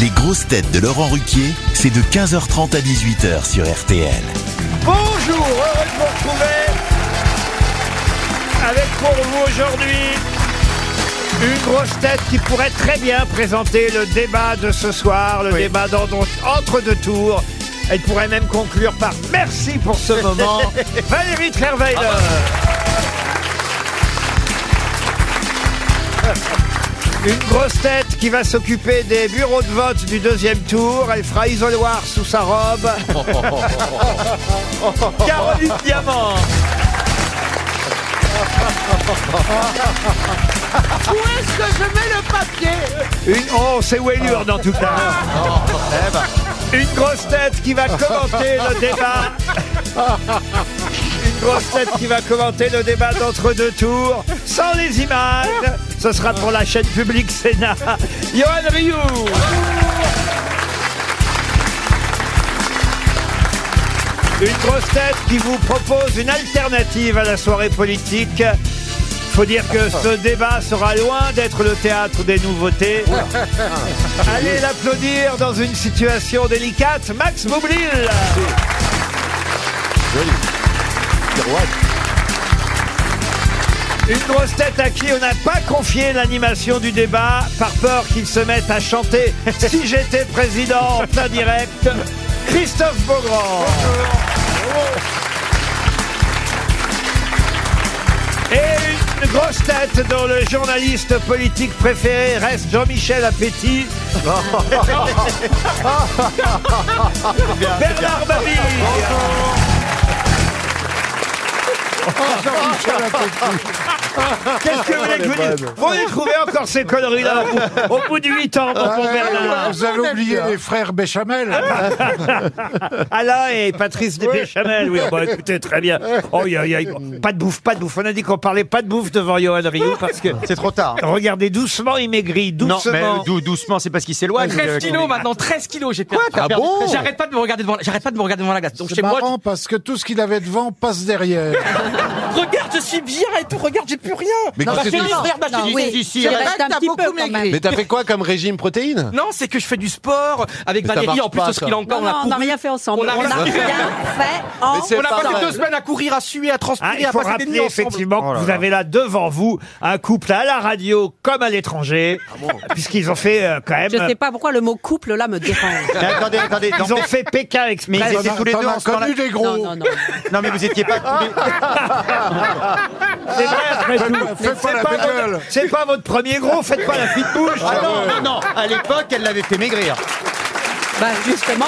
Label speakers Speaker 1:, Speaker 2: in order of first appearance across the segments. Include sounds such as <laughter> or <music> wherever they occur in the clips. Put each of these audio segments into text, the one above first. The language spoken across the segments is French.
Speaker 1: Les grosses têtes de Laurent Ruquier, c'est de 15h30 à 18h sur RTL.
Speaker 2: Bonjour, heureux de vous retrouver avec pour vous aujourd'hui une grosse tête qui pourrait très bien présenter le débat de ce soir, le débat dans, dans- entre deux tours. Elle pourrait même conclure par merci pour ce moment,
Speaker 3: <laughs>
Speaker 2: Valérie Trierweiler. <laughs> Une grosse tête qui va s'occuper des bureaux de vote du deuxième tour. Elle fera isoloir sous sa robe. Caroline Diamant.
Speaker 4: Où est-ce que je mets le papier
Speaker 2: Une... Oh, c'est Wellure dans tout cas. Une grosse tête qui va commenter le débat. <laughs> Une grosse tête qui va commenter le débat d'entre deux tours, sans les images. Ce sera pour la chaîne publique Sénat. <laughs> Johan Rioux. Une grosse tête qui vous propose une alternative à la soirée politique. Faut dire que ce débat sera loin d'être le théâtre des
Speaker 5: <laughs>
Speaker 2: nouveautés. <laughs> Allez l'applaudir dans une situation délicate, Max Boublil Une grosse tête à qui on n'a pas confié l'animation du débat par peur qu'il se mette à chanter Si j'étais président en plein direct, Christophe Beaugrand Et une grosse tête dont le journaliste politique préféré reste Jean-Michel Appetit, <laughs> Bernard Mabille Qu'est-ce que vous voulez que je vous dise Vous les trouvez encore ces conneries-là au, au bout de 8
Speaker 5: Ah,
Speaker 2: ans, mon pauvre Bernard
Speaker 6: Ah, Vous
Speaker 7: Ah,
Speaker 6: avez oublié les frères Béchamel.
Speaker 2: Alain et Patrice Deschamel, oui, bon, écoutez, très bien. Oh, y a- y a- Pas de bouffe, pas de bouffe. On a dit qu'on parlait pas de bouffe devant Johan Rioux parce que,
Speaker 3: C'est trop tard.
Speaker 2: regardez, doucement, il maigrit,
Speaker 3: Non, mais euh,
Speaker 2: doucement.
Speaker 3: dou- doucement, c'est parce qu'il s'éloigne.
Speaker 5: 13
Speaker 3: euh, qu'on
Speaker 5: kilos
Speaker 3: est-
Speaker 5: maintenant, 13 kilos j'ai perdu. Ah
Speaker 3: t'as perdu 13
Speaker 5: J'arrête pas de me regarder devant, la- j'arrête pas de me regarder devant la glace. <laughs> Donc
Speaker 6: C'est
Speaker 5: chez moi,
Speaker 6: marrant parce que tout ce qu'il avait devant passe derrière.
Speaker 5: je- <laughs> regarde, je suis bien et tout, regarde, j'ai plus rien.
Speaker 8: Mais
Speaker 5: Bah,
Speaker 8: quand
Speaker 5: c'est
Speaker 8: t'es-
Speaker 5: l'hiver, bah, je te dis-
Speaker 7: oui,
Speaker 3: ici,
Speaker 7: c'est
Speaker 3: hein.
Speaker 7: vrai que
Speaker 4: T'as
Speaker 7: t'as
Speaker 4: beaucoup
Speaker 7: beaucoup
Speaker 4: maigri.
Speaker 7: maigri.
Speaker 8: Mais t'as fait quoi comme régime protéine
Speaker 5: Non, c'est que je fais du sport avec
Speaker 8: ça
Speaker 5: Valérie
Speaker 8: marche
Speaker 5: en plus
Speaker 8: pas,
Speaker 5: de ce qu'il a
Speaker 8: ça.
Speaker 5: encore.
Speaker 7: Non, non, on
Speaker 5: couru-
Speaker 7: n'a rien fait ensemble.
Speaker 5: On a rien fait.
Speaker 7: fait
Speaker 8: Mais c'est
Speaker 5: On a
Speaker 8: pas
Speaker 5: passé
Speaker 8: vrai.
Speaker 5: deux semaines à courir, à suer, à
Speaker 2: Ah,
Speaker 5: transpirer,
Speaker 2: il
Speaker 5: à
Speaker 2: faut
Speaker 5: passer des
Speaker 2: rappeler
Speaker 5: nuits ensemble.
Speaker 2: effectivement
Speaker 3: Oh
Speaker 2: que vous avez là devant vous un couple à la radio comme à l'étranger, puisqu'ils ont fait euh, quand même.
Speaker 7: Je sais pas pourquoi le mot couple là me dérange.
Speaker 2: <laughs>
Speaker 3: Mais attendez, attendez.
Speaker 2: Ils
Speaker 3: non,
Speaker 2: ont fait Pékin
Speaker 3: mais
Speaker 2: Express.
Speaker 3: ils étaient
Speaker 6: T'en as-
Speaker 3: tous les
Speaker 6: t'en
Speaker 3: deux
Speaker 6: as
Speaker 3: en ce temps-là-
Speaker 6: connu des gros.
Speaker 7: Non, non, non.
Speaker 3: Non, mais vous étiez pas tous les-
Speaker 2: C'est vrai, après
Speaker 3: Ah,
Speaker 2: tout.
Speaker 6: Fais
Speaker 2: C'est
Speaker 6: pas la
Speaker 2: pas
Speaker 6: bégueule.
Speaker 2: votre- C'est pas votre premier gros, faites pas la petite bouche.
Speaker 3: Ah non, non, à l'époque, elle l'avait fait maigrir.
Speaker 7: Bah justement.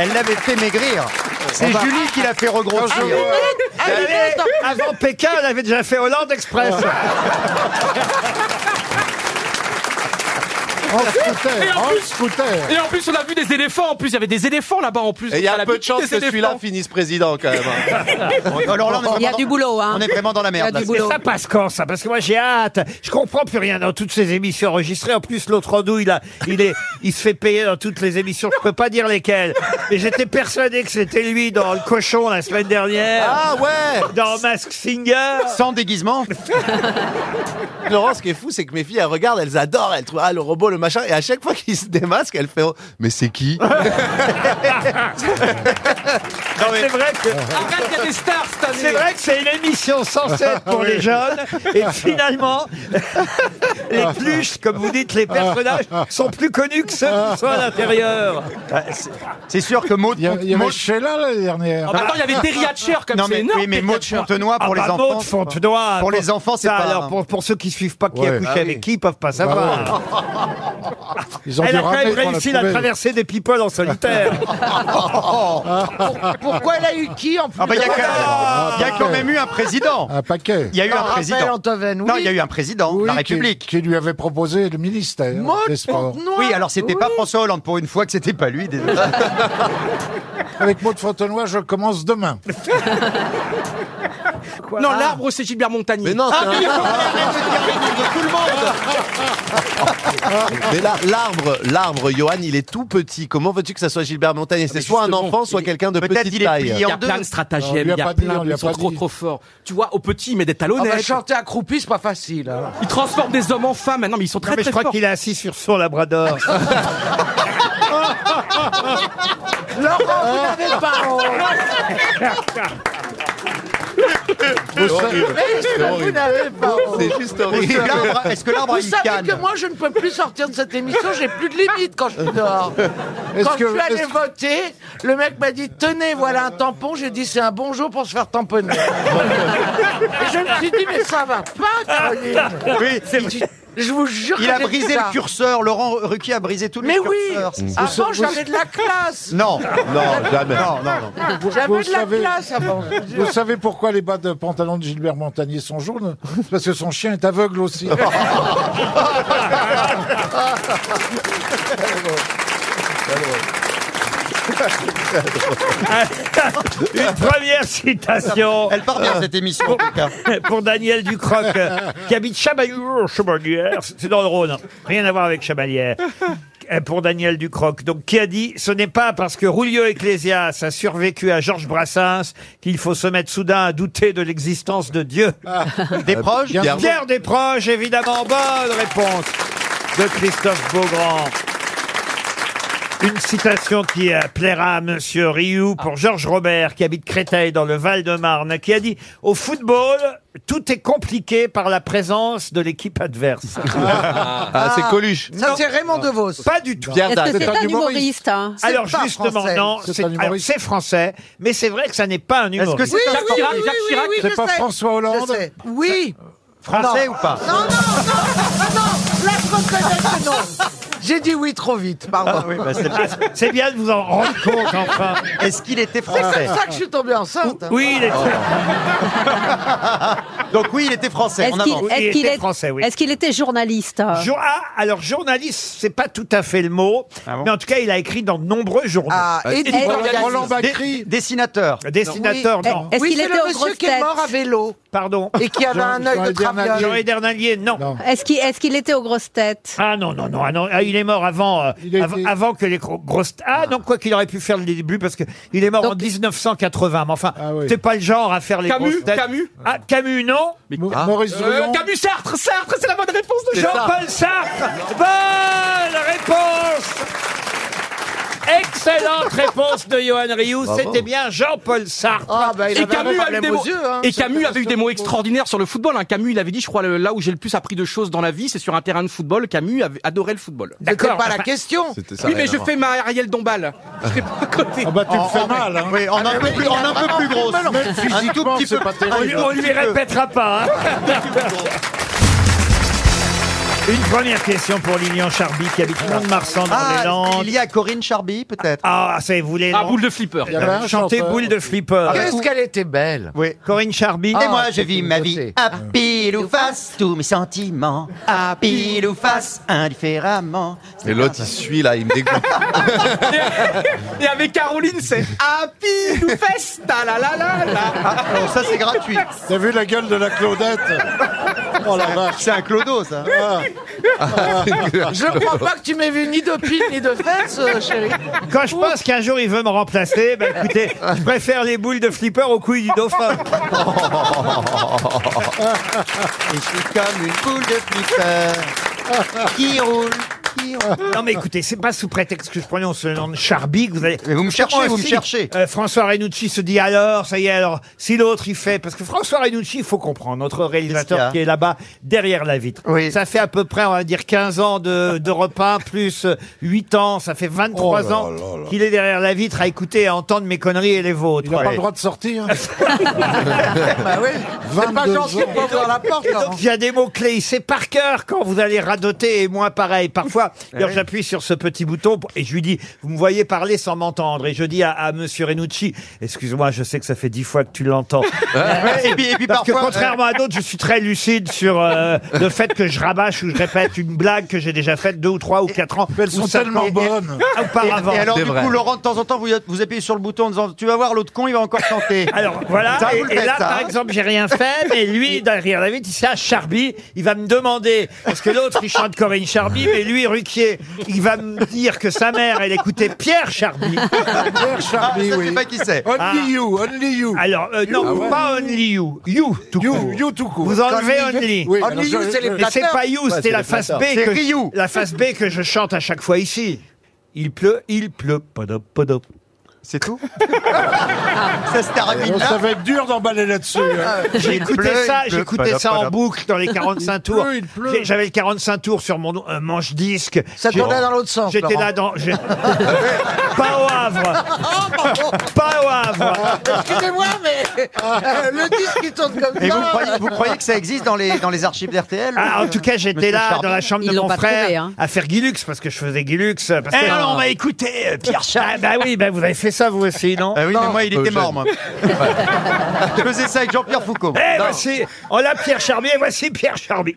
Speaker 3: Elle l'avait fait maigrir. C'est Julie qui l'a fait regrossir.
Speaker 2: Elle avait-
Speaker 7: attends.
Speaker 2: avant Pékin, elle avait déjà fait Hollande Express.
Speaker 6: En scooter.
Speaker 5: Et
Speaker 8: Oh,
Speaker 5: en
Speaker 6: En
Speaker 5: plus-
Speaker 6: scooter.
Speaker 5: Et en plus, on a vu des éléphants. En plus, il y avait des éléphants là-bas. En plus,
Speaker 8: Et il y
Speaker 5: On
Speaker 8: a peu de
Speaker 5: l'habitude
Speaker 8: chances
Speaker 5: des
Speaker 8: que celui-là
Speaker 5: éléphants.
Speaker 8: finisse président quand même. hein.
Speaker 3: <laughs> Alors là, on est
Speaker 7: Il y a
Speaker 3: vraiment
Speaker 7: du
Speaker 3: dans-
Speaker 7: boulot, hein.
Speaker 3: on est vraiment dans la
Speaker 7: Il y a
Speaker 3: merde.
Speaker 7: du
Speaker 3: là.
Speaker 2: Mais
Speaker 7: boulot.
Speaker 2: ça passe quand ça Parce que moi j'ai hâte. Je comprends plus rien dans toutes ces émissions enregistrées. En plus, l'autre andouille, là, il, est, il se fait payer dans toutes les émissions. Je peux pas dire lesquelles. Mais j'étais persuadé que c'était lui dans Le Cochon la semaine dernière,
Speaker 8: Ah ouais
Speaker 2: dans Mask Singer.
Speaker 3: Sans
Speaker 8: <laughs>
Speaker 3: déguisement.
Speaker 8: Laurent, ce qui est fou, c'est que mes filles, elles regardent, elles adorent, elles trouvent ah, le robot, le machin, et à chaque fois qu'il se démasque, elles font Mais
Speaker 3: <laughs>
Speaker 8: c'est qui <laughs>
Speaker 2: C'est vrai que
Speaker 5: Arrête, il y a des stars cette année.
Speaker 2: C'est vrai que c'est une émission
Speaker 6: <laughs>
Speaker 2: sans cesse pour les jeunes. Et finalement, les
Speaker 6: Ah.
Speaker 2: plus, comme vous dites, les personnages sont plus connus que ceux qui sont à l'intérieur.
Speaker 3: Ah, C'est sûr que Maud.
Speaker 6: Il y a- il y avait
Speaker 3: Maud-
Speaker 6: Sheila l'année dernière.
Speaker 2: bah,
Speaker 5: Attends, il y avait Terry Hatcher comme
Speaker 3: Non,
Speaker 5: c'est
Speaker 3: mais,
Speaker 5: énorme.
Speaker 3: oui, mais
Speaker 5: Terry
Speaker 3: Maud
Speaker 5: Hatcher.
Speaker 3: Fontenoy, pour
Speaker 2: Ah
Speaker 3: les
Speaker 2: bah,
Speaker 3: enfants.
Speaker 2: Maud Fontenoy,
Speaker 3: Pour les enfants, c'est
Speaker 2: ça,
Speaker 3: pas. Ah,
Speaker 2: alors, pour, pour ceux qui suivent pas qui a
Speaker 6: Ouais,
Speaker 2: couché
Speaker 6: bah
Speaker 2: avec qui, ils peuvent pas <laughs> savoir.
Speaker 6: Ils ont
Speaker 2: Elle
Speaker 6: dû
Speaker 2: a quand
Speaker 6: ramener
Speaker 2: même
Speaker 6: pour la
Speaker 2: réussi la
Speaker 6: trouver.
Speaker 2: traversée des people en solitaire.
Speaker 4: Pourquoi elle a eu qui en plus
Speaker 3: Ah bah, il y a quand
Speaker 2: Ah,
Speaker 3: même- il y a quand même eu un président.
Speaker 6: Un paquet.
Speaker 3: Il y a eu un
Speaker 4: Ah, Raphaël
Speaker 3: président.
Speaker 4: Antoven, oui.
Speaker 3: Non, il y a eu un président de
Speaker 6: Oui,
Speaker 3: la
Speaker 6: qui-
Speaker 3: République.
Speaker 6: Qui, lui avait proposé le ministère des Sports.
Speaker 3: Oui, alors c'était pas François Hollande pour une fois que c'était pas lui. désolé.
Speaker 6: <laughs> Avec Maud Fontenoy, je commence demain.
Speaker 2: quoi
Speaker 5: Non, l'arbre, c'est Gilbert Montagnier.
Speaker 8: Mais
Speaker 9: Ah,
Speaker 8: non, c'est un- Mais là, l'arbre, l'arbre, Johan, il est tout petit. Comment veux-tu que ça soit Gilbert Montagnier C'est soit un enfant, soit quelqu'un de
Speaker 3: Peut-être
Speaker 8: petite
Speaker 3: Ah, il est
Speaker 8: taille.
Speaker 3: plié
Speaker 5: Il y
Speaker 3: en
Speaker 5: a
Speaker 3: deux.
Speaker 5: plein de
Speaker 6: On
Speaker 5: stratagèmes,
Speaker 6: lui a
Speaker 5: il y a
Speaker 6: pas dit,
Speaker 5: plein
Speaker 6: on
Speaker 5: de
Speaker 6: lui a
Speaker 5: sont
Speaker 6: pas
Speaker 5: trop
Speaker 6: dit.
Speaker 5: trop forts. Tu vois, au petit, il met des
Speaker 4: Ah bah,
Speaker 5: talonnettes.
Speaker 4: chanter accroupi, c'est pas facile. hein.
Speaker 5: il transforme des hommes en femmes. Maintenant, mais ils sont
Speaker 2: Non,
Speaker 5: très
Speaker 2: mais je
Speaker 5: très
Speaker 2: crois
Speaker 5: forts.
Speaker 2: qu'il est assis sur son labrador.
Speaker 5: <laughs>
Speaker 4: Laurent,
Speaker 9: Ah.
Speaker 4: vous n'avez pas honte.
Speaker 8: C'est horrible. C'est
Speaker 4: Vous
Speaker 8: horrible.
Speaker 4: n'avez pas honte.
Speaker 8: C'est juste horrible.
Speaker 3: L'arbre- Est-ce que l'arbre a
Speaker 4: Vous
Speaker 3: une
Speaker 4: savez
Speaker 3: canne
Speaker 4: que moi, je ne peux plus sortir de cette émission, j'ai plus de limite quand je suis dehors. Quand
Speaker 6: que-
Speaker 4: je suis allé
Speaker 6: est-ce-
Speaker 4: voter, le mec m'a dit Tenez, voilà un tampon. J'ai dit C'est un bon jour pour se faire tamponner. Et je me suis dit Mais ça va pas, Caroline.
Speaker 2: oui, c'est vrai.
Speaker 4: Je- Je vous jure
Speaker 3: Il
Speaker 4: que
Speaker 3: a
Speaker 4: j'ai fait
Speaker 3: brisé
Speaker 4: ça.
Speaker 3: le curseur. Laurent Ruquier a brisé tous les
Speaker 4: Mais oui
Speaker 3: curseurs. C'est ça.
Speaker 4: Avant, j'avais de la classe
Speaker 3: Non,
Speaker 8: Non, jamais.
Speaker 3: non, non, non.
Speaker 4: Ah, J'avais
Speaker 6: vous
Speaker 4: de la
Speaker 6: savez-
Speaker 4: classe avant.
Speaker 6: Vous savez pourquoi les bas de pantalon de Gilbert Montagnier sont jaunes Parce que son chien est aveugle
Speaker 3: <laughs>
Speaker 6: aussi.
Speaker 2: <laughs> Une première citation
Speaker 3: Elle part bien cette émission. en tout cas.
Speaker 2: pour Daniel Ducroc, euh, qui habite Chamalières, Chamalières, c'est dans le Rhône, hein. rien à voir avec Chamalières. Euh, Pour Daniel Ducroc, donc qui a dit ce n'est pas parce que Rulio Ecclésias a survécu à Georges Brassens qu'il faut se mettre soudain à douter de l'existence de Dieu.
Speaker 3: Ah.
Speaker 2: Euh,
Speaker 3: Des proches
Speaker 6: bien
Speaker 3: Pierre-
Speaker 2: Pierre Desproges, évidemment, bonne réponse de Christophe Beaugrand. Une citation qui euh, plaira à Monsieur Rioux pour Georges Robert, qui habite Créteil dans le Val-de-Marne, qui a dit « Au football, tout est compliqué par la présence de l'équipe adverse.
Speaker 8: Ah, c'est Coluche.
Speaker 4: Ça, c'est Raymond DeVos.
Speaker 2: Pas du tout.
Speaker 8: Pierre
Speaker 7: Est-ce
Speaker 8: Dac.
Speaker 7: que c'est
Speaker 6: un
Speaker 7: un humoriste
Speaker 6: humoriste.
Speaker 7: hein
Speaker 4: c'est
Speaker 2: Alors
Speaker 4: pas
Speaker 2: justement,
Speaker 4: français.
Speaker 2: non,
Speaker 6: C'est
Speaker 2: c'est
Speaker 6: un
Speaker 2: alors,
Speaker 6: humoriste.
Speaker 2: c'est français, mais c'est vrai que ça n'est pas un
Speaker 3: Est-ce
Speaker 2: humoriste.
Speaker 3: que c'est un
Speaker 5: Jacques Chirac, Jacques Chirac.
Speaker 6: C'est pas François Hollande
Speaker 4: Oui.
Speaker 3: Français ou pas
Speaker 4: Non, non, non, non, là, je reconnais que non. J'ai dit oui trop vite, pardon.
Speaker 2: Ah, C'est bien de vous en rendre compte, enfin
Speaker 3: Est-ce qu'il était
Speaker 4: C'est comme
Speaker 3: français
Speaker 4: ça que je suis tombée enceinte.
Speaker 2: Oui, il est-
Speaker 3: <laughs> Donc oui, il était français. On
Speaker 7: Est-ce qu'il
Speaker 2: Il
Speaker 3: avance.
Speaker 7: est-ce qu'il
Speaker 2: était
Speaker 7: est-
Speaker 2: français, oui.
Speaker 7: est-ce qu'il était journaliste hein
Speaker 2: Jour- ah, alors journaliste, c'est pas tout à fait le mot,
Speaker 6: Ah
Speaker 2: mais en tout cas, il a écrit dans de nombreux journaux. Euh,
Speaker 4: Ah,
Speaker 6: Bah,
Speaker 4: éditorialiste.
Speaker 7: Roland-
Speaker 6: Roland Bacri
Speaker 3: Dessinateur.
Speaker 2: Dessinateur,
Speaker 7: Oui.
Speaker 2: non.
Speaker 7: Est-ce
Speaker 4: oui, Eh,
Speaker 7: qu'il
Speaker 4: c'est
Speaker 7: était
Speaker 4: le
Speaker 7: aux
Speaker 4: monsieur
Speaker 7: grosses
Speaker 4: qui est
Speaker 7: têtes
Speaker 4: mort à vélo
Speaker 2: Oh, Pardon.
Speaker 4: et qui avait
Speaker 6: Jean-
Speaker 4: un œil de
Speaker 6: Jean-Edouard
Speaker 4: traviole.
Speaker 6: Nadier.
Speaker 2: Jean-Yves Dernier, non.
Speaker 6: Non.
Speaker 7: Est-ce qu'il est-ce qu'il était aux grosses têtes
Speaker 2: Ah non, non, non, ah non. Ah, il est mort avant, euh,
Speaker 6: Il a
Speaker 2: av-
Speaker 6: été-
Speaker 2: avant que les gros- grosses... Ah non, quoi qu'il aurait pu faire le début, parce que il est mort en
Speaker 7: Donc-
Speaker 2: 1980, mais enfin,
Speaker 6: Ah oui.
Speaker 2: c'était pas le genre à faire les
Speaker 5: Camus,
Speaker 2: grosses têtes.
Speaker 5: Camus.
Speaker 2: Ah, Camus, non
Speaker 6: Mo-
Speaker 4: Ah.
Speaker 6: Maurice
Speaker 5: Euh,
Speaker 6: Druon.
Speaker 5: Camus Sartre, Sartre, c'est la bonne réponse de Jean.
Speaker 2: Jean-Paul Sartre Bonne réponse Excellente réponse de Johan Rioux, c'était bien Jean-Paul Sartre.
Speaker 4: Ah, bah, il
Speaker 5: Et
Speaker 4: avait un
Speaker 5: Camus, avait
Speaker 4: problème
Speaker 5: des
Speaker 4: aux
Speaker 5: mots,
Speaker 4: yeux. Hein.
Speaker 5: et Camus avait eu des mots extraordinaires sur le football. hein. Camus, il avait dit, je crois, le- là où j'ai le plus appris de choses dans la vie, c'est sur un terrain de football. Camus avait adoré le football.
Speaker 4: C'était
Speaker 2: D'accord.
Speaker 4: pas la question.
Speaker 8: C'était ça.
Speaker 5: Oui, mais
Speaker 8: rien
Speaker 5: je
Speaker 8: à
Speaker 5: fais ma Ariel Dombal. Je serais pas à côté. Ah,
Speaker 6: Ah bah tu me fais mal. hein.
Speaker 3: Oh, Oui,
Speaker 9: Ah,
Speaker 3: en un peu plus, en un peu plus grosse.
Speaker 6: Même physiquement,
Speaker 3: petit
Speaker 6: c'est
Speaker 3: peu.
Speaker 6: pas
Speaker 2: On lui-
Speaker 6: terrible.
Speaker 2: On lui répétera pas. hein. Une première question pour Lilian Charby qui habite Mont-de-Marsan dans les
Speaker 3: Ah,
Speaker 2: Landes.
Speaker 3: il y a Corinne Charby, peut-être.
Speaker 2: Ah, ça vous voulez
Speaker 5: Ah, boule de flipper.
Speaker 6: Il y avait un
Speaker 2: chanter
Speaker 6: chanteur.
Speaker 2: boule de flipper.
Speaker 4: Qu'est-ce Ah, qu'elle était belle.
Speaker 3: Oui.
Speaker 2: Corinne Charby.
Speaker 3: Et moi, je vis ma vie
Speaker 4: beauté.
Speaker 3: à pile ou face, tous mes sentiments à pile ou face, indifféremment.
Speaker 8: Et l'autre, il suit là, il me dégoûte.
Speaker 5: Et avec Caroline, c'est Happy New Festa, la la la la.
Speaker 3: Ah, non, ça c'est gratuit.
Speaker 6: T'as vu la gueule de la Claudette Ah. Oh la vache.
Speaker 3: C'est un clodo, ça.
Speaker 4: Je ne crois pas que tu m'aies vu ni de pile ni de fesses, euh, chérie.
Speaker 2: Quand je pense qu'un jour il veut me remplacer,
Speaker 3: <laughs>
Speaker 2: ben écoutez, je préfère les boules de flipper aux couilles du dauphin.
Speaker 3: Et je suis comme une boule de flipper qui roule, qui roule.
Speaker 2: <laughs> Non mais écoutez, c'est pas sous prétexte que je prononce le nom de Charby que vous allez.
Speaker 3: Mais vous me cherchez,
Speaker 2: Moi
Speaker 3: vous me
Speaker 2: aussi,
Speaker 3: cherchez.
Speaker 2: euh, François Renucci se dit alors, ça y est, alors si l'autre il fait, parce que François Renucci, il faut comprendre, notre
Speaker 3: qu'il y
Speaker 2: réalisateur
Speaker 3: a
Speaker 2: qui est là-bas derrière la vitre.
Speaker 3: Oui.
Speaker 2: Ça fait à peu près, on va dire, 15 ans de, de repas plus euh, 8 ans, ça fait 23
Speaker 6: Oh là
Speaker 2: ans
Speaker 6: là là.
Speaker 2: qu'il est derrière la vitre à écouter, et à entendre mes conneries et les vôtres.
Speaker 6: Il n'a pas
Speaker 2: Ouais.
Speaker 6: le droit
Speaker 2: <laughs>
Speaker 3: <laughs>
Speaker 6: de sortir.
Speaker 4: Bah oui. C'est pas
Speaker 6: 22
Speaker 4: gentil de pas ouvrir la porte.
Speaker 2: Et donc, il y a des mots-clés, il sait par cœur quand vous allez radoter, et moi pareil. Parfois,
Speaker 3: <laughs>
Speaker 2: fois.
Speaker 3: Eh
Speaker 2: D'ailleurs, j'appuie sur ce petit bouton pour- et je lui dis, vous me voyez parler sans m'entendre. Et je dis à, à Monsieur Renucci, excuse-moi, je sais que ça fait dix fois que tu l'entends.
Speaker 3: <laughs>
Speaker 2: <laughs>
Speaker 3: Ouais, Ah, et puis, et puis
Speaker 2: Parce que
Speaker 3: parfois, euh,
Speaker 2: contrairement à d'autres, je suis très lucide sur
Speaker 3: <laughs>
Speaker 2: euh, le fait que je rabâche ou je répète une blague que j'ai déjà faite deux ou trois ou quatre ans.
Speaker 6: Elles
Speaker 2: ou
Speaker 6: sont
Speaker 2: cinq
Speaker 6: tellement
Speaker 2: ans Ah,
Speaker 6: bonnes.
Speaker 2: Auparavant.
Speaker 3: Et alors,
Speaker 8: C'est
Speaker 3: du
Speaker 8: vrai.
Speaker 3: coup, Laurent, de temps en temps, vous, euh, vous appuyez sur le bouton en disant Tu vas voir, l'autre con, il va encore chanter.
Speaker 2: <laughs> Alors voilà,
Speaker 3: Ça,
Speaker 2: et,
Speaker 3: vous le
Speaker 2: et
Speaker 3: faites,
Speaker 2: là
Speaker 3: ça,
Speaker 2: par
Speaker 3: hein
Speaker 2: exemple j'ai rien
Speaker 3: <laughs>
Speaker 2: fait, Eh, mais lui derrière la vitre, il à Charby, il va me demander, parce que l'autre il chante Corinne Charby, mais lui Ruquier, il va me dire que sa mère elle écoutait Pierre Charby.
Speaker 6: Pierre
Speaker 3: Ah, ça,
Speaker 6: Charby,
Speaker 3: je sais
Speaker 6: oui.
Speaker 3: pas qui c'est.
Speaker 6: Only
Speaker 2: Ah.
Speaker 6: you, only you. Ah
Speaker 2: Alors euh, non,
Speaker 6: ouais.
Speaker 2: pas Only You, You tout
Speaker 6: You,
Speaker 2: court.
Speaker 6: you tout court.
Speaker 2: Vous enlevez Only.
Speaker 6: Oui,
Speaker 3: Only
Speaker 6: alors
Speaker 3: you,
Speaker 6: je-
Speaker 3: Ah, c'est les
Speaker 6: je-
Speaker 2: Mais c'est pas You, c'était
Speaker 8: c'est
Speaker 2: la
Speaker 8: les
Speaker 2: face B
Speaker 8: plateurs.
Speaker 3: C'est
Speaker 2: que
Speaker 3: Ryu.
Speaker 2: la face B que je chante à chaque fois ici. Il pleut, il pleut, podop podop.
Speaker 3: C'est tout <laughs>
Speaker 8: Ça se termine.
Speaker 6: Bon, ça va être dur d'emballer là-dessus. hein.
Speaker 2: Ah, J'ai écouté
Speaker 3: pleut,
Speaker 2: ça,
Speaker 3: il
Speaker 2: j'ai
Speaker 3: pleut,
Speaker 2: écouté
Speaker 3: padap,
Speaker 2: ça en
Speaker 3: padap.
Speaker 2: boucle dans les 45 tours.
Speaker 6: pleut, il pleut.
Speaker 2: J'ai- J'avais le 45 tours sur mon euh, manche disque.
Speaker 4: Ça
Speaker 2: J'ai-
Speaker 4: tournait dans l'autre sens.
Speaker 2: J'étais
Speaker 4: Laurent.
Speaker 2: là dans. j'ai- pas au Havre.
Speaker 3: Oh,
Speaker 2: <laughs> pas au Havre.
Speaker 4: Excusez-moi, mais euh, le disque qui tourne comme
Speaker 3: Et vous
Speaker 4: ça.
Speaker 3: croyez, vous croyez que ça existe dans les, dans les archives d'RTL
Speaker 2: Ah, en tout cas, j'étais
Speaker 3: Monsieur
Speaker 2: là
Speaker 3: Charby.
Speaker 2: dans la chambre
Speaker 7: Ils
Speaker 2: de
Speaker 7: l'ont
Speaker 2: mon
Speaker 7: pas
Speaker 2: frère
Speaker 7: trouvé, hein.
Speaker 2: à faire Guilux parce que je faisais Guilux. Parce que...
Speaker 3: Eh, alors, on va euh,
Speaker 2: écouter Pierre Charles. bah oui, bah vous avez fait ça vous aussi,
Speaker 3: <laughs>
Speaker 2: non
Speaker 3: Bah oui, mais moi, il
Speaker 8: Euh,
Speaker 3: était
Speaker 8: je-
Speaker 3: mort, moi.
Speaker 2: <laughs>
Speaker 3: Je faisais ça avec Jean-Pierre Foucault.
Speaker 2: Eh, voici, on l'a Pierre Charby, et voici Pierre
Speaker 3: <laughs>
Speaker 2: Charby.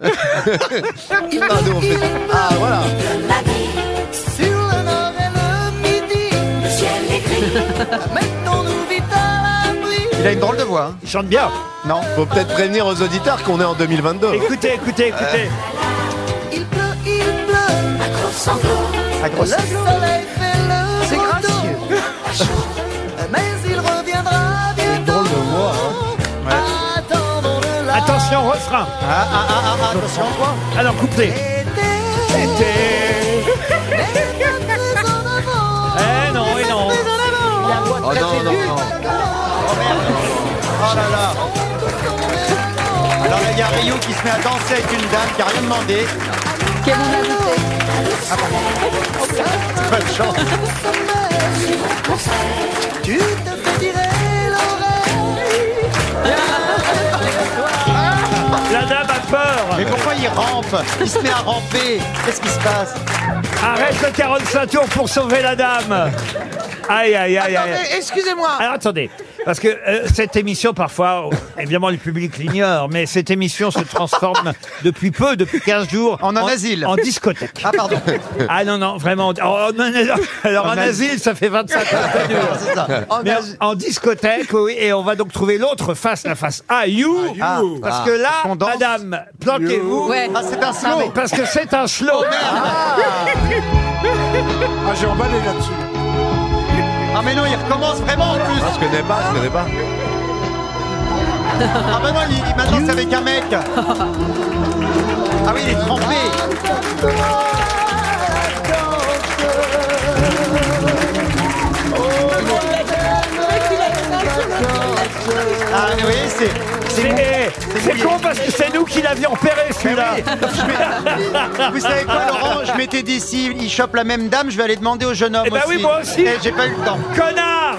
Speaker 8: Ah, voilà.
Speaker 3: Il a une drôle de voix. hein.
Speaker 2: Il chante bien.
Speaker 3: Non
Speaker 8: Faut peut-être prévenir aux auditeurs qu'on est en 2022.
Speaker 2: Écoutez, écoutez, écoutez.
Speaker 8: Euh,
Speaker 3: à grosse-
Speaker 4: C'est gracieux.
Speaker 3: Une drôle de voix. hein.
Speaker 2: Attention, refrain.
Speaker 3: Ah, ah, ah, ah, ah, attention.
Speaker 2: Alors, couplet. C'était- Eh non, eh non.
Speaker 4: La voix
Speaker 8: Oh
Speaker 4: très
Speaker 8: non, non,
Speaker 4: aiguë.
Speaker 8: non.
Speaker 3: Oh là là Alors là, il y a Ryu qui se met à danser avec une dame qui a rien demandé. Ah
Speaker 7: Quelle on a douté.
Speaker 3: Bonne chance.
Speaker 2: La dame a
Speaker 3: Mais
Speaker 2: peur.
Speaker 3: pourquoi il rampe Il se met à ramper. Qu'est-ce qui se passe
Speaker 2: Arrête le 45 tours pour sauver la dame. Aïe, aïe, aïe, aïe.
Speaker 4: Attendez, excusez-moi.
Speaker 2: Alors attendez, parce que euh, cette émission, parfois, oh, évidemment, le public l'ignore, mais cette émission se transforme depuis peu, depuis 15 jours.
Speaker 3: En un asile.
Speaker 2: En discothèque.
Speaker 3: Ah, pardon.
Speaker 2: Ah non, oh, non, vraiment. en- en un- alors, en asile, ça fait 25 ans. que ça dure. <laughs>
Speaker 3: C'est ça.
Speaker 2: Mais en, en discothèque, oui, et on va donc trouver l'autre face, la face à You, Ah, parce que là,
Speaker 3: Ah, Qu'on danse.
Speaker 2: madame, planquez-vous,
Speaker 7: Ouais.
Speaker 3: Ah, c'est un
Speaker 2: Non,
Speaker 3: slow. Oh,
Speaker 2: parce que c'est un slow.
Speaker 6: Ah, j'ai emballé là-dessus.
Speaker 3: Ah, mais non, il recommence vraiment en plus.
Speaker 8: Je connais pas, je connais pas.
Speaker 3: Ah, bah non, il, il- maintenant c'est avec un mec. Ah, oui, il est trempé. Ah, mais vous voyez, c'est.
Speaker 2: C'est c'est
Speaker 3: mouillé.
Speaker 2: con parce que c'est nous qui l'avions
Speaker 3: Eh
Speaker 2: repéré celui-là. <laughs>
Speaker 3: Vous savez quoi, Laurent Je m'étais dit, si il chope la même dame, je vais aller demander au jeune homme.
Speaker 2: Eh ben
Speaker 3: aussi.
Speaker 2: oui, moi aussi.
Speaker 3: Et j'ai pas eu le temps.
Speaker 2: Connard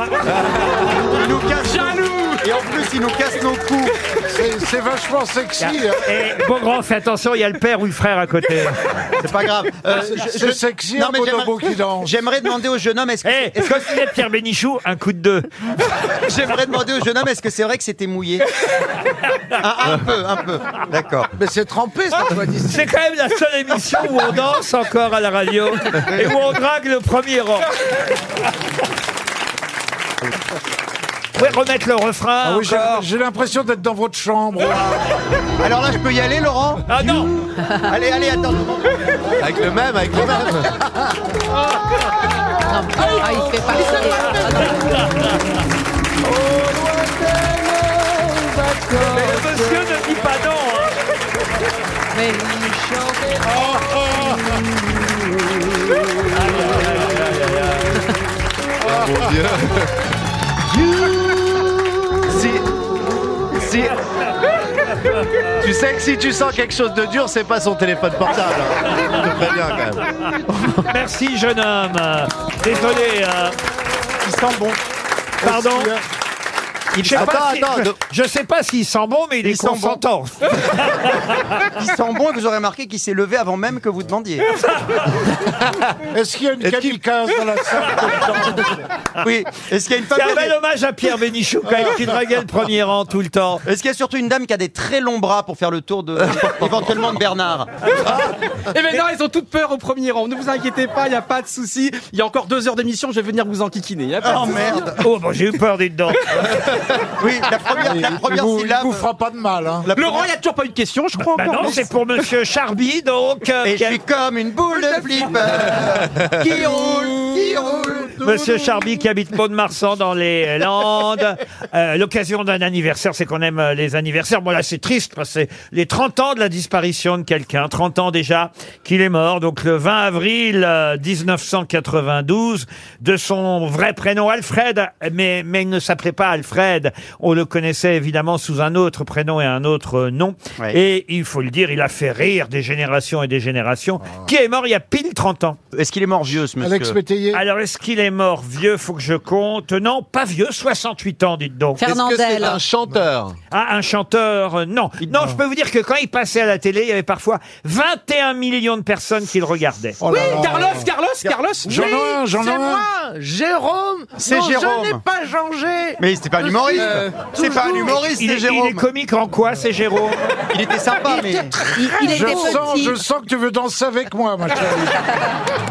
Speaker 3: Il nous casse. Jaloux Et en plus, il nous casse nos coups.
Speaker 6: C'est c'est vachement sexy. hein.
Speaker 2: Et bon grand, fais attention, il y a le père ou le frère à côté.
Speaker 3: C'est pas grave. Euh, je-
Speaker 6: C'est
Speaker 3: je-
Speaker 6: sexy
Speaker 2: hein,
Speaker 3: Non,
Speaker 6: un
Speaker 3: mais j'aimerais-
Speaker 6: bonobo qui danse.
Speaker 3: J'aimerais demander au jeune homme, est-ce que.
Speaker 2: Eh,
Speaker 3: est-ce que-
Speaker 2: quand il est Pierre Bénichou, un coup de deux.
Speaker 3: <laughs> J'aimerais demander au jeune homme, est-ce que c'est vrai que c'était mouillé Ah, Un peu, un peu. D'accord.
Speaker 4: Mais c'est trempé, ça, quoi, d'ici.
Speaker 2: C'est quand même la seule émission où on danse encore à la radio et où on drague le premier rang. Vous pouvez remettre le refrain
Speaker 6: Ah oui, j'ai-
Speaker 2: encore.
Speaker 6: j'ai l'impression d'être dans votre chambre.
Speaker 3: Alors là, je peux y aller, Laurent
Speaker 2: Ah non
Speaker 3: Allez, allez, attends.
Speaker 8: Avec le même, avec le même.
Speaker 7: Ah, il fait pas.
Speaker 2: Mais le monsieur ne dit pas non hein.
Speaker 7: Mais
Speaker 8: Oh, Mon Dieu.
Speaker 3: Si. Si.
Speaker 8: Tu sais que si tu sens quelque chose de dur, c'est pas son téléphone portable. hein. Je te préviens quand même.
Speaker 2: <laughs> Merci, jeune homme. Désolé. hein.
Speaker 3: Il sent bon.
Speaker 2: Pardon. Il sais
Speaker 8: Attends,
Speaker 2: pas si-
Speaker 8: attends,
Speaker 2: je-
Speaker 8: de-
Speaker 2: Je sais pas s'il sent bon, mais il, est
Speaker 3: sent bon.
Speaker 2: consentant.
Speaker 3: Il sent bon et vous aurez remarqué qu'il s'est levé avant même que vous demandiez.
Speaker 6: Est-ce qu'il y a une kamikaze dans la salle
Speaker 3: <laughs> <laughs> Oui. Est-ce qu'il y a une
Speaker 2: C'est
Speaker 3: femme
Speaker 2: un
Speaker 3: qui a
Speaker 2: bel
Speaker 3: des-
Speaker 2: hommage à Pierre Bénichou quand même, qui draguait le premier rang tout le temps.
Speaker 3: Est-ce qu'il y a surtout une dame qui a des très longs bras pour faire le tour
Speaker 8: <laughs>
Speaker 3: de éventuellement de Bernard
Speaker 5: Eh ben non, ils ont toutes peur au premier rang. Ne vous inquiétez pas, il n'y a pas de souci. Il y a encore deux heures d'émission, je vais venir vous enquiquiner. Y a pas de
Speaker 3: Oh
Speaker 5: souci.
Speaker 3: merde
Speaker 2: Oh, bon, j'ai eu peur, dites donc.
Speaker 3: Oui, la première, la
Speaker 6: Il
Speaker 3: première
Speaker 6: vous, il
Speaker 3: syllabe.
Speaker 6: vous fera pas de mal. Hein.
Speaker 5: Laurent, il n'y a toujours pas eu de question, je crois
Speaker 2: Bah
Speaker 5: encore.
Speaker 2: non, c'est pour Monsieur Charby, donc. euh,
Speaker 3: Et
Speaker 2: qui
Speaker 3: je
Speaker 2: a-
Speaker 3: suis comme une boule de flipper qui roule, qui roule.
Speaker 2: Monsieur Charby qui habite Mont-de-Marsan dans les
Speaker 3: <laughs>
Speaker 2: Landes. Euh, L'occasion d'un anniversaire, c'est qu'on aime euh, les anniversaires. Bon là, c'est triste parce que c'est les 30 ans de la disparition de quelqu'un, 30 ans déjà qu'il est mort. Donc le 20 avril euh, 1992, de son vrai prénom Alfred, mais mais il ne s'appelait pas Alfred. On le connaissait évidemment sous un autre prénom et un autre euh, nom.
Speaker 3: Ouais.
Speaker 2: Et il faut le dire, il a fait rire des générations et des générations. Qui est mort il y a pile 30 ans.
Speaker 3: Ah. Est-ce qu'il est mort vieux, ce monsieur
Speaker 6: Alex Métayer.
Speaker 2: Alors, est-ce qu'il est mort vieux Faut que je compte. Non, pas vieux, 68 ans, dites donc.
Speaker 8: Est-ce que c'est
Speaker 7: Fernandel.
Speaker 8: un chanteur
Speaker 2: Ah, un chanteur, euh, non. Non, je peux vous dire que quand il passait à la télé, il y avait parfois 21 millions de personnes qui le regardaient.
Speaker 6: Oh
Speaker 5: Oui,
Speaker 6: là là.
Speaker 5: Carlos, Carlos, Carlos.
Speaker 6: J'en ai un, j'en ai
Speaker 4: C'est
Speaker 6: un.
Speaker 4: moi, Jérôme.
Speaker 3: C'est
Speaker 4: Non,
Speaker 3: Jérôme.
Speaker 4: Je n'ai pas changé.
Speaker 3: Mais c'était pas un humoriste. c'est pas un
Speaker 4: Euh, toujours.
Speaker 3: humoriste,
Speaker 2: Il
Speaker 3: c'est
Speaker 2: est, il est
Speaker 3: Jérôme.
Speaker 2: comique en quoi, c'est Jérôme
Speaker 3: Il était sympa, mais
Speaker 7: Il, il
Speaker 6: Je
Speaker 7: était
Speaker 6: sens,
Speaker 7: petit.
Speaker 6: je sens que tu veux danser avec moi, ma chérie.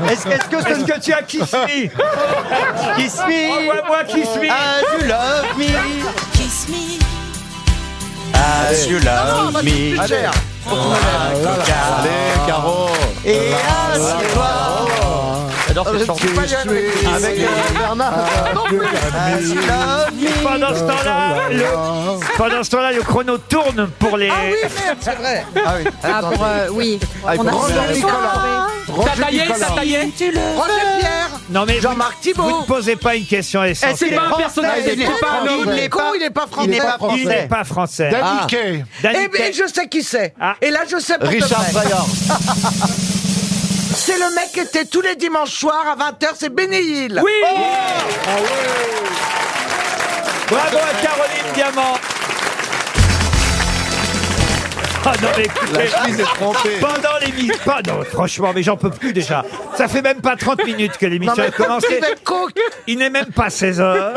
Speaker 3: est-ce est-ce que
Speaker 2: Est-ce
Speaker 3: ce
Speaker 2: que tu as kiffé
Speaker 6: <laughs>
Speaker 3: qui suit
Speaker 2: Envoie-moi qui suis
Speaker 3: Ah, you love me.
Speaker 10: Kiss me,
Speaker 3: Ah, you love me.
Speaker 8: Ah, Allez, Caro
Speaker 3: Et assieds-toi. J'adore cette chanson.
Speaker 8: Avec euh, Bernard
Speaker 3: Ah, you love me.
Speaker 2: Pendant ce temps-là, le, pendant ce temps-là, le chrono tourne pour les.
Speaker 3: Ah oui.
Speaker 7: Ah, pour, euh, oui.
Speaker 8: Ah, il
Speaker 7: On a
Speaker 8: faut
Speaker 7: trouvé.
Speaker 5: Ça taillait, ça taillait.
Speaker 4: Roger Pierre.
Speaker 2: Non mais
Speaker 4: Jean-Marc
Speaker 2: vous,
Speaker 4: Thibault.
Speaker 2: vous ne posez pas une question
Speaker 5: Eh, c'est
Speaker 2: essentielle.
Speaker 5: pas un personnage,
Speaker 3: Il est
Speaker 5: c'est pas un homme.
Speaker 3: Il n'est
Speaker 4: con,
Speaker 3: pas-
Speaker 4: il n'est pas
Speaker 3: il n'est
Speaker 4: français.
Speaker 2: Il
Speaker 3: pas
Speaker 2: n'est
Speaker 3: français.
Speaker 2: pas français.
Speaker 6: Danny
Speaker 3: Ah.
Speaker 6: Kaye.
Speaker 2: Danny
Speaker 4: Eh bien,
Speaker 2: Kaye.
Speaker 4: je sais qui c'est.
Speaker 2: Ah.
Speaker 4: Et là, je sais pour de
Speaker 8: Richard
Speaker 4: vrai.
Speaker 8: Pryor.
Speaker 4: <laughs> C'est le mec qui était tous les dimanches soirs à 20h, c'est Benny Hill. Oh.
Speaker 2: Oui Ah Bravo à Caroline Diamant Ah non mais écoutez,
Speaker 8: Il s'est trompé.
Speaker 2: pendant l'émission... pas- non, franchement, mais j'en peux plus déjà. Ça fait même pas 30 minutes que
Speaker 4: Non,
Speaker 2: l'émission
Speaker 4: mais
Speaker 2: a
Speaker 4: comme
Speaker 2: commencé.
Speaker 4: tu es con,
Speaker 2: Il n'est même pas 16 heures.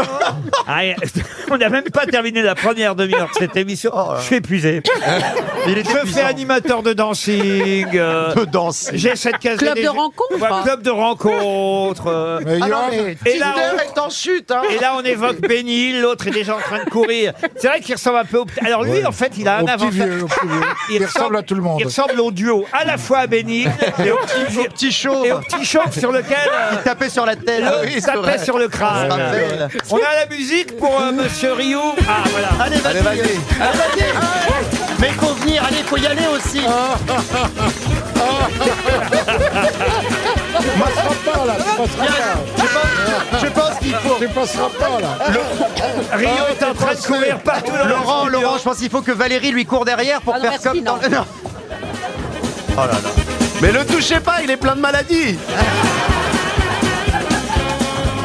Speaker 2: Ah, et- <laughs> on n'a même pas terminé la première demi-heure de cette émission. Je suis épuisé. je fais animateur de dancing. euh,
Speaker 8: De danse.
Speaker 2: J'ai cette case
Speaker 7: Club de rencontre,
Speaker 2: Ouais,
Speaker 7: hein.
Speaker 2: Club de rencontre. euh,
Speaker 6: Mais
Speaker 4: Ah non,
Speaker 6: Johan,
Speaker 4: mais
Speaker 2: Et là,
Speaker 4: Tinder est en chute. Hein.
Speaker 2: Et là, on évoque Benny Hill, l'autre est déjà en train de courir. C'est vrai qu'il ressemble un peu au petit- Alors lui, en fait, il a un
Speaker 6: au petit
Speaker 2: avantage.
Speaker 6: vieux,
Speaker 2: <laughs>
Speaker 6: au petit vieux. Il, ressemble à tout le monde.
Speaker 2: Il ressemble au duo, à la fois à Benny Hill et au petit, vieux-
Speaker 3: Petit
Speaker 2: et au
Speaker 3: chauve.
Speaker 2: petit chauve sur lequel euh,
Speaker 3: Tapé sur la tête. Ah
Speaker 2: l'autre tapait sur le crâne.
Speaker 3: Parfait.
Speaker 2: On a la musique pour euh, Monsieur Ryu. Ah, voilà.
Speaker 3: Allez, vas-y.
Speaker 8: Allez, vas-y.
Speaker 3: Allez, vas-y. Mais faut venir, allez, faut y aller aussi.
Speaker 6: Tu passeras pas là, tu passeras
Speaker 3: Je pense, je pense qu'il faut.
Speaker 6: pas, tu passeras pas là.
Speaker 2: Ryu est en train de courir partout dans le
Speaker 3: Ah, Laurent,
Speaker 2: studio.
Speaker 3: Laurent, je pense qu'il faut que Valérie lui court derrière pour
Speaker 7: Ah non,
Speaker 3: faire
Speaker 7: merci,
Speaker 3: comme
Speaker 7: non.
Speaker 3: dans. Non. Oh
Speaker 8: Mais le touchez pas, il est plein de maladies <laughs>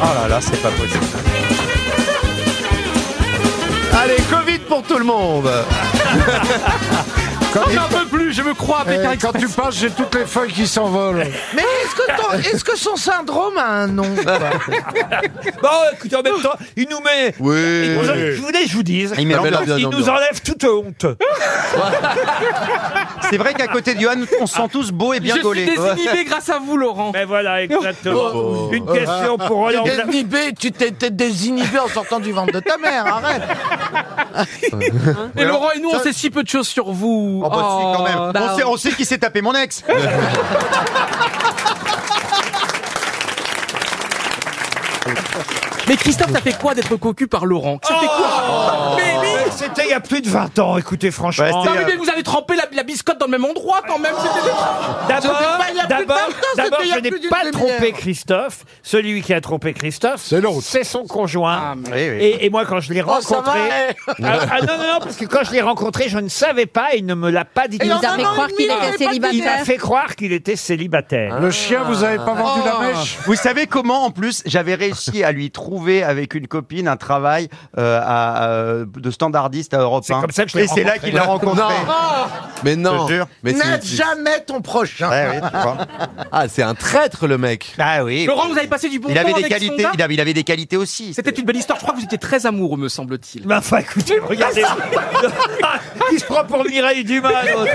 Speaker 8: Oh là là, c'est pas possible. Allez, Covid pour tout le monde
Speaker 5: On n'en peut plus, je me crois avec un
Speaker 6: Eh, quand tu passes, j'ai toutes les feuilles qui s'envolent.
Speaker 4: Mais est-ce que, ton- est-ce que son syndrome a un nom
Speaker 2: Bon, écoutez, en même temps, il nous met.
Speaker 8: Oui
Speaker 2: il nous en- Je voulais que je vous dise.
Speaker 3: Il met
Speaker 8: Non, mais
Speaker 3: l'ambiance.
Speaker 8: là,
Speaker 2: Il
Speaker 8: bien
Speaker 2: nous
Speaker 8: ambiance.
Speaker 2: enlève toute honte.
Speaker 3: <laughs> C'est vrai qu'à côté de Johan, on se sent tous beaux et bien
Speaker 5: Je suis
Speaker 3: gaulés.
Speaker 5: désinhibé grâce à vous, Laurent.
Speaker 2: Mais Ben voilà,
Speaker 3: Oh.
Speaker 2: exactement. Une question pour Roland. Bla-
Speaker 4: Oh. Désinhibé, tu t'étais désinhibé en sortant du ventre de ta mère, arrête.
Speaker 5: Hein Et Laurent et nous, on sait si peu de choses sur vous.
Speaker 3: Oh, bah, si, quand même.
Speaker 7: Bah,
Speaker 3: on, sait, on sait qui s'est tapé mon ex.
Speaker 5: Mais Christophe, ça fait quoi d'être cocu par Laurent Ça fait quoi Mais
Speaker 2: Oh.
Speaker 5: oui
Speaker 2: c'était il y a plus de 20 ans, écoutez,
Speaker 3: Ah,
Speaker 2: franchement.
Speaker 5: Non, mais, mais vous avez trempé la, la biscotte dans le même endroit quand même. c'était-
Speaker 2: D'abord,
Speaker 4: il y a plus de 20 ans,
Speaker 2: d'abord,
Speaker 4: c'était
Speaker 2: d'abord,
Speaker 4: il y a
Speaker 2: je n'ai
Speaker 4: plus d'une
Speaker 2: pas
Speaker 4: demi-heure.
Speaker 2: trompé Christophe. Celui qui a trompé Christophe,
Speaker 6: C'est l'autre.
Speaker 2: c'est son conjoint.
Speaker 5: Ah,
Speaker 8: mais-
Speaker 2: et, et moi, quand je l'ai
Speaker 4: Oh, ça
Speaker 2: rencontré,
Speaker 4: va, eh.
Speaker 2: ah, ah, non, non, non, parce que quand je l'ai rencontré, je ne savais pas. Il ne me l'a pas dit.
Speaker 7: Il
Speaker 4: Et
Speaker 7: nous
Speaker 4: en
Speaker 7: a
Speaker 4: un
Speaker 7: fait
Speaker 4: an et
Speaker 7: croire
Speaker 4: demi,
Speaker 7: qu'il
Speaker 4: il
Speaker 7: était
Speaker 4: avait pas de
Speaker 2: Il m'a
Speaker 7: célibataire.
Speaker 2: fait croire qu'il était célibataire.
Speaker 6: Le chien, vous avez pas vendu la mèche
Speaker 3: Oh. Vous savez comment, en plus, j'avais réussi à lui trouver avec une copine un travail euh, à, euh, de standardiste à Europe
Speaker 2: C'est
Speaker 3: 1.
Speaker 2: comme ça que je l'ai
Speaker 3: Et c'est là qu'il l'a rencontré.
Speaker 8: Mais non.
Speaker 3: Je te jure.
Speaker 8: Mais
Speaker 4: Oh N'aide
Speaker 8: c'est- c'est-
Speaker 4: jamais ton prochain.
Speaker 8: Ouais, ouais, Eh tu Bah vois. Ah, c'est un traître le mec.
Speaker 3: Ah oui.
Speaker 5: Laurent, vous avez passé du bon
Speaker 3: Il
Speaker 5: temps
Speaker 3: avait des
Speaker 5: avec son
Speaker 3: qualités.
Speaker 5: gars
Speaker 3: Il avait, il avait des qualités aussi.
Speaker 5: C'était une belle histoire. Je crois que vous étiez très
Speaker 8: <laughs>
Speaker 5: amoureux, me semble-t-il.
Speaker 2: Mais enfin, écoutez, regardez.
Speaker 5: <laughs>
Speaker 2: Ah, il se prend pour Mireille
Speaker 4: <laughs>
Speaker 2: Dumas, l'autre.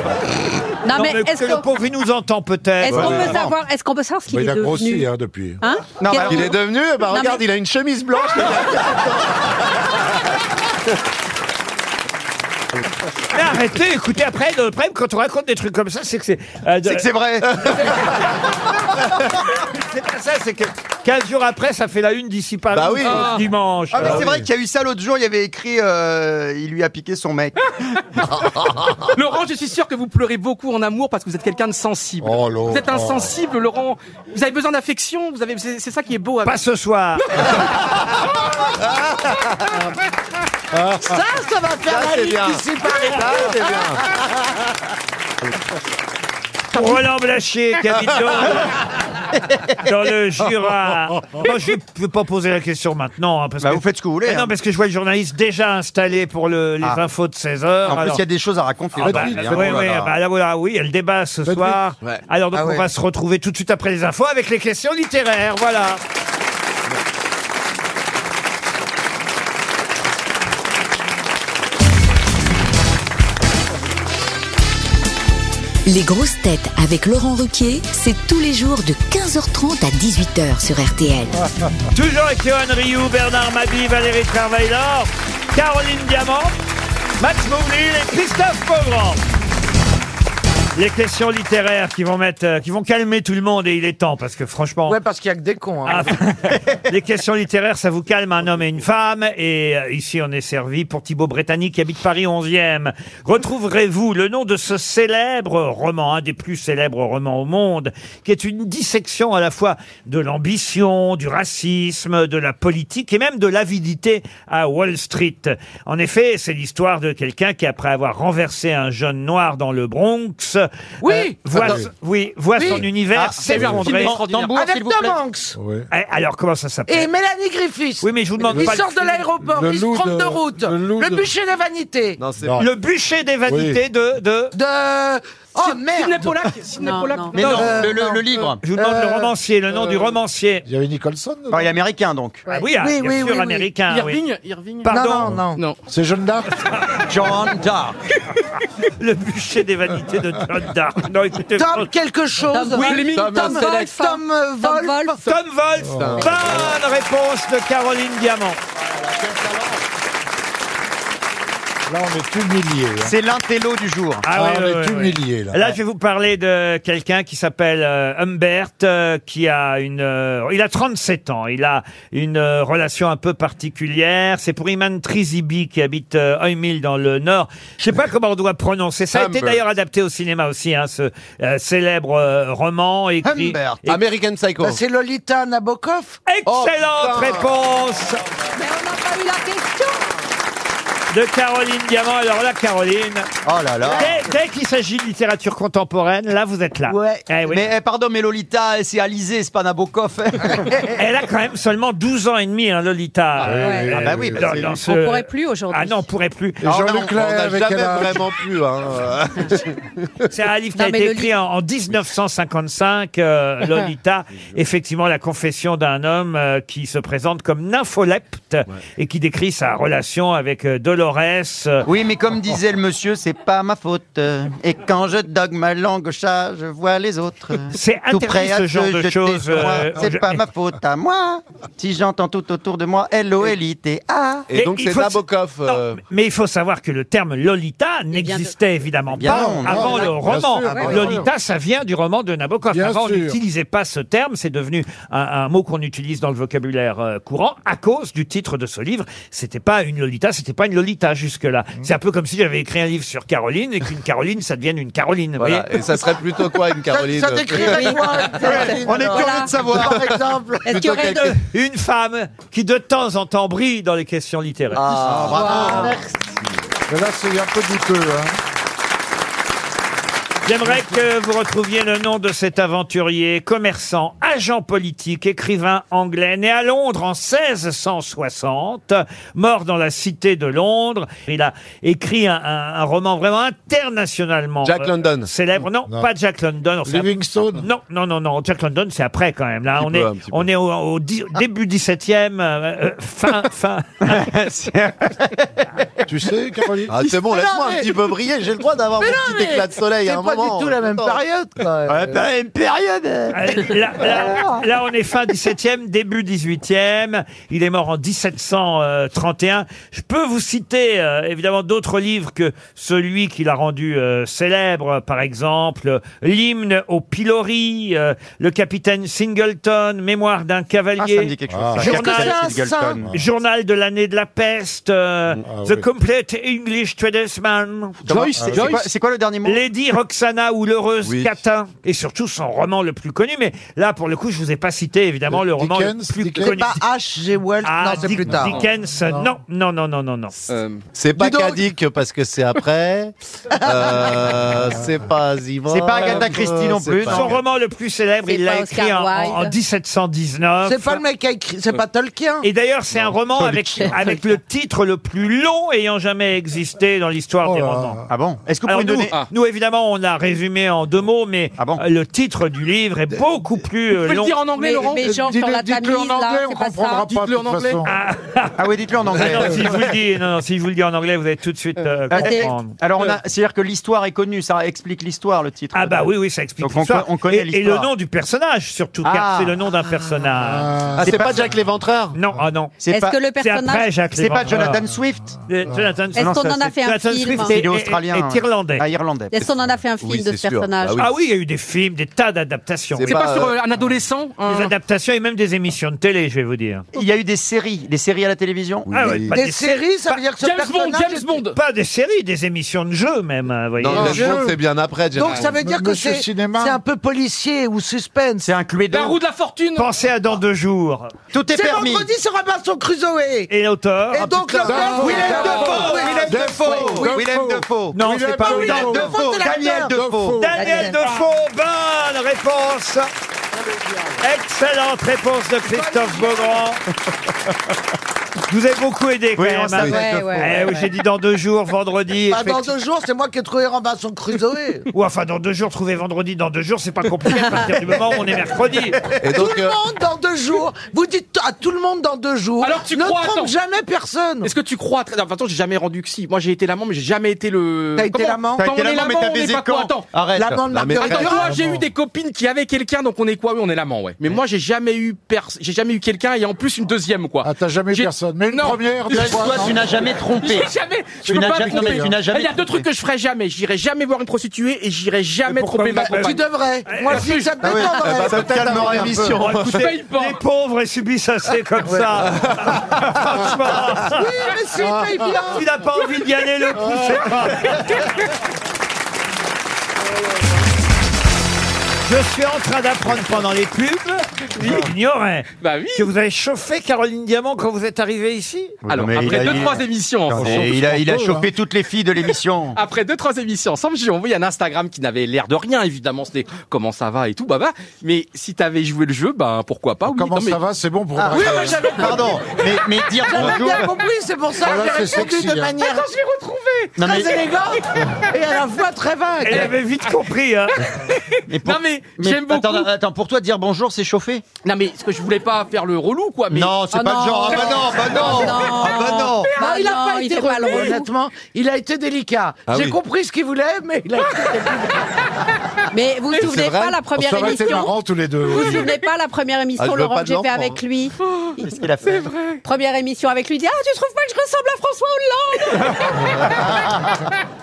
Speaker 7: Non,
Speaker 2: Non,
Speaker 7: mais
Speaker 2: mais
Speaker 7: est-ce
Speaker 2: que le
Speaker 7: qu'on
Speaker 2: pauvre, il nous entend
Speaker 7: est-ce
Speaker 2: peut-être.
Speaker 7: qu'on peut savoir, est-ce qu'on peut savoir ce qu'il
Speaker 6: Il
Speaker 7: est
Speaker 6: a grossi
Speaker 7: devenu
Speaker 6: hein, depuis.
Speaker 7: Hein
Speaker 3: Non,
Speaker 7: Quel-
Speaker 3: bah, il est devenu.
Speaker 4: eh ben,
Speaker 3: Bah,
Speaker 7: Non,
Speaker 3: regarde,
Speaker 7: mais-
Speaker 3: il a une chemise blanche.
Speaker 8: <laughs>
Speaker 2: Mais arrêtez, écoutez, après, le problème, quand on raconte des trucs comme ça, c'est que c'est... euh, de-
Speaker 3: C'est que c'est vrai.
Speaker 2: <laughs> C'est pas ça, c'est que 15 jours après, ça fait la une d'ici pas
Speaker 8: Bah oui.
Speaker 2: longtemps, dimanche.
Speaker 3: Ah, mais c'est vrai qu'il y a eu ça l'autre jour. Il y avait écrit. euh, il lui a piqué
Speaker 2: <laughs>
Speaker 3: son mec.
Speaker 5: <laughs> Laurent, je suis sûr que vous pleurez beaucoup en amour parce que vous êtes quelqu'un de sensible.
Speaker 6: Oh, Laurent.
Speaker 5: vous êtes insensible, Laurent. Vous avez besoin d'affection. Vous avez, c'est c'est ça qui est beau. Avec...
Speaker 2: Pas ce soir. Ah.
Speaker 4: Ça, ça va faire la
Speaker 8: c'est
Speaker 4: lutte
Speaker 8: bien.
Speaker 4: d'ici Paris.
Speaker 8: Ah, c'est bien.
Speaker 2: Pour Roland Blachier, qui habite dans- dans le
Speaker 3: <laughs>
Speaker 2: Jura. Moi, je ne peux pas poser la question maintenant. hein, parce
Speaker 3: Bah,
Speaker 2: que...
Speaker 3: vous faites ce que vous voulez.
Speaker 2: Mais non,
Speaker 3: hein.
Speaker 2: parce que je vois le journaliste déjà installé pour le- les
Speaker 3: Ah.
Speaker 2: infos de 16 heures.
Speaker 3: En plus, il y a des choses à raconter.
Speaker 2: Ah bah,
Speaker 3: aujourd'hui,
Speaker 2: oui,
Speaker 3: hein. Oh là
Speaker 2: oui,
Speaker 3: là.
Speaker 2: bah, là, voilà, oui, il y a le débat ce
Speaker 6: Faites
Speaker 2: soir.
Speaker 8: vite. Ouais.
Speaker 2: Alors donc
Speaker 3: Ah
Speaker 2: on
Speaker 3: ouais.
Speaker 2: va se retrouver tout de suite après les infos avec les questions littéraires, voilà.
Speaker 10: Les grosses têtes avec Laurent Ruquier, c'est tous les jours de 15h30 à 18h sur RTL.
Speaker 2: Toujours avec Johan Rioux, Bernard Mabi, Valérie Trierweiler, Caroline Diamant, <laughs> Max Moublil et Christophe Beaugrand. Les questions littéraires qui vont mettre, euh, qui vont calmer tout le monde et il est temps parce que franchement.
Speaker 4: Ouais, parce qu'il y a que des cons. hein.
Speaker 2: Ah, <laughs> les questions littéraires, ça vous calme un homme et une femme. Et euh, ici, on est servi pour Thibaut Brettani qui habite Paris 11e. Retrouverez-vous le nom de ce célèbre roman, un des plus célèbres romans au monde, qui est une dissection à la fois de l'ambition, du racisme, de la politique et même de l'avidité à Wall Street. En effet, c'est l'histoire de quelqu'un qui, après avoir renversé un jeune noir dans le Bronx, euh,
Speaker 4: Oui.
Speaker 2: voit,
Speaker 4: Attends.
Speaker 2: oui, voit
Speaker 4: Oui. Ah,
Speaker 2: son univers
Speaker 5: C'est un film
Speaker 2: s'effondrer.
Speaker 5: extraordinaire.
Speaker 4: Avec Tom Hanks
Speaker 6: Ouais.
Speaker 2: Eh, Alors, comment ça s'appelle
Speaker 4: <laughs> et Mélanie Griffiths.
Speaker 2: oui, mais je vous demande
Speaker 4: Ils
Speaker 2: pas.
Speaker 4: sortent
Speaker 2: le,
Speaker 4: de l'aéroport,
Speaker 6: Le
Speaker 4: ils se
Speaker 6: loup
Speaker 4: trompent
Speaker 6: de-
Speaker 4: de route.
Speaker 6: le loup
Speaker 4: Le
Speaker 6: de-
Speaker 4: bûcher des vanités.
Speaker 8: Non, c'est
Speaker 6: Non.
Speaker 2: le bûcher des vanités de, de.
Speaker 4: De. Oh
Speaker 5: Sidney
Speaker 4: merde
Speaker 5: Pollack. Sidney
Speaker 7: Non,
Speaker 5: Pollack.
Speaker 7: non.
Speaker 3: Mais
Speaker 2: Non,
Speaker 3: non,
Speaker 2: euh,
Speaker 3: le, le- le livre.
Speaker 2: Je vous demande le romancier, le nom du romancier.
Speaker 6: Il y avait Nicholson dedans.
Speaker 3: Alors, il est américain donc.
Speaker 2: Ah oui, ah,
Speaker 5: hein,
Speaker 4: Oui,
Speaker 2: bien
Speaker 4: oui,
Speaker 2: sûr,
Speaker 4: oui, oui.
Speaker 2: américain. oui.
Speaker 5: Irving. Irving.
Speaker 2: Pardon,
Speaker 4: Non, non, non.
Speaker 5: Non.
Speaker 6: C'est jeune là
Speaker 3: John Dark.
Speaker 2: <laughs> le bûcher des vanités de John Dark. Non, écoutez,
Speaker 4: Tom quelque chose. hein?
Speaker 7: Tom Wolfe.
Speaker 4: Tom,
Speaker 7: Tom
Speaker 4: Wolfe.
Speaker 7: Wolfe.
Speaker 4: Tom euh,
Speaker 7: Tom
Speaker 4: Wolfe.
Speaker 7: Wolf.
Speaker 2: Tom Wolf. Bonne réponse de Caroline Diamant.
Speaker 6: Là, on est humilié. hein.
Speaker 3: C'est l'intello du jour.
Speaker 6: Ah,
Speaker 2: oui,
Speaker 6: on
Speaker 2: oui,
Speaker 6: est
Speaker 2: oui, oui.
Speaker 6: humilié là.
Speaker 2: Là, je vais vous parler de quelqu'un qui s'appelle euh, Humbert, euh, qui a une, euh, il a 37 ans. Il a une euh, relation un peu particulière. C'est pour Iman Trizibi qui habite euh, Heumil dans le Nord. Je sais
Speaker 3: <laughs>
Speaker 2: pas comment on doit prononcer. Ça a été
Speaker 8: Humbert.
Speaker 2: d'ailleurs adapté au cinéma aussi, hein, ce euh, célèbre euh, roman écrit.
Speaker 3: Humbert. Oh,
Speaker 2: Et-
Speaker 8: American Psycho.
Speaker 4: Bah, C'est Lolita Nabokov.
Speaker 8: Oh,
Speaker 2: Excellente réponse
Speaker 7: Mais on n'a pas eu la question.
Speaker 2: de Caroline Diamant. Alors là, Caroline,
Speaker 3: Oh là là.
Speaker 2: <laughs> dès, dès qu'il s'agit de littérature contemporaine, là, vous êtes là.
Speaker 4: Ouais.
Speaker 2: Eh oui.
Speaker 3: Mais eh, pardon, mais Lolita, c'est Alizé, c'est
Speaker 2: <laughs>
Speaker 3: pas Nabokov.
Speaker 2: Elle a quand même seulement 12 ans et demi, hein, Lolita.
Speaker 7: ouais.
Speaker 3: Ah bah oui, bah
Speaker 2: Dans-
Speaker 3: c'est-
Speaker 2: dans ce-
Speaker 7: On pourrait plus aujourd'hui.
Speaker 2: Ah non, on pourrait plus.
Speaker 6: Et Jean-Luc
Speaker 8: on
Speaker 6: Lahaye
Speaker 8: n'a
Speaker 6: avec
Speaker 8: jamais
Speaker 6: quel âge
Speaker 8: vraiment pu. Hein. euh.
Speaker 2: <laughs> C'est un livre qui a
Speaker 7: Non, mais
Speaker 2: été
Speaker 7: le
Speaker 2: écrit en, en 1955,
Speaker 3: <laughs>
Speaker 2: euh, Lolita. Effectivement, la confession d'un homme euh, qui se présente comme nympholepte et qui décrit sa relation avec euh, Dolores. euh,
Speaker 3: Oui, mais comme disait le monsieur, c'est pas ma faute. euh, Et quand je dogue ma langue au chat, je vois les autres.
Speaker 2: <laughs> C'est
Speaker 3: Tout
Speaker 2: interdit
Speaker 3: prêt à
Speaker 2: ce genre
Speaker 3: se
Speaker 2: de
Speaker 3: jeter
Speaker 2: choses.
Speaker 3: sur moi.
Speaker 2: euh,
Speaker 3: c'est
Speaker 2: je-
Speaker 3: pas ma faute à moi. Si j'entends tout autour de moi,
Speaker 4: Ah.
Speaker 3: L-O-L-I-T-A.
Speaker 8: Et,
Speaker 2: Mais
Speaker 8: donc,
Speaker 2: il
Speaker 8: c'est
Speaker 2: faut-
Speaker 8: Nabokov.
Speaker 2: Non,
Speaker 8: euh,
Speaker 2: mais- mais il faut savoir que le terme Lolita n'existait
Speaker 8: Eh
Speaker 2: évidemment
Speaker 3: Bien
Speaker 2: pas
Speaker 3: non, non,
Speaker 2: avant
Speaker 6: non,
Speaker 2: le
Speaker 6: bien
Speaker 2: roman.
Speaker 6: sûr, bien
Speaker 2: Lolita, ça vient du roman de Nabokov.
Speaker 6: Bien
Speaker 2: avant, on
Speaker 6: sûr.
Speaker 2: n'utilisait pas ce terme. C'est devenu un, un mot qu'on utilise dans le vocabulaire euh, courant à cause du titre de ce livre. C'était pas une Lolita, c'était pas une insolite hein, jusque-là.
Speaker 8: Mmh.
Speaker 2: C'est un peu comme si j'avais écrit un livre sur Caroline et qu'une Caroline, ça devienne une Caroline. vous
Speaker 8: Voilà.
Speaker 2: voyez
Speaker 8: Et ça serait plutôt quoi, une Caroline
Speaker 4: Ça décrirait quoi une Caroline,
Speaker 8: On est
Speaker 4: alors
Speaker 8: curieux de savoir.
Speaker 4: Par exemple,
Speaker 7: Est-ce qu'il y aurait
Speaker 8: Plutôt
Speaker 7: de...
Speaker 2: une femme qui de temps en temps brille dans les questions littéraires.
Speaker 8: Ah, bravo.
Speaker 6: Mais là, c'est un peu douteux. Hein.
Speaker 2: J'aimerais que vous retrouviez le nom de cet aventurier, commerçant, agent politique, écrivain anglais, né à Londres en 1660, mort dans la cité de Londres. Il a écrit un, un- un roman vraiment internationalement
Speaker 8: Jack
Speaker 2: euh,
Speaker 8: London.
Speaker 2: célèbre. Non,
Speaker 6: Non.
Speaker 2: pas Jack London. c'est un-
Speaker 6: Livingstone
Speaker 2: Non, non, non, non. Jack London, c'est après quand même. Là,
Speaker 8: Un
Speaker 2: on
Speaker 8: petit
Speaker 2: est,
Speaker 8: peu, un petit peu.
Speaker 2: on est au, au dix- début 17e, euh, euh,
Speaker 8: <laughs>
Speaker 2: fin, fin.
Speaker 6: Tu sais, Caroline
Speaker 8: Ah, c'est bon,
Speaker 4: Mais non,
Speaker 8: laisse-moi un
Speaker 4: mais-
Speaker 8: petit peu briller, j'ai le droit d'avoir mon
Speaker 4: Mais non,
Speaker 8: petit
Speaker 4: mais
Speaker 8: éclat de soleil
Speaker 4: c'est
Speaker 8: à un
Speaker 4: pas
Speaker 8: moment.
Speaker 4: du tout la même
Speaker 8: Attends.
Speaker 4: période. Quoi.
Speaker 8: Ouais, pas la même période.
Speaker 2: Euh, là, là- là, on est fin 17e, début 18e. Il est mort en 1731. Je peux vous citer euh, évidemment d'autres livres que celui qui l'a rendu euh, célèbre, par exemple euh, L'hymne au pilori, euh, Le capitaine Singleton, Mémoire d'un
Speaker 3: Ah, ça me
Speaker 2: cavalier.
Speaker 3: dit quelque
Speaker 6: Ah.
Speaker 3: chose. ça.
Speaker 4: Journal
Speaker 3: Capitaine
Speaker 4: Saint.
Speaker 3: Singleton.
Speaker 2: Journal de l'année de la peste, euh,
Speaker 6: Ah,
Speaker 2: The
Speaker 6: oui.
Speaker 2: Complete English Tradesman,
Speaker 3: Joyce, c'est quoi, c'est quoi le dernier mot
Speaker 2: Lady Roxana ou l'heureuse
Speaker 8: Oui.
Speaker 2: Catin, et surtout son roman le plus connu. Mais là, pour le coup, je vous ai pas cité évidemment le,
Speaker 6: Le
Speaker 2: roman le
Speaker 6: Dickens,
Speaker 2: plus
Speaker 6: Dickens.
Speaker 2: connu.
Speaker 4: H.G. Wells.
Speaker 2: Ah,
Speaker 4: non, c'est
Speaker 2: Dick-
Speaker 4: plus tard.
Speaker 2: Dickens, non, non, non, non, non, non.
Speaker 8: C'est pas
Speaker 4: Dis donc.
Speaker 8: Cadic parce que c'est
Speaker 4: <laughs>
Speaker 8: après. Euh, c'est pas Zimmer.
Speaker 3: C'est pas
Speaker 2: Euh,
Speaker 3: Agatha Christie non
Speaker 8: C'est
Speaker 3: plus,
Speaker 8: pas-
Speaker 3: non.
Speaker 2: Son roman le plus célèbre,
Speaker 7: C'est
Speaker 2: il l'a
Speaker 7: pas
Speaker 2: écrit
Speaker 7: Oscar
Speaker 2: en, en- en
Speaker 7: Wilde.
Speaker 2: 1719.
Speaker 4: C'est pas le mec qui a écrit, c'est pas Tolkien.
Speaker 2: Et d'ailleurs, c'est un roman avec, avec le titre le plus long ayant jamais existé dans l'histoire
Speaker 6: Oh
Speaker 2: des
Speaker 6: là
Speaker 2: romans.
Speaker 6: là.
Speaker 3: Ah bon Est-ce que vous
Speaker 2: Alors
Speaker 3: pouvez
Speaker 2: nous,
Speaker 3: donner
Speaker 2: nous, évidemment, on a résumé en deux mots, mais
Speaker 3: Ah bon
Speaker 2: euh, le titre du livre est beaucoup plus euh,
Speaker 5: peux le
Speaker 2: long.
Speaker 5: dire en anglais,
Speaker 7: Mais-
Speaker 3: hein.
Speaker 5: Laurent
Speaker 7: mais- Les gens sur
Speaker 6: Dis-le
Speaker 7: la
Speaker 6: dites-le en
Speaker 7: Tamise,
Speaker 6: anglais,
Speaker 7: là,
Speaker 6: on
Speaker 7: c'est pas ça.
Speaker 6: comprendra pas,
Speaker 5: Dites-le
Speaker 6: de
Speaker 5: en
Speaker 6: toute
Speaker 5: anglais.
Speaker 6: façon.
Speaker 3: Ah oui, dites-le en
Speaker 2: Ah
Speaker 3: anglais.
Speaker 2: non, si je vous le dis, non, non, si je vous le dis en anglais, vous allez tout de suite euh,
Speaker 3: Euh,
Speaker 2: comprendre.
Speaker 3: Alors, on a, c'est-à-dire que l'histoire est connue, ça explique l'histoire, le titre.
Speaker 2: Ah bah oui, oui, ça explique
Speaker 3: Donc on
Speaker 2: l'histoire.
Speaker 3: co- on connaît
Speaker 2: Et- et, le
Speaker 3: l'histoire.
Speaker 2: nom du personnage, surtout,
Speaker 3: Ah.
Speaker 2: car c'est le nom d'un personnage.
Speaker 6: Ah,
Speaker 8: Ah, c'est pas Jack l'Éventreur
Speaker 2: Non, ah non.
Speaker 3: C'est
Speaker 7: Est-ce
Speaker 3: pas,
Speaker 7: que le
Speaker 2: C'est après
Speaker 7: personnage...
Speaker 2: Jacques
Speaker 3: c'est pas
Speaker 2: Léventreur.
Speaker 3: Jonathan Swift.
Speaker 2: Euh, Jonathan
Speaker 7: Est-ce qu'on en a fait un
Speaker 2: Jonathan
Speaker 7: film
Speaker 2: Swift
Speaker 3: C'est
Speaker 2: est,
Speaker 3: il est australien.
Speaker 2: est- est irlandais.
Speaker 3: Ah, irlandais.
Speaker 7: Est-ce qu'on en a fait un film
Speaker 8: Oui,
Speaker 7: de
Speaker 8: c'est
Speaker 7: ce
Speaker 8: sûr.
Speaker 7: personnage
Speaker 8: Bah oui.
Speaker 2: Ah oui, il y a eu des films, des tas d'adaptations.
Speaker 8: C'est
Speaker 5: C'est
Speaker 2: Des
Speaker 8: pas,
Speaker 5: pas sur
Speaker 8: euh,
Speaker 5: euh, un adolescent un-
Speaker 2: adaptations et même des émissions de télé, je vais vous dire.
Speaker 3: Il y a eu des séries, des séries à la télévision.
Speaker 8: Oui.
Speaker 2: Ah ouais, pas
Speaker 4: Des séries, ça
Speaker 2: pas-
Speaker 4: veut dire que ce
Speaker 5: James Bond,
Speaker 4: personnage
Speaker 5: James
Speaker 4: est-
Speaker 5: Bond
Speaker 2: Pas des séries, des émissions de jeux même, hein, vous voyez.
Speaker 8: Non,
Speaker 6: je-
Speaker 8: James Bond, c'est bien après. James
Speaker 4: Donc ça veut dire que
Speaker 6: Monsieur
Speaker 4: c'est c'est
Speaker 6: Cinéma.
Speaker 4: un peu policier ou suspense.
Speaker 3: C'est un Cluedo.
Speaker 5: La roue de la fortune
Speaker 2: Pensez à dans deux jours.
Speaker 3: Tout est
Speaker 4: C'est
Speaker 3: permis.
Speaker 4: vendredi sur Robinson Crusoe.
Speaker 2: Et l'auteur Ah,
Speaker 4: Et donc l'auteur,
Speaker 6: Dafoe,
Speaker 4: Willem Dafoe.
Speaker 6: Dafoe,
Speaker 4: Willem
Speaker 6: Dafoe,
Speaker 4: Dafoe.
Speaker 3: Willem Defoe.
Speaker 2: Non,
Speaker 6: Willem
Speaker 2: c'est pas
Speaker 6: Dafoe.
Speaker 2: Willem
Speaker 4: Willem
Speaker 2: Dafoe.
Speaker 4: Dafoe, c'est
Speaker 3: Daniel
Speaker 4: l'acteur.
Speaker 3: Defoe.
Speaker 2: Daniel Ah. Defoe, bonne réponse Excellente réponse de Christophe Beaugrand. Je vous ai beaucoup aidé quand
Speaker 3: Oui, on
Speaker 2: même.
Speaker 3: savait.
Speaker 2: hein.
Speaker 7: Ouais, ouais,
Speaker 2: Eh
Speaker 7: ouais,
Speaker 2: oui,
Speaker 7: ouais.
Speaker 2: J'ai dit dans deux jours, vendredi.
Speaker 4: Bah, dans deux jours, c'est moi qui ai trouvé Robinson Crusoe.
Speaker 2: <laughs> Ou enfin, dans deux jours, trouver vendredi dans deux jours, c'est pas compliqué à partir du moment où on est mercredi.
Speaker 8: Bond. Et
Speaker 4: Tout
Speaker 8: donc,
Speaker 4: le
Speaker 5: <laughs>
Speaker 8: euh,
Speaker 4: monde dans deux jours. Vous dites à tout le monde dans deux jours.
Speaker 5: Alors tu
Speaker 4: ne
Speaker 5: crois,
Speaker 4: trompe
Speaker 5: attends.
Speaker 4: jamais personne.
Speaker 5: Est-ce que tu crois très... Enfin, attends, j'ai jamais rendu que si. Moi, j'ai été l'amant, mais j'ai jamais été le.
Speaker 4: T'as été
Speaker 5: Comment-
Speaker 4: l'amant
Speaker 5: Quand
Speaker 3: T'as été
Speaker 5: on est
Speaker 3: l'amant, mais
Speaker 5: l'amant,
Speaker 3: t'as
Speaker 5: on est
Speaker 3: baisé
Speaker 5: pas quoi
Speaker 3: quand
Speaker 5: Attends.
Speaker 3: Arrête.
Speaker 4: L'amant de
Speaker 8: Non, mais-
Speaker 5: Attends,
Speaker 4: Marguerite
Speaker 5: moi
Speaker 4: Duras.
Speaker 5: j'ai eu des copines qui avaient quelqu'un, donc on est quoi Oui, on est l'amant, ouais. Mais moi j'ai jamais eu pers- j'ai jamais eu quelqu'un et en plus une deuxième quoi.
Speaker 6: Ah, t'as jamais eu
Speaker 5: J'ai-
Speaker 6: personne. Mais une
Speaker 5: Non.
Speaker 6: première, des fois, non.
Speaker 3: n'as jamais trompé.
Speaker 5: J'ai jamais, je
Speaker 3: Tu
Speaker 5: peux
Speaker 3: n'as
Speaker 5: pas
Speaker 3: jamais-
Speaker 5: me tromper.
Speaker 3: non, mais tu n'as jamais
Speaker 5: Il y a deux
Speaker 3: trompé.
Speaker 5: trucs que je ferai jamais. J'irai jamais voir une prostituée et j'irai jamais
Speaker 6: Mais pourquoi
Speaker 5: tromper ma
Speaker 6: vous-
Speaker 4: Tu
Speaker 5: compagne.
Speaker 4: devrais.
Speaker 2: Eh,
Speaker 4: Moi, je dis que ça peut
Speaker 2: Ah
Speaker 8: oui.
Speaker 4: être en
Speaker 8: Eh
Speaker 4: vrai.
Speaker 8: ben, peut-être calmera l'émission.
Speaker 2: Bon, écoutez,
Speaker 5: paye pas.
Speaker 2: les pauvres, ils subissent assez comme ça. Franchement,
Speaker 4: Oui, mais si, paye bien.
Speaker 2: Ah. tu n'as pas envie d'y aller le coup, c'est pas. Je suis en train d'apprendre pendant les pubs, j'ignorais,
Speaker 5: Bah oui.
Speaker 2: que vous avez chauffé Caroline Diamant quand vous êtes arrivée ici
Speaker 5: Alors
Speaker 3: mais il
Speaker 5: après
Speaker 3: a-
Speaker 5: deux
Speaker 3: il-
Speaker 5: trois émissions ensemble.
Speaker 3: Et il a, il a
Speaker 6: Tout ce qu'on
Speaker 3: chopé toutes les filles de l'émission.
Speaker 5: euh, <laughs> Après deux trois émissions ensemble, j'ai envoyé un Instagram qui n'avait l'air de rien évidemment, c'était comment ça va et tout bah bah. Mais si t'avais joué le jeu, bah pourquoi pas oui.
Speaker 6: Comment
Speaker 5: Non, mais- Ah,
Speaker 6: ça va C'est bon pour moi.
Speaker 5: Oui, mais j'avais
Speaker 3: Pardon, mais, mais dire
Speaker 4: J'avais
Speaker 3: bonjour.
Speaker 4: bien compris, c'est pour ça que
Speaker 6: Voilà,
Speaker 4: j'ai
Speaker 6: c'est
Speaker 4: répondu
Speaker 6: sexy,
Speaker 4: de
Speaker 6: hein.
Speaker 4: manière
Speaker 5: Attends, je l'ai retrouvé.
Speaker 3: Non, mais-
Speaker 4: très élégante et à la fois très
Speaker 2: Elle
Speaker 4: vague.
Speaker 2: avait vite compris, hein.
Speaker 3: <laughs> mais pour-
Speaker 5: Non, mais
Speaker 3: mais
Speaker 5: j'aime beaucoup.
Speaker 3: Attends, attends, pour toi, dire bonjour, c'est chauffer
Speaker 5: Non mais ce que je voulais pas faire le relou quoi mais
Speaker 3: Non, c'est
Speaker 7: Oh
Speaker 3: pas
Speaker 7: non.
Speaker 3: le genre. Ah bah non, bah non. Ah bah non.
Speaker 4: Non, il a
Speaker 7: non,
Speaker 4: pas
Speaker 7: il
Speaker 4: été
Speaker 7: fait pas le
Speaker 4: relou,
Speaker 7: relou.
Speaker 4: honnêtement. Il a été délicat.
Speaker 8: Ah
Speaker 4: J'ai
Speaker 8: oui.
Speaker 4: compris ce qu'il voulait, mais il a été délicat.
Speaker 7: Mais vous vous souvenez
Speaker 8: c'est vrai.
Speaker 7: pas la première
Speaker 6: Ça va être
Speaker 7: émission
Speaker 6: marrant tous les deux.
Speaker 7: Vous vous souvenez pas la première
Speaker 8: Ah, je
Speaker 7: émission,
Speaker 8: veux
Speaker 7: Laurent,
Speaker 8: pas
Speaker 7: que
Speaker 8: de
Speaker 7: j'ai fait
Speaker 8: l'enfant,
Speaker 7: avec lui
Speaker 3: Qu'est-ce qu'il a fait
Speaker 7: Première émission avec lui, il dit Ah, tu trouves pas que je ressemble à François Hollande
Speaker 9: <laughs>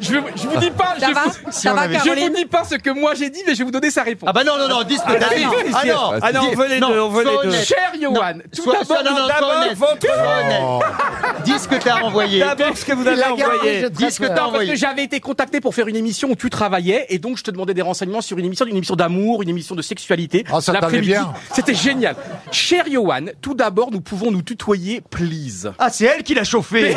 Speaker 5: Je, je vous dis pas,
Speaker 7: Ça
Speaker 5: je,
Speaker 7: va
Speaker 5: vous-
Speaker 7: Ça va,
Speaker 5: je vous
Speaker 7: Caroline
Speaker 5: dis pas ce que moi j'ai dit, mais je vais vous donner sa réponse.
Speaker 3: Ah bah non, non, non, dis ce que t'as dit. Ah non,
Speaker 2: Ah non, on veut les deux, on veut les
Speaker 3: sois
Speaker 2: deux.
Speaker 3: honnête.
Speaker 5: Cher Johan, tout
Speaker 3: Sois- sois-
Speaker 5: d'abord,
Speaker 3: non, non, sois
Speaker 2: D'abord,
Speaker 3: honnête.
Speaker 2: votre-
Speaker 3: Sois
Speaker 5: Oh.
Speaker 3: honnête. Dis ce que t'as envoyé.
Speaker 2: D'abord, ce que vous avez
Speaker 4: a gardé,
Speaker 2: envoyé.
Speaker 4: je-
Speaker 3: Dis ce que
Speaker 5: Non,
Speaker 3: t'as
Speaker 5: parce
Speaker 3: envoyé.
Speaker 5: que j'avais été contacté pour faire une émission où tu travaillais et donc je te demandais des renseignements sur une émission, une émission d'amour, une émission de sexualité.
Speaker 6: Ah, ça t'allait
Speaker 5: L'après-midi.
Speaker 6: bien.
Speaker 5: C'était génial. Cher Johan, tout d'abord, nous pouvons nous tutoyer, please.
Speaker 3: Ah, c'est elle qui l'a chauffé.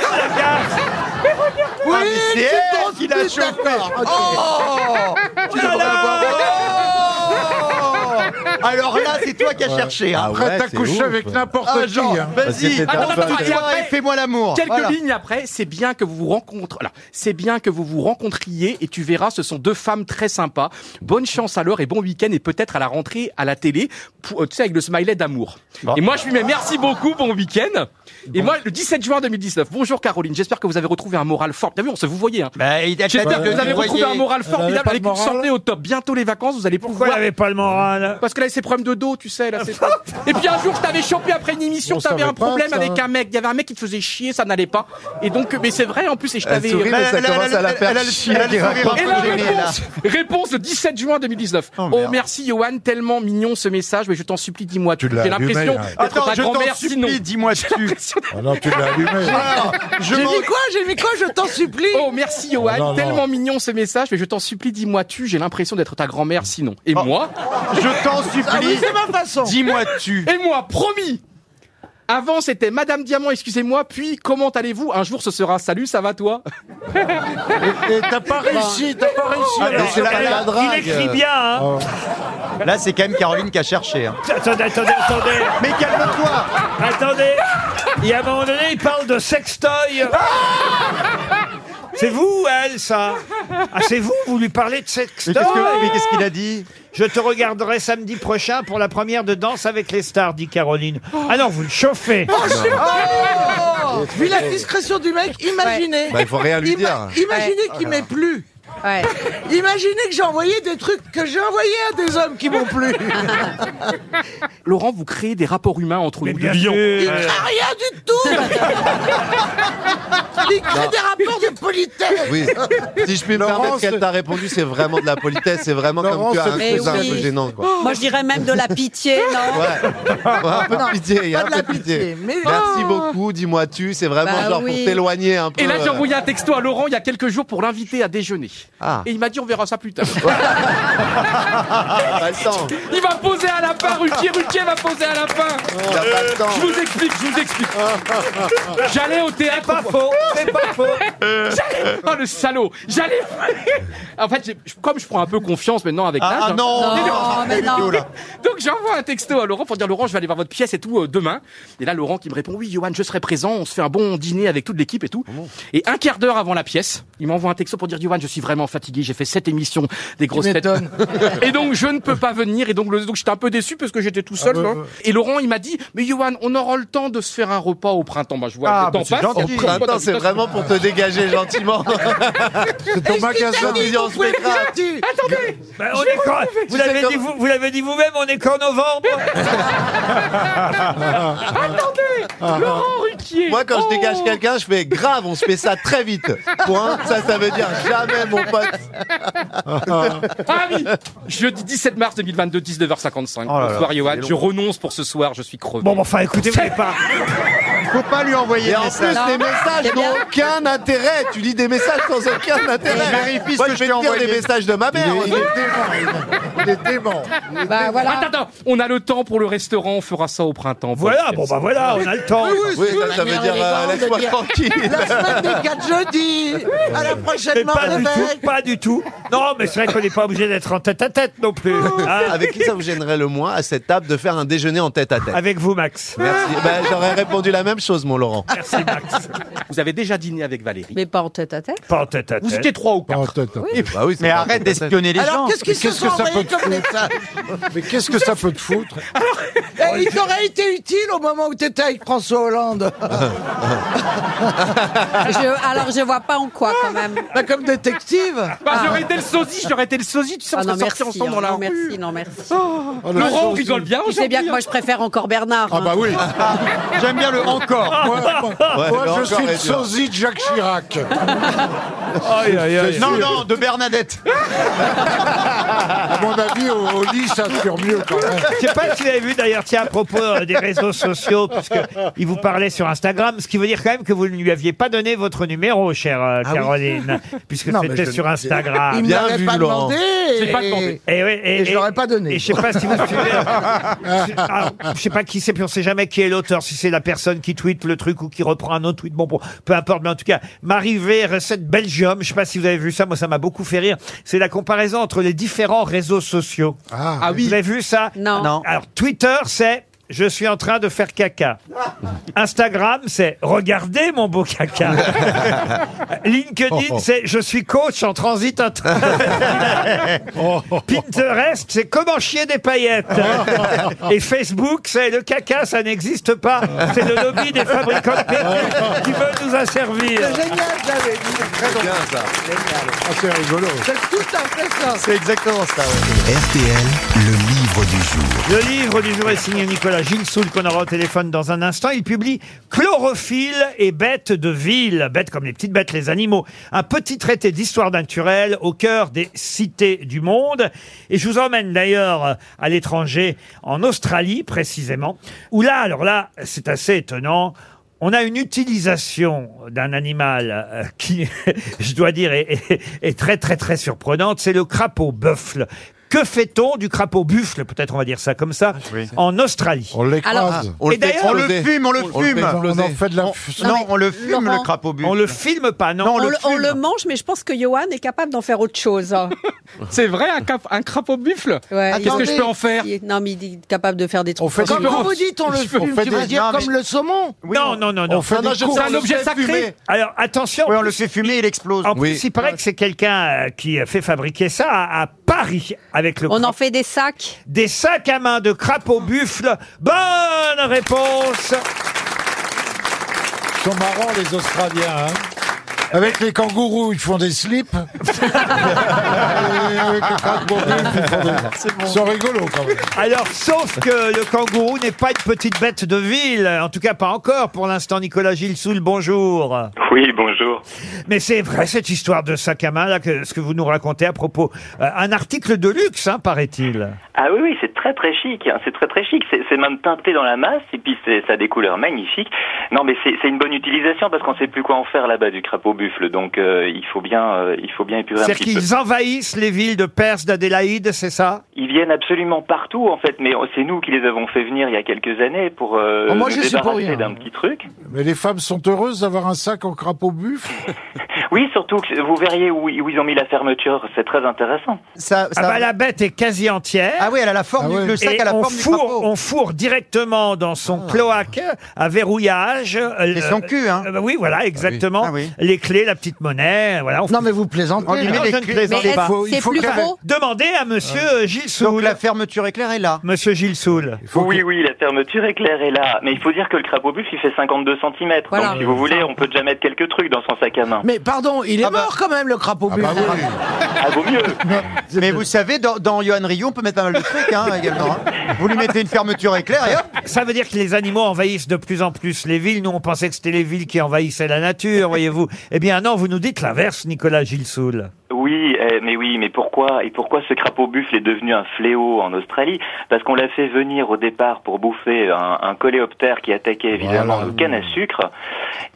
Speaker 3: Oui, c'est elle qui l'a chauffé. Oh
Speaker 2: Ah là
Speaker 3: Oh Alors là, c'est toi qui as cherché.
Speaker 5: Ah
Speaker 3: hein.
Speaker 6: Prête à coucher avec n'importe
Speaker 3: Ah,
Speaker 6: qui.
Speaker 3: genre,
Speaker 6: hein.
Speaker 3: vas-y,
Speaker 5: Attends, attends, attends, et
Speaker 3: attends-toi
Speaker 5: après-
Speaker 3: et fais-moi l'amour.
Speaker 5: Quelques
Speaker 3: Voilà.
Speaker 5: lignes après, c'est bien que vous vous rencontrez. alors, C'est bien que vous vous rencontriez et tu verras, ce sont deux femmes très sympas. Bonne chance alors et bon week-end et peut-être à la rentrée à la télé, pour, euh, tu sais, avec le smiley d'amour. Et moi, je lui mets merci beaucoup, bon week-end. Et moi, le 17 juin 2019. Bonjour Caroline, j'espère que vous avez retrouvé un moral fort. T'as vu, on se vous voyez. Hein.
Speaker 3: Bah, il a
Speaker 5: J'espère que vous avez retrouvé un moral
Speaker 6: avait
Speaker 5: formidable
Speaker 6: pas
Speaker 5: avec
Speaker 6: de
Speaker 5: une
Speaker 6: moral.
Speaker 5: santé au top. Bientôt les vacances, vous allez
Speaker 2: Pourquoi
Speaker 5: pouvoir.
Speaker 2: il n'avait pas le moral
Speaker 5: Parce que là, ces problèmes de dos, tu sais, là, c'est
Speaker 2: <laughs>
Speaker 5: Et puis un jour, je t'avais chopé après une émission,
Speaker 6: On
Speaker 5: t'avais
Speaker 6: savait
Speaker 5: un
Speaker 6: pas,
Speaker 5: problème
Speaker 6: ça.
Speaker 5: avec un mec. Il y avait un mec qui te faisait chier, ça n'allait pas. Et donc, mais c'est vrai, en plus, et je
Speaker 8: Elle
Speaker 5: t'avais.
Speaker 8: sourit, mais ça
Speaker 3: elle a-
Speaker 8: commence à la
Speaker 3: elle a-
Speaker 8: faire
Speaker 3: elle a le
Speaker 8: chier.
Speaker 3: sourire, elle a le sourire.
Speaker 8: raconte.
Speaker 5: Et la
Speaker 3: Elle est là.
Speaker 5: réponse, réponse le 17 juin 2019. Oh, merci Johan, tellement mignon ce message, mais je t'en supplie, dis-moi.
Speaker 6: Tu
Speaker 5: tout.
Speaker 6: l'as
Speaker 5: J'ai
Speaker 6: allumé,
Speaker 5: l'impression
Speaker 6: hein.
Speaker 5: d'être
Speaker 3: Attends,
Speaker 5: ta
Speaker 3: je t'en
Speaker 5: grand-mère sinon.
Speaker 3: supplie, dis-moi dessus.
Speaker 6: Ah non, tu l'as allumé.
Speaker 3: Je
Speaker 4: J'ai
Speaker 3: m'en-
Speaker 4: mis quoi J'ai mis quoi Je t'en supplie.
Speaker 5: Oh merci Johan,
Speaker 6: Ah, non, non.
Speaker 5: tellement mignon ce message, mais je t'en supplie, dis-moi tu, j'ai l'impression d'être ta grand-mère sinon.
Speaker 6: Oh.
Speaker 5: Et moi,
Speaker 3: Je t'en
Speaker 4: Ah oui,
Speaker 3: supplie,
Speaker 4: c'est ma façon.
Speaker 3: dis-moi tu.
Speaker 5: et moi, promis avant, c'était Madame Diamant, excusez-moi, puis comment allez-vous Un jour, ce sera salut, ça va toi
Speaker 6: Et t'as pas réussi, t'as pas réussi.
Speaker 8: Ah, mais
Speaker 6: alors.
Speaker 8: c'est la- la
Speaker 2: Il
Speaker 8: drague.
Speaker 2: écrit bien, hein
Speaker 3: Oh. Là, c'est quand même Caroline qui a cherché. hein.
Speaker 2: Attendez, attendez, attendez
Speaker 3: Mais calme-toi.
Speaker 2: Attendez Il y a un moment donné, il parle de sextoy C'est vous ou elle, ça Ah, c'est vous Vous lui parlez de
Speaker 3: Mais
Speaker 2: sextoy
Speaker 3: qu'est-ce que- mais qu'est-ce qu'il a dit
Speaker 2: Je te regarderai samedi prochain pour la première de Danse avec les stars, dit Caroline. Ah non, vous le chauffez
Speaker 4: Oh, Vu la discrétion du mec, imaginez.
Speaker 8: Bah, il faut rien lui
Speaker 4: Ima-
Speaker 8: dire.
Speaker 4: Imaginez qu'il m'ait plu.
Speaker 7: Ouais.
Speaker 4: Imaginez que j'ai envoyé des trucs que j'ai envoyés à des hommes qui m'ont plu.
Speaker 5: Laurent, vous créez des rapports humains entre
Speaker 2: Mais
Speaker 5: nous deux.
Speaker 2: bien sûr
Speaker 4: Il n'y a rien du tout. Il crée des rapports de politesse.
Speaker 8: Oui. Si je puis me
Speaker 6: Laurence-
Speaker 8: permettre, ce qu'elle t'a répondu, c'est vraiment de la politesse, c'est vraiment
Speaker 6: Laurence,
Speaker 8: comme tu as un
Speaker 6: c'est
Speaker 8: cousin
Speaker 7: Mais
Speaker 8: un peu
Speaker 7: oui.
Speaker 8: gênant, quoi.
Speaker 7: Moi, je dirais même de la pitié, non
Speaker 8: Ouais. un peu de pitié, il y a
Speaker 4: pas
Speaker 8: un
Speaker 4: de
Speaker 8: peu
Speaker 4: la
Speaker 8: de pitié.
Speaker 4: pitié, mais-
Speaker 8: Merci beaucoup, dis-moi tu, c'est vraiment
Speaker 7: Bah
Speaker 8: genre
Speaker 7: oui.
Speaker 8: pour t'éloigner un peu.
Speaker 5: Et là, j'ai
Speaker 8: euh,
Speaker 5: envoyé un texto à Laurent il y a quelques jours pour l'inviter à déjeuner.
Speaker 8: Ah.
Speaker 5: Et il m'a dit on verra ça plus tard. Euh,
Speaker 8: Pas le temps.
Speaker 5: il va poser à la fin, Ruquier, Ruquier va poser à la fin.
Speaker 8: T'as pas le temps.
Speaker 5: Je vous explique, je vous explique. J'allais au théâtre.
Speaker 2: Pas faux, c'est pas
Speaker 5: <laughs>
Speaker 2: faux.
Speaker 5: J'allais- Oh le salaud J'allais. en fait, j'ai- je- comme je prends un peu confiance maintenant avec hein. l'âge.
Speaker 8: Ah, ah, non.
Speaker 7: Non, mais non.
Speaker 5: Donc j'envoie un texto à Laurent pour dire Laurent, je vais aller voir votre pièce et tout euh, demain. Et là, Laurent qui me répond oui, Johan, je serai présent. On se fait un bon dîner avec toute l'équipe et tout. Et un quart d'heure avant la pièce, il m'envoie un texto pour dire Johan, je suis vraiment fatigué. J'ai fait sept émissions des grosses têtes. et donc je ne peux pas venir. Et donc, le- donc j'étais un peu déçu parce que j'étais tout seul. hein. Et Laurent, il m'a dit mais Johan, on aura le temps de se faire un repas au printemps. Bah, je vois
Speaker 3: Ah,
Speaker 5: que le
Speaker 3: bah,
Speaker 5: temps
Speaker 3: c'est
Speaker 5: passe.
Speaker 3: gentil.
Speaker 5: Et puis,
Speaker 8: Attends, c'est vraiment pour te
Speaker 2: <laughs>
Speaker 8: dégager
Speaker 5: <laughs>
Speaker 8: gentiment.
Speaker 6: C'est ton magasin.
Speaker 8: Vision spectacle.
Speaker 5: Attendez.
Speaker 8: Bah,
Speaker 2: Ben, on est quand- vous l'avez
Speaker 8: comme-
Speaker 2: dit vous- vous l'avez dit vous-même, on est qu'en novembre
Speaker 5: Attendez Laurent Ruquier
Speaker 8: Ah, Moi, quand
Speaker 5: Oh.
Speaker 8: je dégage quelqu'un, je fais grave, on se fait ça très vite. Point. Ça, ça veut dire jamais, mon pote.
Speaker 5: Ah oui Jeudi 17 mars 2022, 19h55.
Speaker 3: Oh là là,
Speaker 5: Bonsoir, Johan.
Speaker 8: c'est long.
Speaker 5: Je renonce pour ce soir, je suis crevé.
Speaker 2: Bon, ben, enfin, écoutez, vous
Speaker 5: <laughs>
Speaker 2: n'êtes pas...
Speaker 3: Faut pas lui envoyer
Speaker 8: Et
Speaker 3: de
Speaker 8: en plus,
Speaker 3: message.
Speaker 8: les messages
Speaker 7: c'est bien.
Speaker 8: n'ont aucun intérêt. Tu lis des messages sans aucun intérêt.
Speaker 3: vérifie ce
Speaker 8: Moi,
Speaker 3: que
Speaker 8: je
Speaker 3: je t'ai
Speaker 8: vais te dire
Speaker 3: envoyé.
Speaker 8: les messages de ma
Speaker 6: Il
Speaker 8: mère.
Speaker 6: est- il est dément. il est- Il est dément.
Speaker 7: Bah voilà.
Speaker 5: Attends, attends, on a le temps pour le restaurant, on fera ça au printemps.
Speaker 2: Voilà, bon, ben voilà, on a le temps.
Speaker 8: Oui, ça, ça veut
Speaker 4: manière
Speaker 8: dire euh,
Speaker 4: élégante de
Speaker 8: laisse-moi
Speaker 4: dire-
Speaker 8: tranquille.
Speaker 4: La semaine
Speaker 5: <laughs>
Speaker 4: des 4 jeudis. À la
Speaker 2: Mais
Speaker 4: prochaine
Speaker 2: pas du tout,
Speaker 4: Marlevec.
Speaker 2: pas du tout. Non, mais c'est vrai qu'on n'est pas obligé d'être en tête à tête non plus.
Speaker 4: Oh,
Speaker 2: Hein,
Speaker 8: Avec qui ça vous gênerait le moins à cette table de faire un déjeuner en tête à tête
Speaker 2: avec vous, Max.
Speaker 8: Merci. Ben, J'aurais répondu la même choses, mon Laurent.
Speaker 2: Merci Max.
Speaker 5: Vous avez déjà dîné avec Valérie.
Speaker 7: Mais pas en tête à tête.
Speaker 2: Pas en tête à
Speaker 5: Vous
Speaker 2: tête.
Speaker 5: étiez trois ou
Speaker 6: Pas en
Speaker 5: quatre.
Speaker 6: tête, hein.
Speaker 8: Bah oui, c'est
Speaker 3: Mais
Speaker 8: pas-
Speaker 3: arrête d'espionner les gens.
Speaker 4: Alors, qu'est-ce qu'ils se
Speaker 6: qu'est-ce que
Speaker 4: sont
Speaker 6: ça
Speaker 4: envoyés
Speaker 6: peut
Speaker 4: comme message
Speaker 6: Mais qu'est-ce que ça peut te foutre
Speaker 4: Eh, Ils auraient été utiles au moment où t'étais avec François Hollande.
Speaker 7: <laughs> Je- alors je vois pas en quoi quand même.
Speaker 4: Bah, comme détective.
Speaker 5: Bah, j'aurais été le sosie, j'aurais été le sosie, tu sais, on
Speaker 7: Ah
Speaker 5: serait
Speaker 7: non
Speaker 5: sortis
Speaker 7: merci,
Speaker 5: ensemble dans
Speaker 7: hein,
Speaker 5: la
Speaker 7: non
Speaker 5: rue.
Speaker 7: merci, non merci.
Speaker 6: Oh, le
Speaker 5: Laurent, on
Speaker 6: sosie.
Speaker 5: rigole bien
Speaker 7: Tu sais
Speaker 5: aujourd'hui.
Speaker 7: bien que
Speaker 5: hein.
Speaker 7: moi je préfère encore Bernard. hein.
Speaker 6: Ah bah oui
Speaker 7: <laughs>
Speaker 3: J'aime bien le encore.
Speaker 6: Moi, moi- moi,
Speaker 8: le
Speaker 6: je
Speaker 8: record
Speaker 6: suis le
Speaker 8: est dur.
Speaker 6: sosie de Jacques Chirac.
Speaker 2: Aïe, aïe, aïe.
Speaker 3: Non, non, de Bernadette.
Speaker 6: À mon avis, au, au lit, ça assure mieux quand même.
Speaker 2: Je sais pas si vous avez vu d'ailleurs, tiens, à propos euh, des réseaux sociaux, puisqu'il vous parlait sur Instagram, ce qui veut dire quand même que vous ne lui aviez pas donné votre numéro, chère euh, Caroline, puisque
Speaker 6: Ah Non, mais
Speaker 2: c'était
Speaker 6: je-
Speaker 2: sur
Speaker 4: Il
Speaker 2: Instagram.
Speaker 4: ne
Speaker 8: Bien
Speaker 4: m'aurait
Speaker 8: vu,
Speaker 4: pas
Speaker 8: Laurent.
Speaker 4: demandé.
Speaker 5: l'ai pas
Speaker 4: et-
Speaker 5: demandé.
Speaker 2: Et, oui,
Speaker 4: Et je l'aurais pas donné.
Speaker 2: Et je sais pas si vous suivez. Ah, je sais pas qui c'est, puis on sait jamais qui est l'auteur, si c'est la personne qui tweete le truc ou qui reprend un autre tweet. Bon, bon, peu importe, mais en tout cas, Marie V, recette Belgium. Je sais pas si vous avez vu ça, moi ça m'a beaucoup fait rire. C'est la comparaison entre les différents réseaux sociaux.
Speaker 5: Ah oui.
Speaker 2: Vous avez vu ça
Speaker 7: Non.
Speaker 3: Non.
Speaker 2: Alors, Twitter, c'est je suis en train de faire caca. Instagram, c'est regardez mon beau caca. Euh, LinkedIn, c'est je suis coach en transit.
Speaker 6: <laughs>
Speaker 2: inter- Pinterest, c'est comment chier des paillettes.
Speaker 6: Oh.
Speaker 2: Et Facebook, c'est le caca, ça n'existe pas. C'est le lobby des fabricants de perruques qui veut nous asservir.
Speaker 5: euh,
Speaker 4: C'est génial, j'avais dit.
Speaker 8: C'est bien, ça.
Speaker 6: Ah, c'est rigolo.
Speaker 4: C'est tout à fait ça.
Speaker 8: C'est exactement ça. ouais.
Speaker 1: RTL, le livre du jour.
Speaker 2: Le livre du jour est signé Nicolas Gilsoul qu'on aura au téléphone dans un instant. Il publie Chlorophylle et bêtes de ville, bêtes comme les petites bêtes, les animaux. Un petit traité d'histoire naturelle au cœur des cités du monde. Et je vous emmène d'ailleurs euh, à l'étranger, en Australie précisément, où là, alors là, c'est assez étonnant. On a une utilisation d'un animal euh, qui, <laughs> je dois dire, est, est- est très très très surprenante. C'est le crapaud buffle. Que fait-on du crapaud buffle Peut-être on va dire ça comme ça. En Australie.
Speaker 6: On l'écrase.
Speaker 8: On
Speaker 2: Et d'ailleurs,
Speaker 3: Ah, On le fume, on le
Speaker 8: On le fait
Speaker 3: fume.
Speaker 6: On en
Speaker 8: exploser.
Speaker 6: fait de la...
Speaker 7: Non,
Speaker 3: Non,
Speaker 7: mais
Speaker 3: on le fume,
Speaker 7: Laurent-
Speaker 3: le crapaud but.
Speaker 2: On le filme pas, non
Speaker 7: On, le, on le mange, mais je pense que Johan est capable d'en faire autre chose.
Speaker 5: C'est vrai, un, cap- un crapaud buffle
Speaker 7: Ouais,
Speaker 2: Ah,
Speaker 7: il-
Speaker 5: Qu'est-ce que je peux en faire
Speaker 7: il est- Non, mais il est capable de faire des trucs.
Speaker 6: On fait des-
Speaker 4: Quand
Speaker 5: Différence.
Speaker 4: quand vous dites on le
Speaker 6: Je fais- on
Speaker 4: fume,
Speaker 6: fait
Speaker 4: tu veux
Speaker 6: des-
Speaker 4: dire
Speaker 3: non, mais-
Speaker 4: comme le saumon
Speaker 2: Non, non, non, non.
Speaker 6: On fait des
Speaker 5: C'est
Speaker 6: courses.
Speaker 5: un objet sacré
Speaker 2: Alors, attention.
Speaker 3: Oui, on le fait fumer, il explose.
Speaker 2: En plus, il paraît que c'est quelqu'un euh, qui a fait fabriquer ça à, à Paris avec le
Speaker 7: On en
Speaker 2: crap-
Speaker 7: fait des sacs.
Speaker 2: des sacs à main de crapaud buffle. Bonne réponse.
Speaker 3: <laughs>
Speaker 6: Ils sont marrants, les Australiens. hein. Avec les kangourous, ils font des slips. Et avec les crapauds, ils font des- Ils sont rigolos, quand même.
Speaker 2: Alors, sauf que le kangourou n'est pas une petite bête de ville. En tout cas, pas encore pour l'instant. Nicolas Gilsoul, bonjour.
Speaker 11: Oui, bonjour.
Speaker 2: Mais c'est vrai cette histoire de sac à main là, que, ce que vous nous racontez à propos. Euh, un article de luxe, hein, paraît-il.
Speaker 11: Ah oui, oui, c'est très très chic, hein, c'est très très chic. C'est c'est même teinté dans la masse et puis c'est- ça a des couleurs magnifiques. Non, mais c'est c'est une bonne utilisation parce qu'on sait plus quoi en faire là-bas du crapaud buffle, donc euh, il faut bien, euh, il faut bien épurer un
Speaker 2: C'est-à-dire
Speaker 11: petit peu.
Speaker 2: qu'ils envahissent les villes de Perse, d'Adélaïde, c'est ça
Speaker 11: Ils viennent absolument partout en fait, mais c'est nous qui les avons fait venir il y a quelques années pour euh,
Speaker 4: Oh, moi,
Speaker 11: nous
Speaker 4: je suis pour
Speaker 11: débarrasser
Speaker 4: rien.
Speaker 11: d'un petit truc.
Speaker 6: Mais les femmes sont heureuses d'avoir un sac en crapaud buffle.
Speaker 11: Oui, surtout que vous verriez où, où ils ont mis la fermeture, c'est très intéressant.
Speaker 3: Ça-
Speaker 2: Ah
Speaker 3: ça-
Speaker 2: bah la bête est quasi entière.
Speaker 3: Ah oui, elle a la forme,
Speaker 6: Ah
Speaker 3: du-
Speaker 6: ouais.
Speaker 3: le sac
Speaker 2: Et
Speaker 3: à la
Speaker 2: on,
Speaker 3: forme du
Speaker 2: fourre,
Speaker 3: crapaud.
Speaker 2: on fourre directement dans son cloaque à verrouillage. euh,
Speaker 3: C'est son
Speaker 2: euh,
Speaker 3: cul, hein.
Speaker 2: euh, bah oui, voilà, exactement.
Speaker 3: Ah oui.
Speaker 2: Les clés, la petite monnaie, voilà. On
Speaker 4: Non, mais vous plaisantez.
Speaker 3: On lui
Speaker 2: Non,
Speaker 3: met
Speaker 2: je
Speaker 3: les
Speaker 2: ne
Speaker 3: clés-
Speaker 2: plaisante
Speaker 7: Mais
Speaker 2: pas.
Speaker 6: faut- il
Speaker 7: c'est
Speaker 6: faut
Speaker 7: plus
Speaker 6: qu'elle-
Speaker 7: gros.
Speaker 2: Demandez à Monsieur euh, Gilles
Speaker 3: Donc
Speaker 2: Soul.
Speaker 3: la fermeture éclair est là.
Speaker 2: Monsieur Gilles Soul.
Speaker 6: Ah. Il faut
Speaker 11: oui, oui, la fermeture éclair est là, mais il faut dire que le crapaud buffle il fait 52 cm,
Speaker 7: Voilà.
Speaker 11: donc si vous voulez, on peut déjà mettre quelques trucs dans son sac à main.
Speaker 4: Mais pardon, il est
Speaker 3: Ah bah-
Speaker 4: mort quand même, le crapaud
Speaker 6: Ah bah
Speaker 4: buffle.
Speaker 6: oui.
Speaker 11: Ah, vaut mieux
Speaker 3: Mais vous savez, dans, dans Johan Rio, on peut mettre pas mal de trucs hein, également. hein. Vous lui mettez une fermeture éclair et hop,
Speaker 2: Ça veut dire que les animaux envahissent de plus en plus les villes. Nous, on pensait que c'était les villes qui envahissaient la nature, voyez-vous. Eh bien, non, vous nous dites l'inverse, Nicolas Gilles Soul.
Speaker 11: Oui, eh, mais oui, mais pourquoi et pourquoi ce crapaud buffle est devenu un fléau en Australie Parce qu'on l'a fait venir au départ pour bouffer un, un coléoptère qui attaquait évidemment
Speaker 6: Voilà.
Speaker 11: le canne à sucre.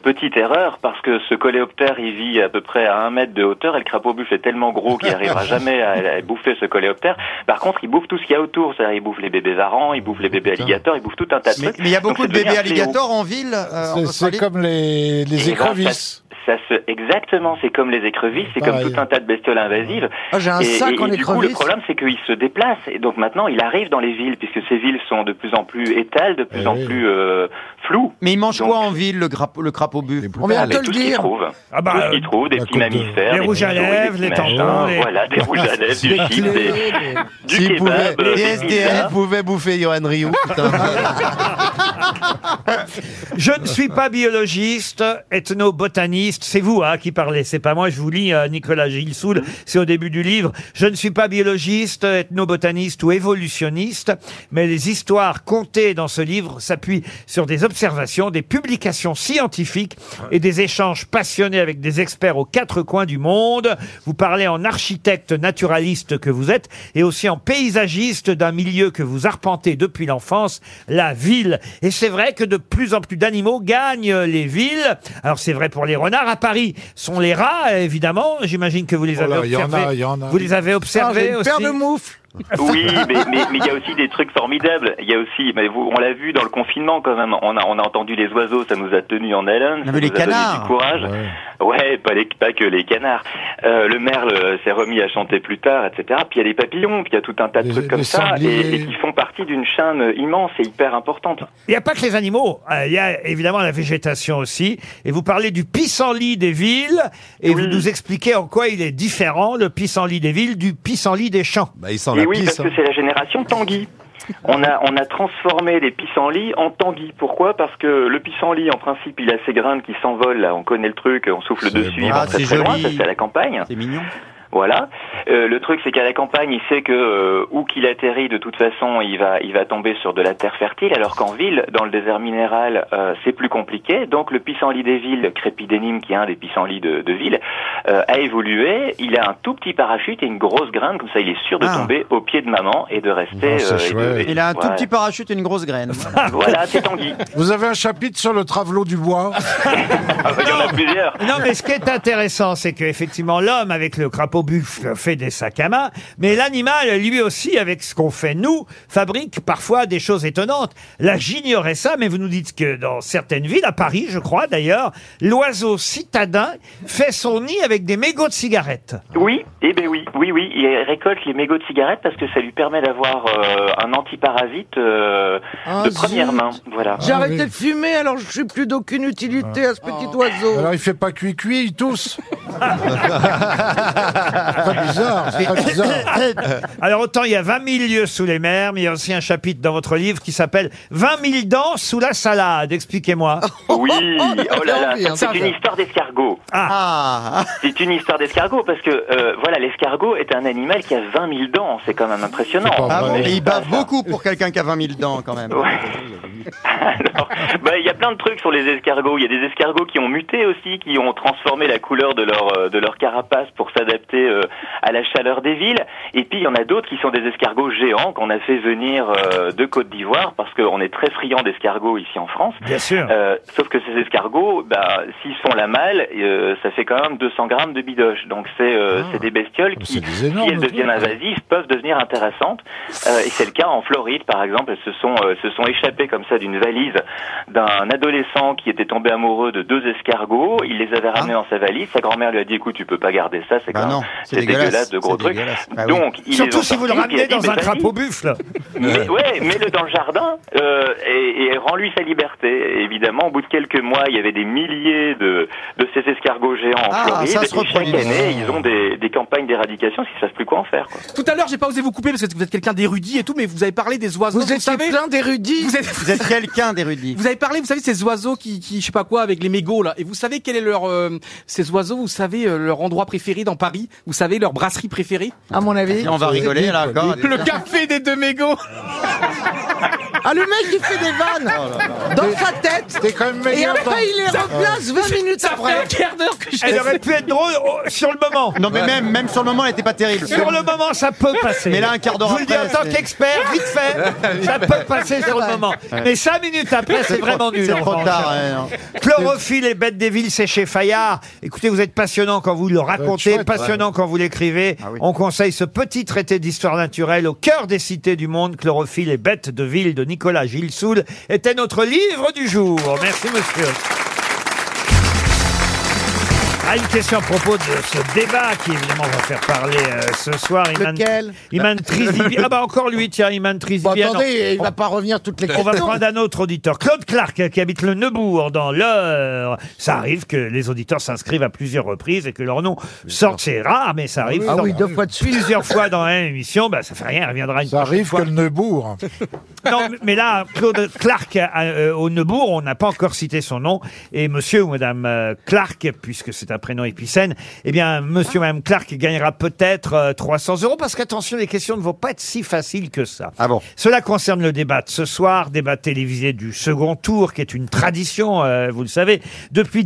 Speaker 11: Petite erreur parce que ce coléoptère il vit à peu près à un mètre de hauteur et le crapaud buffle est tellement gros qu'il
Speaker 3: <laughs>
Speaker 11: n'arrivera jamais à, à bouffer ce coléoptère. Par contre, il bouffe tout ce qu'il y a autour, c'est-à-dire il bouffe les bébés varans, il bouffe les bébés alligators, il bouffe tout un tas de
Speaker 3: Mais
Speaker 11: trucs.
Speaker 3: mais il y a
Speaker 11: Donc,
Speaker 3: beaucoup
Speaker 11: c'est
Speaker 3: de
Speaker 11: devenu
Speaker 3: bébés
Speaker 11: un fléau.
Speaker 3: alligators en ville. euh, en
Speaker 6: C'est- C'est
Speaker 3: Australie.
Speaker 6: comme
Speaker 11: Et
Speaker 6: les, les
Speaker 11: grâce à-
Speaker 6: écrevisses.
Speaker 11: Eh ben, ça se exactement, c'est comme les écrevisses, c'est comme
Speaker 4: Pareil.
Speaker 11: tout un tas de bestioles invasives.
Speaker 4: Ah, j'ai un
Speaker 11: et,
Speaker 4: sac
Speaker 11: et-
Speaker 4: en
Speaker 11: et du coup, le
Speaker 4: écrevisse.
Speaker 11: problème, c'est qu'il se déplace. Et donc maintenant, il arrive dans les villes, puisque ces villes sont de plus en plus étales, de plus en plus euh, floues.
Speaker 3: Mais il mange quoi en ville, le, grappe- le crapaud bu
Speaker 11: On vient te le dire.
Speaker 3: Ah bah,
Speaker 11: tout
Speaker 2: euh,
Speaker 11: ce qu'ils trouvent, des petits mammifères,
Speaker 3: les
Speaker 11: des
Speaker 3: rouges à
Speaker 11: petits souris,
Speaker 3: lèvres,
Speaker 11: des
Speaker 3: les
Speaker 11: petits
Speaker 3: tampons,
Speaker 11: machins,
Speaker 3: les-
Speaker 11: voilà, des rouges à lèvres, du
Speaker 8: Des
Speaker 11: chips, des, du
Speaker 8: S'il
Speaker 11: kebab, euh,
Speaker 8: pouvait- les
Speaker 11: des
Speaker 8: SDF
Speaker 11: pizzas.
Speaker 8: pouvaient bouffer Johan Rioux, putain.
Speaker 2: <laughs> Je ne suis pas biologiste, ethnobotaniste. C'est vous hein, qui parlez, c'est pas moi. Je vous lis, euh, Nicolas Gilsoul, c'est au début du livre. Je ne suis pas biologiste, ethnobotaniste ou évolutionniste, mais les histoires contées dans ce livre s'appuient sur des observations, des publications scientifiques et des échanges passionnés avec des experts aux quatre coins du monde. Vous parlez en architecte naturaliste que vous êtes et aussi en paysagiste d'un milieu que vous arpentez depuis l'enfance, la ville. Et c'est vrai que de plus en plus d'animaux gagnent les villes. Alors c'est vrai pour les renards. À Paris sont les rats, évidemment. J'imagine que vous les
Speaker 6: Oh
Speaker 2: avez
Speaker 6: là, il y en
Speaker 2: observés.
Speaker 6: a, il y en a. Ah,
Speaker 2: Vous les avez observés
Speaker 4: j'ai une
Speaker 2: aussi.
Speaker 4: paire de moufles.
Speaker 11: Oui, mais mais- mais il y a aussi des trucs formidables. Il y a aussi, mais vous, on l'a vu dans le confinement quand même. On a, on a entendu les oiseaux, ça nous a tenus en haleine, ça
Speaker 3: mais
Speaker 11: nous
Speaker 3: les
Speaker 11: a donné
Speaker 3: canards.
Speaker 11: du courage. Ouais, pas, les, pas que les canards. Euh, le merle euh, s'est remis à chanter plus tard, etc. Puis il y a les papillons, puis il y a tout un tas de
Speaker 6: Les-
Speaker 11: trucs comme
Speaker 6: les
Speaker 11: ça, et,
Speaker 6: sangliers.
Speaker 11: et qui font partie d'une chaîne immense et hyper importante.
Speaker 2: Il n'y a pas que les animaux. Euh, Il y a évidemment la végétation aussi. Et vous parlez du pissenlit des villes. Et vous nous expliquez en quoi il est différent, le pissenlit des villes, du pissenlit des champs.
Speaker 8: Bah, il sent
Speaker 11: Et
Speaker 8: la
Speaker 11: oui,
Speaker 8: pisse.
Speaker 11: parce que c'est la génération Tanguy. On a, on a transformé les pissenlits en tanguis. Pourquoi Parce que le pissenlit, en principe, il a ses graines qui s'envolent. Là, on connaît le truc, on souffle dessus, il
Speaker 3: Ah,
Speaker 11: va très
Speaker 3: c'est
Speaker 11: très loin.
Speaker 3: joli.
Speaker 11: Ça, c'est à la campagne.
Speaker 3: C'est mignon.
Speaker 11: Voilà. Euh, le truc, c'est qu'à la campagne, il sait que euh, où qu'il atterrit, de toute façon, il va, il va tomber sur de la terre fertile. Alors qu'en ville, dans le désert minéral, euh, c'est plus compliqué. Donc le pissenlit des villes, Crépi d'Énime, qui est un des pissenlits de, de ville, euh, a évolué. Il a un tout petit parachute et une grosse graine, comme ça, il est sûr de
Speaker 3: Ah.
Speaker 11: tomber au pied de maman et de rester.
Speaker 6: Ah, c'est chouette.
Speaker 3: Il a un tout petit parachute et une grosse graine.
Speaker 11: petit. <laughs> Voilà, c'est Tanguy.
Speaker 6: Vous avez un chapitre sur le travelot du bois
Speaker 11: <laughs> Ah, Il y en a plusieurs.
Speaker 2: Non, mais ce qui est intéressant, c'est qu'effectivement, l'homme avec le crapaud buffle fait des sacs à main, mais l'animal, lui aussi, avec ce qu'on fait nous, fabrique parfois des choses étonnantes. Là, j'ignorais ça, mais vous nous dites que dans certaines villes, à Paris, je crois d'ailleurs, l'oiseau citadin fait son nid avec des mégots de cigarettes.
Speaker 11: Oui, eh ben oui, oui, oui, il récolte les mégots de cigarettes parce que ça lui permet d'avoir euh, un antiparasite euh,
Speaker 4: Ah,
Speaker 11: de première
Speaker 4: zut.
Speaker 11: main. Voilà.
Speaker 4: J'ai
Speaker 6: Ah,
Speaker 4: arrêté
Speaker 6: oui.
Speaker 4: de fumer, alors je suis plus d'aucune utilité à ce petit oiseau.
Speaker 6: Ah. Alors il fait pas cuit-cuit,
Speaker 4: <laughs>
Speaker 6: il tousse. c'est pas bizarre, c'est pas bizarre.
Speaker 2: Alors autant il y a 20 000 lieux sous les mers, mais il y a aussi un chapitre dans votre livre qui s'appelle 20 000 dents sous la salade. Expliquez-moi.
Speaker 11: Oui,
Speaker 4: oh, ça
Speaker 11: oh là
Speaker 4: fait envie,
Speaker 11: là,
Speaker 4: hein, ça,
Speaker 11: c'est une
Speaker 4: ça.
Speaker 11: histoire d'escargot.
Speaker 3: Ah,
Speaker 11: C'est une histoire d'escargot parce que euh, voilà, l'escargot est un animal qui a 20 000 dents. C'est quand même impressionnant.
Speaker 6: C'est pas
Speaker 3: ah
Speaker 6: vrai.
Speaker 3: bon
Speaker 11: Mais <laughs>
Speaker 3: Et il
Speaker 11: pas
Speaker 3: bat
Speaker 11: ça.
Speaker 3: beaucoup pour quelqu'un qui a 20 000 dents quand même.
Speaker 11: Ouais. Alors, bah, il y a plein de trucs sur les escargots. Il y a des escargots qui ont muté aussi, qui ont transformé la couleur de leur euh, de leur carapace pour s'adapter euh, à la chaleur des villes. Et puis il y en a d'autres qui sont des escargots géants qu'on a fait venir euh, de Côte d'Ivoire parce qu'on est très friand d'escargots ici en France.
Speaker 2: Bien sûr.
Speaker 11: Euh, sauf que ces escargots, bah, s'ils se font la malle, euh, ça fait quand même 200 grammes de bidoche. Donc c'est
Speaker 3: Ah.
Speaker 11: euh, c'est des bestioles qui,
Speaker 6: c'est des
Speaker 11: si
Speaker 6: énormes
Speaker 11: elles deviennent
Speaker 6: trucs.
Speaker 11: invasives, peuvent devenir intéressantes. Euh, et c'est le cas en Floride, par exemple. Elles se sont, euh, se sont échappées comme ça d'une valise d'un adolescent qui était tombé amoureux de deux escargots. Il les avait ramenés dans sa valise. Sa grand-mère lui a dit, écoute, tu peux pas garder ça, c'est
Speaker 3: Ah. Bah
Speaker 11: quand
Speaker 3: non,
Speaker 11: même-
Speaker 3: c'est
Speaker 11: c'est dégueulasse,
Speaker 3: dégueulasse,
Speaker 11: de gros
Speaker 3: c'est
Speaker 11: trucs.
Speaker 3: dégueulasse. Bah oui.
Speaker 11: Donc, il les
Speaker 2: Surtout
Speaker 11: ont
Speaker 2: si vous le
Speaker 11: sortis, puis
Speaker 2: ramenez
Speaker 11: elle a dit,
Speaker 2: dans un
Speaker 11: Mais vas-y,
Speaker 2: crapaud buffle.
Speaker 11: mais ouais, mets-le dans le jardin euh, et, et rends-lui sa liberté. Évidemment, au bout de quelques mois, il y avait des milliers de, de ces escargots géants en
Speaker 3: Ah,
Speaker 11: Floride.
Speaker 3: ça se
Speaker 11: et chaque
Speaker 3: reproduit.
Speaker 11: année, ils ont des, des campagnes d'éradication, si ça savent plus quoi en faire. Quoi.
Speaker 5: Tout à l'heure, j'ai pas osé vous couper parce que vous êtes quelqu'un d'érudit et tout, mais vous avez parlé des oiseaux.
Speaker 4: Vous étiez
Speaker 5: savez,
Speaker 4: plein d'érudits.
Speaker 5: vous, êtes-
Speaker 3: Vous êtes quelqu'un d'érudit.
Speaker 5: vous avez parlé, vous savez, ces oiseaux qui, qui, je sais pas quoi, avec les mégots là. Et vous savez quel est leur, euh, ces oiseaux, vous savez euh, leur endroit préféré dans Paris. Vous savez leur brasserie préférée.
Speaker 4: À mon avis.
Speaker 3: On va rigoler là encore.
Speaker 5: Le café des deux mégots.
Speaker 4: Ah, le mec, il fait des vannes dans sa tête.
Speaker 6: Oh T'es quand même
Speaker 4: Et
Speaker 6: meilleur. Ah.
Speaker 4: après, il les replace 20 minutes
Speaker 5: Ça fait
Speaker 4: après.
Speaker 5: un quart d'heure que je.
Speaker 2: Elle aurait pu être drôle oh, sur le moment.
Speaker 3: Non mais même, même sur le moment, elle n'était pas terrible.
Speaker 2: Sur le moment, ça peut passer.
Speaker 3: Mais là, un quart d'heure
Speaker 2: Je vous le dis en
Speaker 3: après,
Speaker 2: tant
Speaker 3: c'est-
Speaker 2: qu'expert, vite fait, ça peut passer sur le moment. Mais cinq minutes après, c'est vraiment nul.
Speaker 3: C'est
Speaker 2: en
Speaker 3: trop
Speaker 2: revanche.
Speaker 3: tard. ouais, non.
Speaker 2: Chlorophylle et bêtes des villes, c'est chez Fayard. Écoutez, vous êtes passionnant quand vous le racontez,
Speaker 6: chouette,
Speaker 2: passionnant quand vous l'écrivez.
Speaker 3: Ah oui.
Speaker 2: On conseille ce petit traité d'histoire naturelle au cœur des cités du monde. Chlorophylle et bêtes de ville de Nicolas Gilsoul était notre livre du jour. Merci, monsieur. Ah, une question à propos de ce débat qui évidemment va faire parler euh, ce soir. Iman,
Speaker 4: Lequel
Speaker 2: Iman Trizibi- Ah bah encore lui, tiens, Iman Trizibian.
Speaker 4: attendez, il
Speaker 2: On-
Speaker 4: va pas revenir toutes les
Speaker 2: On va
Speaker 4: questions.
Speaker 2: prendre un autre auditeur. Claude Clark, euh, qui habite le Neubourg, dans l'Eure. Ça arrive que les auditeurs s'inscrivent à plusieurs reprises et que leur nom sorte. C'est rare, mais ça arrive.
Speaker 4: Ah oui,
Speaker 2: Sort
Speaker 4: deux fois de suite.
Speaker 2: Plusieurs fois dans une émission, bah, ça fait rien, il reviendra une
Speaker 6: Ça
Speaker 2: prochaine
Speaker 6: arrive
Speaker 2: fois.
Speaker 6: que le Neubourg.
Speaker 2: Non, mais là, Claude Clark euh, au Neubourg, on n'a pas encore cité son nom. Et monsieur ou madame euh, Clark, puisque c'est un prénom épicène, eh bien, monsieur ou madame Clark gagnera peut-être euh, 300 euros parce qu'attention, les questions ne vont pas être si faciles que ça.
Speaker 3: Ah bon
Speaker 2: Cela concerne le débat de ce soir, débat télévisé du second tour, qui est une tradition, euh, vous le savez, depuis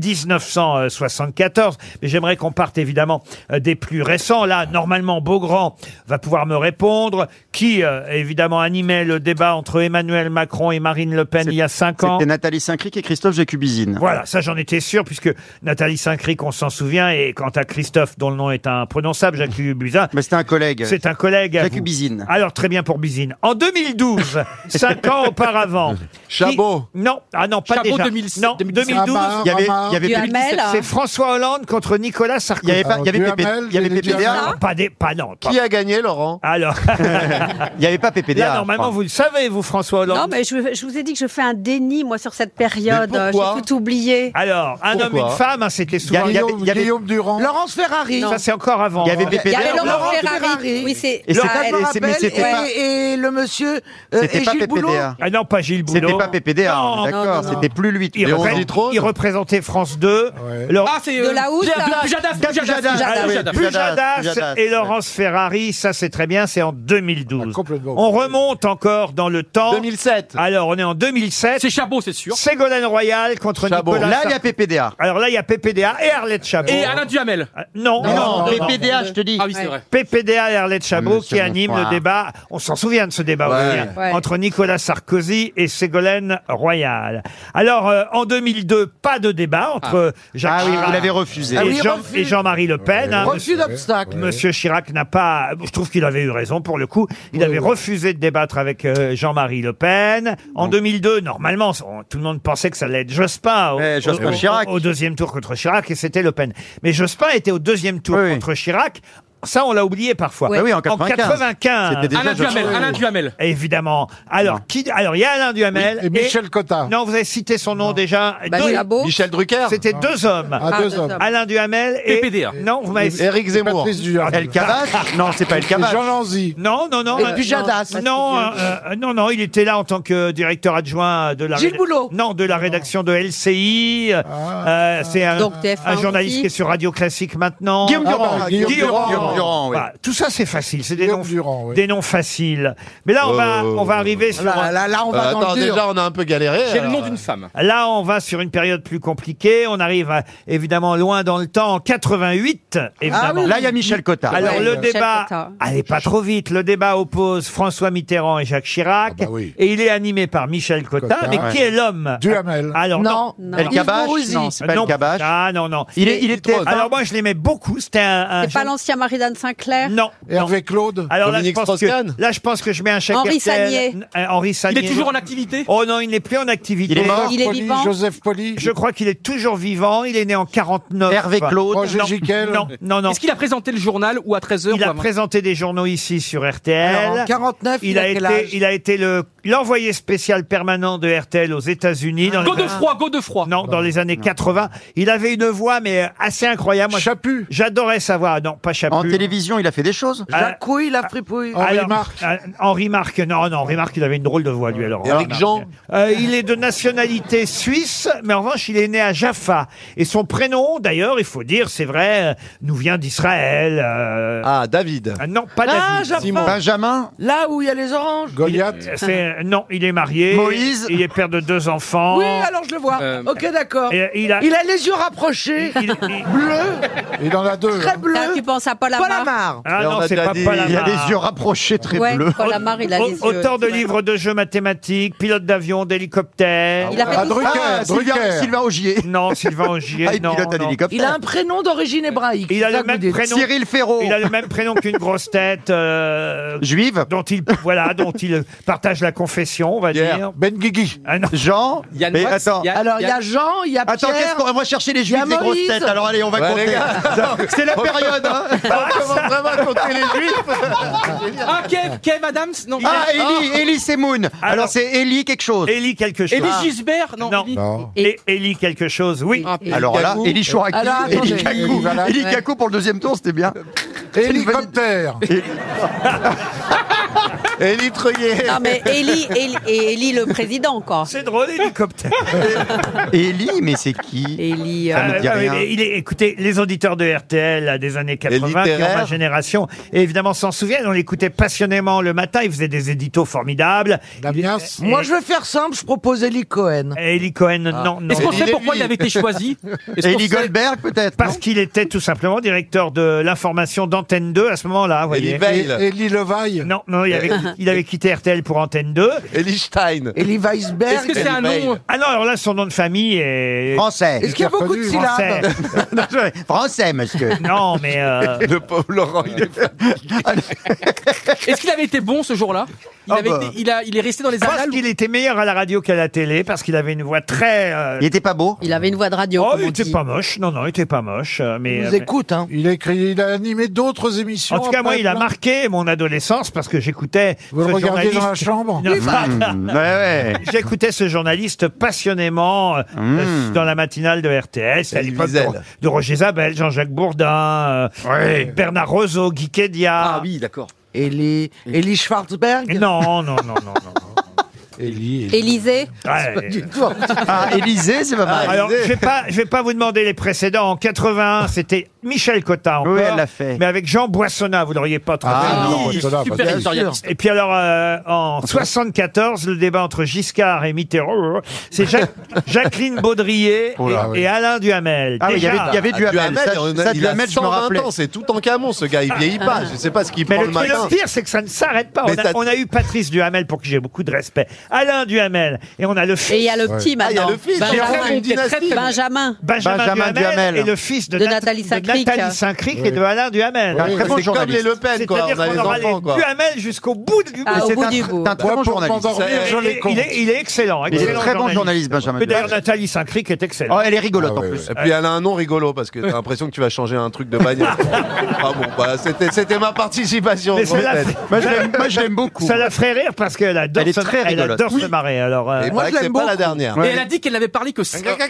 Speaker 2: 1974. Mais j'aimerais qu'on parte évidemment euh, des plus récents. Là, normalement, Beaugrand va pouvoir me répondre, qui euh, évidemment animait le débat entre Emmanuel Macron et Marine Le Pen il y a cinq ans.
Speaker 3: C'était Nathalie Saint-Cric et Christophe Jacubizine.
Speaker 2: Voilà, ça j'en étais sûr, puisque Nathalie Saint-Cric, on s'en souvient, et quant à Christophe, dont le nom est imprononçable, Jacques
Speaker 3: <laughs>
Speaker 2: Buzyn,
Speaker 3: Mais c'était un collègue.
Speaker 2: c'est un collègue. à
Speaker 3: Jacques
Speaker 2: vous.
Speaker 3: Ubizine.
Speaker 2: Alors très bien pour Buzine. En
Speaker 3: <laughs>
Speaker 2: 2012, cinq ans auparavant.
Speaker 8: Chabot.
Speaker 2: qui- Non, ah non, pas
Speaker 5: Chabot
Speaker 2: déjà.
Speaker 5: 2006,
Speaker 2: Non, 2012.
Speaker 6: Rabat,
Speaker 3: Il y avait,
Speaker 6: Rabat.
Speaker 3: il y avait,
Speaker 7: Du
Speaker 3: plus-
Speaker 7: Hamel.
Speaker 2: C'est François Hollande contre Nicolas
Speaker 3: il y
Speaker 2: Sarkozy.
Speaker 3: avait pas, il y avait
Speaker 6: Du
Speaker 3: Pépé-
Speaker 6: Hamel,
Speaker 3: il y avait
Speaker 6: Lady
Speaker 3: PPDA.
Speaker 7: Diana.
Speaker 2: Pas des, pas non. pas- <laughs>
Speaker 8: Qui a gagné, Laurent
Speaker 2: Alors
Speaker 3: Il n'y avait pas PPDA.
Speaker 2: là,
Speaker 3: je
Speaker 2: normalement,
Speaker 3: crois.
Speaker 2: vous le savez, vous François Hollande.
Speaker 7: Non, mais je, je vous ai dit que je fais un déni, moi, sur cette période.
Speaker 8: Mais
Speaker 7: euh,
Speaker 8: pourquoi
Speaker 7: J'ai tout oublié.
Speaker 2: Alors, un
Speaker 8: Pourquoi
Speaker 2: homme, une femme, hein, c'était souvent.
Speaker 3: il y avait-
Speaker 6: Guillaume,
Speaker 3: il y avait-
Speaker 6: Guillaume Durand.
Speaker 4: Laurence Ferrari.
Speaker 2: Ça c'est encore avant.
Speaker 3: Il y avait
Speaker 2: hein.
Speaker 3: BPDA.
Speaker 7: Il y avait
Speaker 4: Laurent
Speaker 7: Laurent
Speaker 4: Ferrari.
Speaker 7: Ferrari. Oui, c'est.
Speaker 3: Et
Speaker 4: Ça,
Speaker 3: c'était
Speaker 7: Ah,
Speaker 3: pas-
Speaker 4: je me
Speaker 3: mais c'est- mais
Speaker 4: rappelle,
Speaker 3: c'était
Speaker 4: et-
Speaker 3: pas-
Speaker 4: et, le monsieur euh,
Speaker 3: C'était
Speaker 4: et
Speaker 3: pas
Speaker 4: Gilles Boulot.
Speaker 3: PPDA.
Speaker 2: Ah non, pas Gilles Boulot.
Speaker 3: C'était pas PPDA,
Speaker 2: Non,
Speaker 3: on est
Speaker 7: non,
Speaker 3: hein, d'accord.
Speaker 7: non.
Speaker 3: C'était plus lui.
Speaker 2: Il,
Speaker 3: Léon
Speaker 2: représente-
Speaker 3: Zitrone.
Speaker 2: il représentait France 2.
Speaker 6: Ouais.
Speaker 2: Laurent-
Speaker 5: Ah, c'est.
Speaker 7: De la housse, là.
Speaker 5: Pujadas, Pujadas,
Speaker 7: Pujadas.
Speaker 5: Pujadas,
Speaker 7: Ah oui,
Speaker 3: Pujadas,
Speaker 5: Pujadas.
Speaker 2: Pujadas
Speaker 3: Pujadas,
Speaker 2: et
Speaker 3: ouais.
Speaker 2: Laurence Ferrari, ça c'est très bien, c'est en 2012.
Speaker 6: Ah, complètement.
Speaker 2: On remonte encore dans le temps.
Speaker 8: 2007.
Speaker 2: Alors, on est en 2007.
Speaker 5: C'est Chabot, c'est sûr.
Speaker 2: Ségolène Royal contre
Speaker 8: Chabot.
Speaker 2: Nicolas.
Speaker 3: Là, il y a
Speaker 2: Sarkozy.
Speaker 3: PPDA.
Speaker 2: Alors là, il y a PPDA et Arlette Chabot.
Speaker 5: Et Alain Duhamel.
Speaker 2: Ah, Non, non, non, non.
Speaker 3: PPDA, je te dis.
Speaker 5: Ah oui, c'est vrai.
Speaker 2: PPDA et Arlette Chabot
Speaker 3: Monsieur
Speaker 2: qui animent
Speaker 3: Bonsoir.
Speaker 2: le débat. On s'en souvient de ce débat aussi, hein,
Speaker 7: Ouais.
Speaker 2: entre Nicolas Sarkozy et Ségolène Royal. Alors, euh, en 2002, pas de débat entre Jacques
Speaker 3: Ah oui,
Speaker 2: Chirac
Speaker 3: vous l'avez refusé.
Speaker 2: et,
Speaker 4: oui,
Speaker 2: Jean-
Speaker 4: refus.
Speaker 2: et Jean-Marie Le Pen. hein,
Speaker 4: Refus d'obstacle.
Speaker 2: Monsieur Chirac n'a pas. Je trouve qu'il avait eu raison pour le coup. Il avait refusé de débattre avec euh, Jean-Marie Le Pen. En 2002, normalement, on- tout le monde pensait que ça allait être Jospin au,
Speaker 3: Eh, Jospin
Speaker 2: au- au-
Speaker 3: Chirac.
Speaker 2: au deuxième tour contre Chirac et c'était Le Pen. Mais Jospin était au deuxième tour
Speaker 3: Oui.
Speaker 2: contre Chirac. Ça, on l'a oublié parfois.
Speaker 3: Bah oui, en 95.
Speaker 2: 95.
Speaker 3: C'était déjà
Speaker 5: Alain
Speaker 3: Jospin.
Speaker 5: Duhamel, Alain Duhamel.
Speaker 2: Évidemment. Alors, qui, alors, il y a Alain Duhamel.
Speaker 6: Et Michel Cotta.
Speaker 2: Non, vous avez cité son nom déjà.
Speaker 7: Bah,
Speaker 2: Deux-
Speaker 7: Chabot.
Speaker 8: Michel Drucker
Speaker 2: C'était deux hommes.
Speaker 6: À
Speaker 7: Ah,
Speaker 6: deux
Speaker 7: deux
Speaker 6: hommes.
Speaker 7: hommes.
Speaker 2: Alain Duhamel et. Ah,
Speaker 5: PPDA.
Speaker 2: Non, vous m'avez.
Speaker 8: Éric Zemmour.
Speaker 6: Patrice Duhamel.
Speaker 2: <laughs>
Speaker 3: El Kabach Non, c'est pas El
Speaker 6: Et
Speaker 3: Kabach.
Speaker 6: Jean Lanzy.
Speaker 2: Non, non, non.
Speaker 4: Et
Speaker 2: euh,
Speaker 4: Pujadas.
Speaker 2: Non, euh, euh, non, non, il était là en tant que directeur adjoint de la
Speaker 4: Gilles
Speaker 2: réda-
Speaker 4: Boulot.
Speaker 2: Non, de la rédaction de LCI. euh,
Speaker 3: Ah.
Speaker 2: euh, c'est un,
Speaker 7: Donc TF1
Speaker 2: un journaliste
Speaker 7: aussi.
Speaker 2: qui est sur Radio Classique maintenant.
Speaker 3: Guillaume
Speaker 6: Ah
Speaker 3: Durand.
Speaker 6: bah, Guillaume Durand.
Speaker 3: Guillaume Durand, oui.
Speaker 2: Voilà, tout ça c'est facile, c'est des
Speaker 6: Guillaume
Speaker 2: noms,
Speaker 6: Durand, oui.
Speaker 2: des noms faciles. Mais là on va, on va arriver sur.
Speaker 4: Là, là, là, on va
Speaker 8: Euh,
Speaker 4: dans
Speaker 8: Attends,
Speaker 4: le dur.
Speaker 8: déjà, on a un peu galéré. euh,
Speaker 5: J'ai le nom
Speaker 8: alors.
Speaker 5: d'une femme.
Speaker 2: Là, on va sur une période plus compliquée. On arrive à- évidemment loin dans le temps, en 88, évidemment.
Speaker 4: Ah oui.
Speaker 3: Là, il y a Michel Cotta.
Speaker 2: Alors
Speaker 7: Ouais,
Speaker 2: le
Speaker 7: Michel
Speaker 2: débat,
Speaker 7: Cotta.
Speaker 2: allez pas trop vite, le débat oppose François Mitterrand et Jacques Chirac,
Speaker 6: Ah bah oui.
Speaker 2: et il est animé par Michel Cotta,
Speaker 6: Cotta,
Speaker 2: mais
Speaker 3: ouais.
Speaker 2: qui est l'homme
Speaker 6: Duhamel.
Speaker 2: Alors
Speaker 4: Non,
Speaker 7: non.
Speaker 3: El Kabach Non, c'est pas
Speaker 2: non,
Speaker 3: El Kabach.
Speaker 2: ah non non.
Speaker 3: Il, est, il était.
Speaker 2: Alors moi je l'aimais beaucoup, c'était un, un
Speaker 7: C'est pas
Speaker 2: jeune-
Speaker 7: l'ancien Marie-Danne Sinclair
Speaker 2: non. non.
Speaker 6: Hervé Claude.
Speaker 2: Alors là je,
Speaker 8: Dominique
Speaker 2: pense que,
Speaker 8: Strauss-Kahn
Speaker 2: là, je pense que je mets un chèque. RTL.
Speaker 7: Henri Sagnier.
Speaker 2: N- euh, Henri
Speaker 5: Il
Speaker 2: Sagnier.
Speaker 5: est toujours en activité
Speaker 2: Oh non, il n'est plus en activité.
Speaker 3: Il est mort.
Speaker 7: Il est
Speaker 6: Poli,
Speaker 7: vivant.
Speaker 6: Joseph Poli.
Speaker 2: Je crois qu'il est toujours vivant. Il est né en 49.
Speaker 3: Hervé Claude.
Speaker 6: Roger
Speaker 2: Non,
Speaker 6: Giquel.
Speaker 2: non, non, non.
Speaker 5: Est-ce qu'il a présenté le journal ou à 13h
Speaker 2: Il a présenté des journaux ici sur RTL.
Speaker 4: Alors, en 49,
Speaker 2: il, a
Speaker 4: quel
Speaker 2: été,
Speaker 4: âge
Speaker 2: il a été le l'envoyé spécial permanent de RTL aux États-Unis dans, les-
Speaker 5: Godefroy, Godefroy.
Speaker 2: non, dans les années 80. Il avait une voix mais euh, assez incroyable. Moi,
Speaker 6: Chaput.
Speaker 2: j'adorais sa voix. Non, pas Chaput.
Speaker 3: En télévision, il a fait des choses.
Speaker 2: Ah,
Speaker 4: Jacouille, la fripouille.
Speaker 6: Henri
Speaker 2: alors,
Speaker 6: Marc.
Speaker 2: euh, Henri Marc, non, non, Henri Marc, il avait une drôle de voix, lui, alors.
Speaker 8: Éric
Speaker 2: Henri
Speaker 8: Jean.
Speaker 2: Marc. Euh, il est de nationalité suisse, mais en revanche, il est né à Jaffa. Et son prénom, d'ailleurs, il faut dire, c'est vrai, euh, nous vient d'Israël. euh,
Speaker 8: Ah, David.
Speaker 2: ah, Non, pas
Speaker 4: Ah,
Speaker 2: David.
Speaker 4: Jaffa.
Speaker 3: Benjamin.
Speaker 4: Là où il y a les oranges.
Speaker 6: Goliath.
Speaker 2: C'est- non, il est marié.
Speaker 3: Moïse.
Speaker 2: Il est père de deux enfants.
Speaker 4: Oui, alors je le vois.
Speaker 5: Euh,
Speaker 4: ok, d'accord.
Speaker 2: Oh. Et il a.
Speaker 4: Il a les yeux rapprochés,
Speaker 2: il- il-
Speaker 4: bleus,
Speaker 6: Il en a deux.
Speaker 4: très
Speaker 6: hein.
Speaker 7: Là,
Speaker 4: bleus.
Speaker 7: tu penses à Paul
Speaker 4: Pas la
Speaker 7: Amar.
Speaker 4: mare.
Speaker 2: ah
Speaker 8: Là, on
Speaker 2: non,
Speaker 8: a
Speaker 2: c'est
Speaker 8: déjà
Speaker 2: pas
Speaker 8: dit,
Speaker 2: Palamar.
Speaker 3: Il a les yeux rapprochés très
Speaker 7: Ouais,
Speaker 3: bleus.
Speaker 7: Paul Amar, il a
Speaker 2: Au-
Speaker 7: les yeux.
Speaker 2: Auteur de livres de jeux mathématiques, pilote d'avion, d'hélicoptère.
Speaker 7: Il a fait
Speaker 6: Ah,
Speaker 7: tout ça.
Speaker 6: Drucker.
Speaker 3: Ah, Sylvain,
Speaker 6: Drucker.
Speaker 3: Sylvain Augier.
Speaker 2: Non, Sylvain Augier.
Speaker 3: <laughs> Ah, il
Speaker 2: non,
Speaker 3: pilote
Speaker 2: non.
Speaker 3: un
Speaker 4: Il a
Speaker 3: hélicoptère.
Speaker 4: un prénom d'origine hébraïque.
Speaker 2: Il a
Speaker 4: Ça,
Speaker 2: le
Speaker 4: vous
Speaker 2: même
Speaker 4: dites.
Speaker 2: prénom.
Speaker 3: Cyril Ferraud.
Speaker 2: Il a le même prénom qu'une grosse tête. euh,
Speaker 3: Juive.
Speaker 2: dont il voilà dont il partage la confession, on va dire. Ah,
Speaker 6: Ben Guigui.
Speaker 3: Jean.
Speaker 2: Yann
Speaker 3: Et
Speaker 2: Moix,
Speaker 3: attends.
Speaker 2: il y a- Alors, il y a
Speaker 4: Jean, il y a
Speaker 3: Attends,
Speaker 4: Pierre,
Speaker 3: qu'est-ce qu'on on va chercher les
Speaker 4: il y a
Speaker 3: juifs des grosses
Speaker 4: Moïse.
Speaker 3: têtes. Alors allez, on va
Speaker 4: Ouais, les
Speaker 3: compter. <laughs>
Speaker 4: gars.
Speaker 3: C'est la période.
Speaker 8: <laughs>
Speaker 3: hein.
Speaker 2: Ah,
Speaker 8: commence vraiment à compter les juifs.
Speaker 5: Ah, Kev, Kev Adams Non.
Speaker 3: Ah, Ellie, Ellie Semoun. Alors c'est Ellie quelque chose.
Speaker 2: Ellie quelque chose.
Speaker 5: Élie Gisbert Non. Élie-
Speaker 2: Et Ellie quelque chose, oui.
Speaker 3: Alors Ah, là, Ellie Chouraki,
Speaker 2: Alors, attendez.
Speaker 3: Ellie Kakou.
Speaker 2: Élie Valade.
Speaker 3: Ellie
Speaker 2: Ouais.
Speaker 3: Kakou pour le deuxième tour, c'était bien.
Speaker 6: Hélicoptère.
Speaker 8: Élie Treuillet.
Speaker 7: Non, mais Élie, Élie, et Élie le président, quoi.
Speaker 2: C'est drôle, hélicoptère.
Speaker 3: Ellie, mais c'est qui
Speaker 7: Ellie.
Speaker 3: Ça me dit
Speaker 2: Ah, oui,
Speaker 3: rien.
Speaker 2: mais il est, écoutez, les auditeurs de RTL là, des années 80, qui ont ma
Speaker 3: littéraires.
Speaker 2: génération, évidemment s'en souviennent, on l'écoutait passionnément le matin, il faisait des éditos formidables.
Speaker 4: Moi, je vais faire simple, je propose Eli Cohen.
Speaker 2: Eli Cohen, non, non.
Speaker 5: Est-ce qu'on sait pourquoi il avait
Speaker 2: <laughs>
Speaker 5: été choisi Est-ce qu'on sait-
Speaker 3: Ah. Goldberg, peut-être
Speaker 2: Parce qu'il était tout simplement directeur de l'information d'Antenne 2 à ce moment-là. vous voyez.
Speaker 6: Et- Élie Levaille.
Speaker 2: Non, non,
Speaker 3: <laughs>
Speaker 2: il avait, il avait quitté RTL pour Antenne 2.
Speaker 8: Élie Stein.
Speaker 4: Eli Weisberg.
Speaker 5: Est-ce que c'est un nom
Speaker 2: Ah non, alors là, son nom de famille est...
Speaker 3: Français.
Speaker 4: Est-ce qu'il y a beaucoup de syllabes
Speaker 2: <laughs>
Speaker 3: Français. Français, monsieur.
Speaker 2: Non, mais...
Speaker 3: <laughs>
Speaker 8: <laughs>
Speaker 2: euh,
Speaker 8: Le pauvre Laurent, il est
Speaker 5: Est-ce qu'il avait été bon ce jour-là il,
Speaker 3: Ah
Speaker 5: avait
Speaker 3: bah.
Speaker 5: été- il, a, il est resté dans les
Speaker 2: Je pense
Speaker 5: annales
Speaker 2: qu'il était meilleur à la radio qu'à la télé parce qu'il avait une voix très. euh,
Speaker 3: Il était pas beau
Speaker 7: Il avait une voix de radio.
Speaker 2: Oh,
Speaker 7: comme
Speaker 2: il
Speaker 7: on
Speaker 2: était
Speaker 7: dit.
Speaker 2: pas moche. Non, non, il était pas moche. euh, Mais,
Speaker 4: Il
Speaker 2: euh,
Speaker 4: nous écoute, hein.
Speaker 6: Il a écrit, il a animé d'autres émissions.
Speaker 2: en tout cas,
Speaker 6: après,
Speaker 2: moi, il a
Speaker 6: plein.
Speaker 2: marqué mon adolescence parce que j'écoutais
Speaker 6: Vous
Speaker 2: ce
Speaker 6: le regardiez
Speaker 2: journaliste.
Speaker 6: dans la chambre
Speaker 2: Non, enfin,
Speaker 3: Mm, ouais, ouais.
Speaker 2: J'écoutais ce journaliste passionnément euh, euh, dans la matinale de RTL. C'est à
Speaker 8: Elie
Speaker 2: l'époque de,
Speaker 8: Wiesel.
Speaker 2: de Roger Isabelle, Jean-Jacques Bourdin, euh, Bernard Roseau, Guy Kedia.
Speaker 5: Ah oui, d'accord.
Speaker 4: Eli, Eli Schwarzberg.
Speaker 2: Non, non, non, non, non. non.
Speaker 6: Élie.
Speaker 7: Élisée.
Speaker 2: Ouais.
Speaker 3: Ah, Élysée, c'est pas mal.
Speaker 2: Alors, je vais pas, je vais pas vous demander les précédents. En 81, c'était Michel Cotta encore.
Speaker 3: Oui, elle l'a fait.
Speaker 2: Mais avec Jean Boissonnat, vous l'auriez pas trouvé.
Speaker 3: Ah,
Speaker 6: non,
Speaker 5: oui,
Speaker 6: voilà, bah,
Speaker 5: super
Speaker 6: bien
Speaker 5: éditorialiste.
Speaker 2: Et puis alors, euh, en
Speaker 3: <laughs>
Speaker 2: 74, le débat entre Giscard et Mitterrand, c'est Jacques- Jacqueline Baudrier
Speaker 3: Oh là,
Speaker 2: et,
Speaker 3: oui.
Speaker 2: et Alain Duhamel.
Speaker 3: Ah oui, il y
Speaker 2: Déjà.
Speaker 3: avait, il y avait du Hamel.
Speaker 8: Duhamel, il en
Speaker 3: Ça,
Speaker 8: a-
Speaker 3: ça,
Speaker 8: il a
Speaker 3: Duhamel, je me
Speaker 8: 120
Speaker 3: rappelais.
Speaker 8: ans, c'est tout en camon ce gars, il vieillit pas. Je sais pas ce qu'il
Speaker 2: Mais
Speaker 8: prend
Speaker 2: le,
Speaker 8: le matin.
Speaker 2: le pire, c'est que ça ne s'arrête pas. On
Speaker 8: Mais
Speaker 2: a,
Speaker 8: ça-
Speaker 2: on a eu Patrice Duhamel, pour qui j'ai beaucoup de respect. Alain Duhamel. Et on a le
Speaker 7: Et il
Speaker 2: fils
Speaker 7: y a le petit
Speaker 8: Ah, il y a
Speaker 7: maintenant.
Speaker 8: le fils, il y a
Speaker 7: Benjamin.
Speaker 8: vraiment une dynastie.
Speaker 7: Benjamin.
Speaker 2: Benjamin,
Speaker 3: Benjamin
Speaker 2: Duhamel,
Speaker 3: Duhamel.
Speaker 2: et le fils de,
Speaker 7: De
Speaker 2: Nat-
Speaker 7: Nathalie
Speaker 2: de
Speaker 7: Saint-Cric.
Speaker 2: Nathalie Saint-Cric et de Alain Duhamel.
Speaker 3: Un très bon
Speaker 8: C'est comme les
Speaker 3: journaliste.
Speaker 8: Le Pen, quoi.
Speaker 2: C'est-à-dire
Speaker 8: On a les
Speaker 2: qu'on aura
Speaker 8: enfants,
Speaker 2: les
Speaker 8: quoi.
Speaker 2: Duhamel jusqu'au bout du
Speaker 7: Ah,
Speaker 3: Mais
Speaker 7: au
Speaker 3: c'est
Speaker 7: bout
Speaker 3: un-
Speaker 7: du
Speaker 3: C'est
Speaker 7: bout.
Speaker 3: un très bon
Speaker 6: Moi, pour
Speaker 3: journaliste.
Speaker 6: m'endormir,
Speaker 2: Et-
Speaker 6: je
Speaker 2: et-
Speaker 6: les compte.
Speaker 2: il, est, il est excellent.
Speaker 3: Il est
Speaker 2: excellent
Speaker 3: très bon journaliste, Benjamin
Speaker 2: Mais d'ailleurs,
Speaker 3: Duhamel.
Speaker 2: Nathalie Saint-Cric est excellente.
Speaker 3: Oh, elle est rigolote
Speaker 6: Ah,
Speaker 3: en
Speaker 6: ouais,
Speaker 3: plus.
Speaker 8: Et puis elle a un nom rigolo parce que t'as l'impression que tu vas changer un truc de
Speaker 3: <laughs>
Speaker 8: bagnole. ah bon, bah c'était, c'était ma participation.
Speaker 2: Mais
Speaker 8: grosse
Speaker 2: celle-là,
Speaker 8: tête.
Speaker 3: <laughs> Moi, je l'aime- moi, je l'aime beaucoup.
Speaker 2: Ça la ferait rire parce qu'elle adore,
Speaker 3: Elle est
Speaker 2: se,
Speaker 3: très
Speaker 2: elle
Speaker 3: rigolote.
Speaker 2: adore se marrer. Alors, euh,
Speaker 8: Et
Speaker 4: Moi,
Speaker 3: bah,
Speaker 8: paraît
Speaker 4: je
Speaker 8: que c'est
Speaker 4: l'aime
Speaker 8: pas la
Speaker 4: beaucoup.
Speaker 8: dernière.
Speaker 5: Et elle a dit qu'elle n'avait parlé que,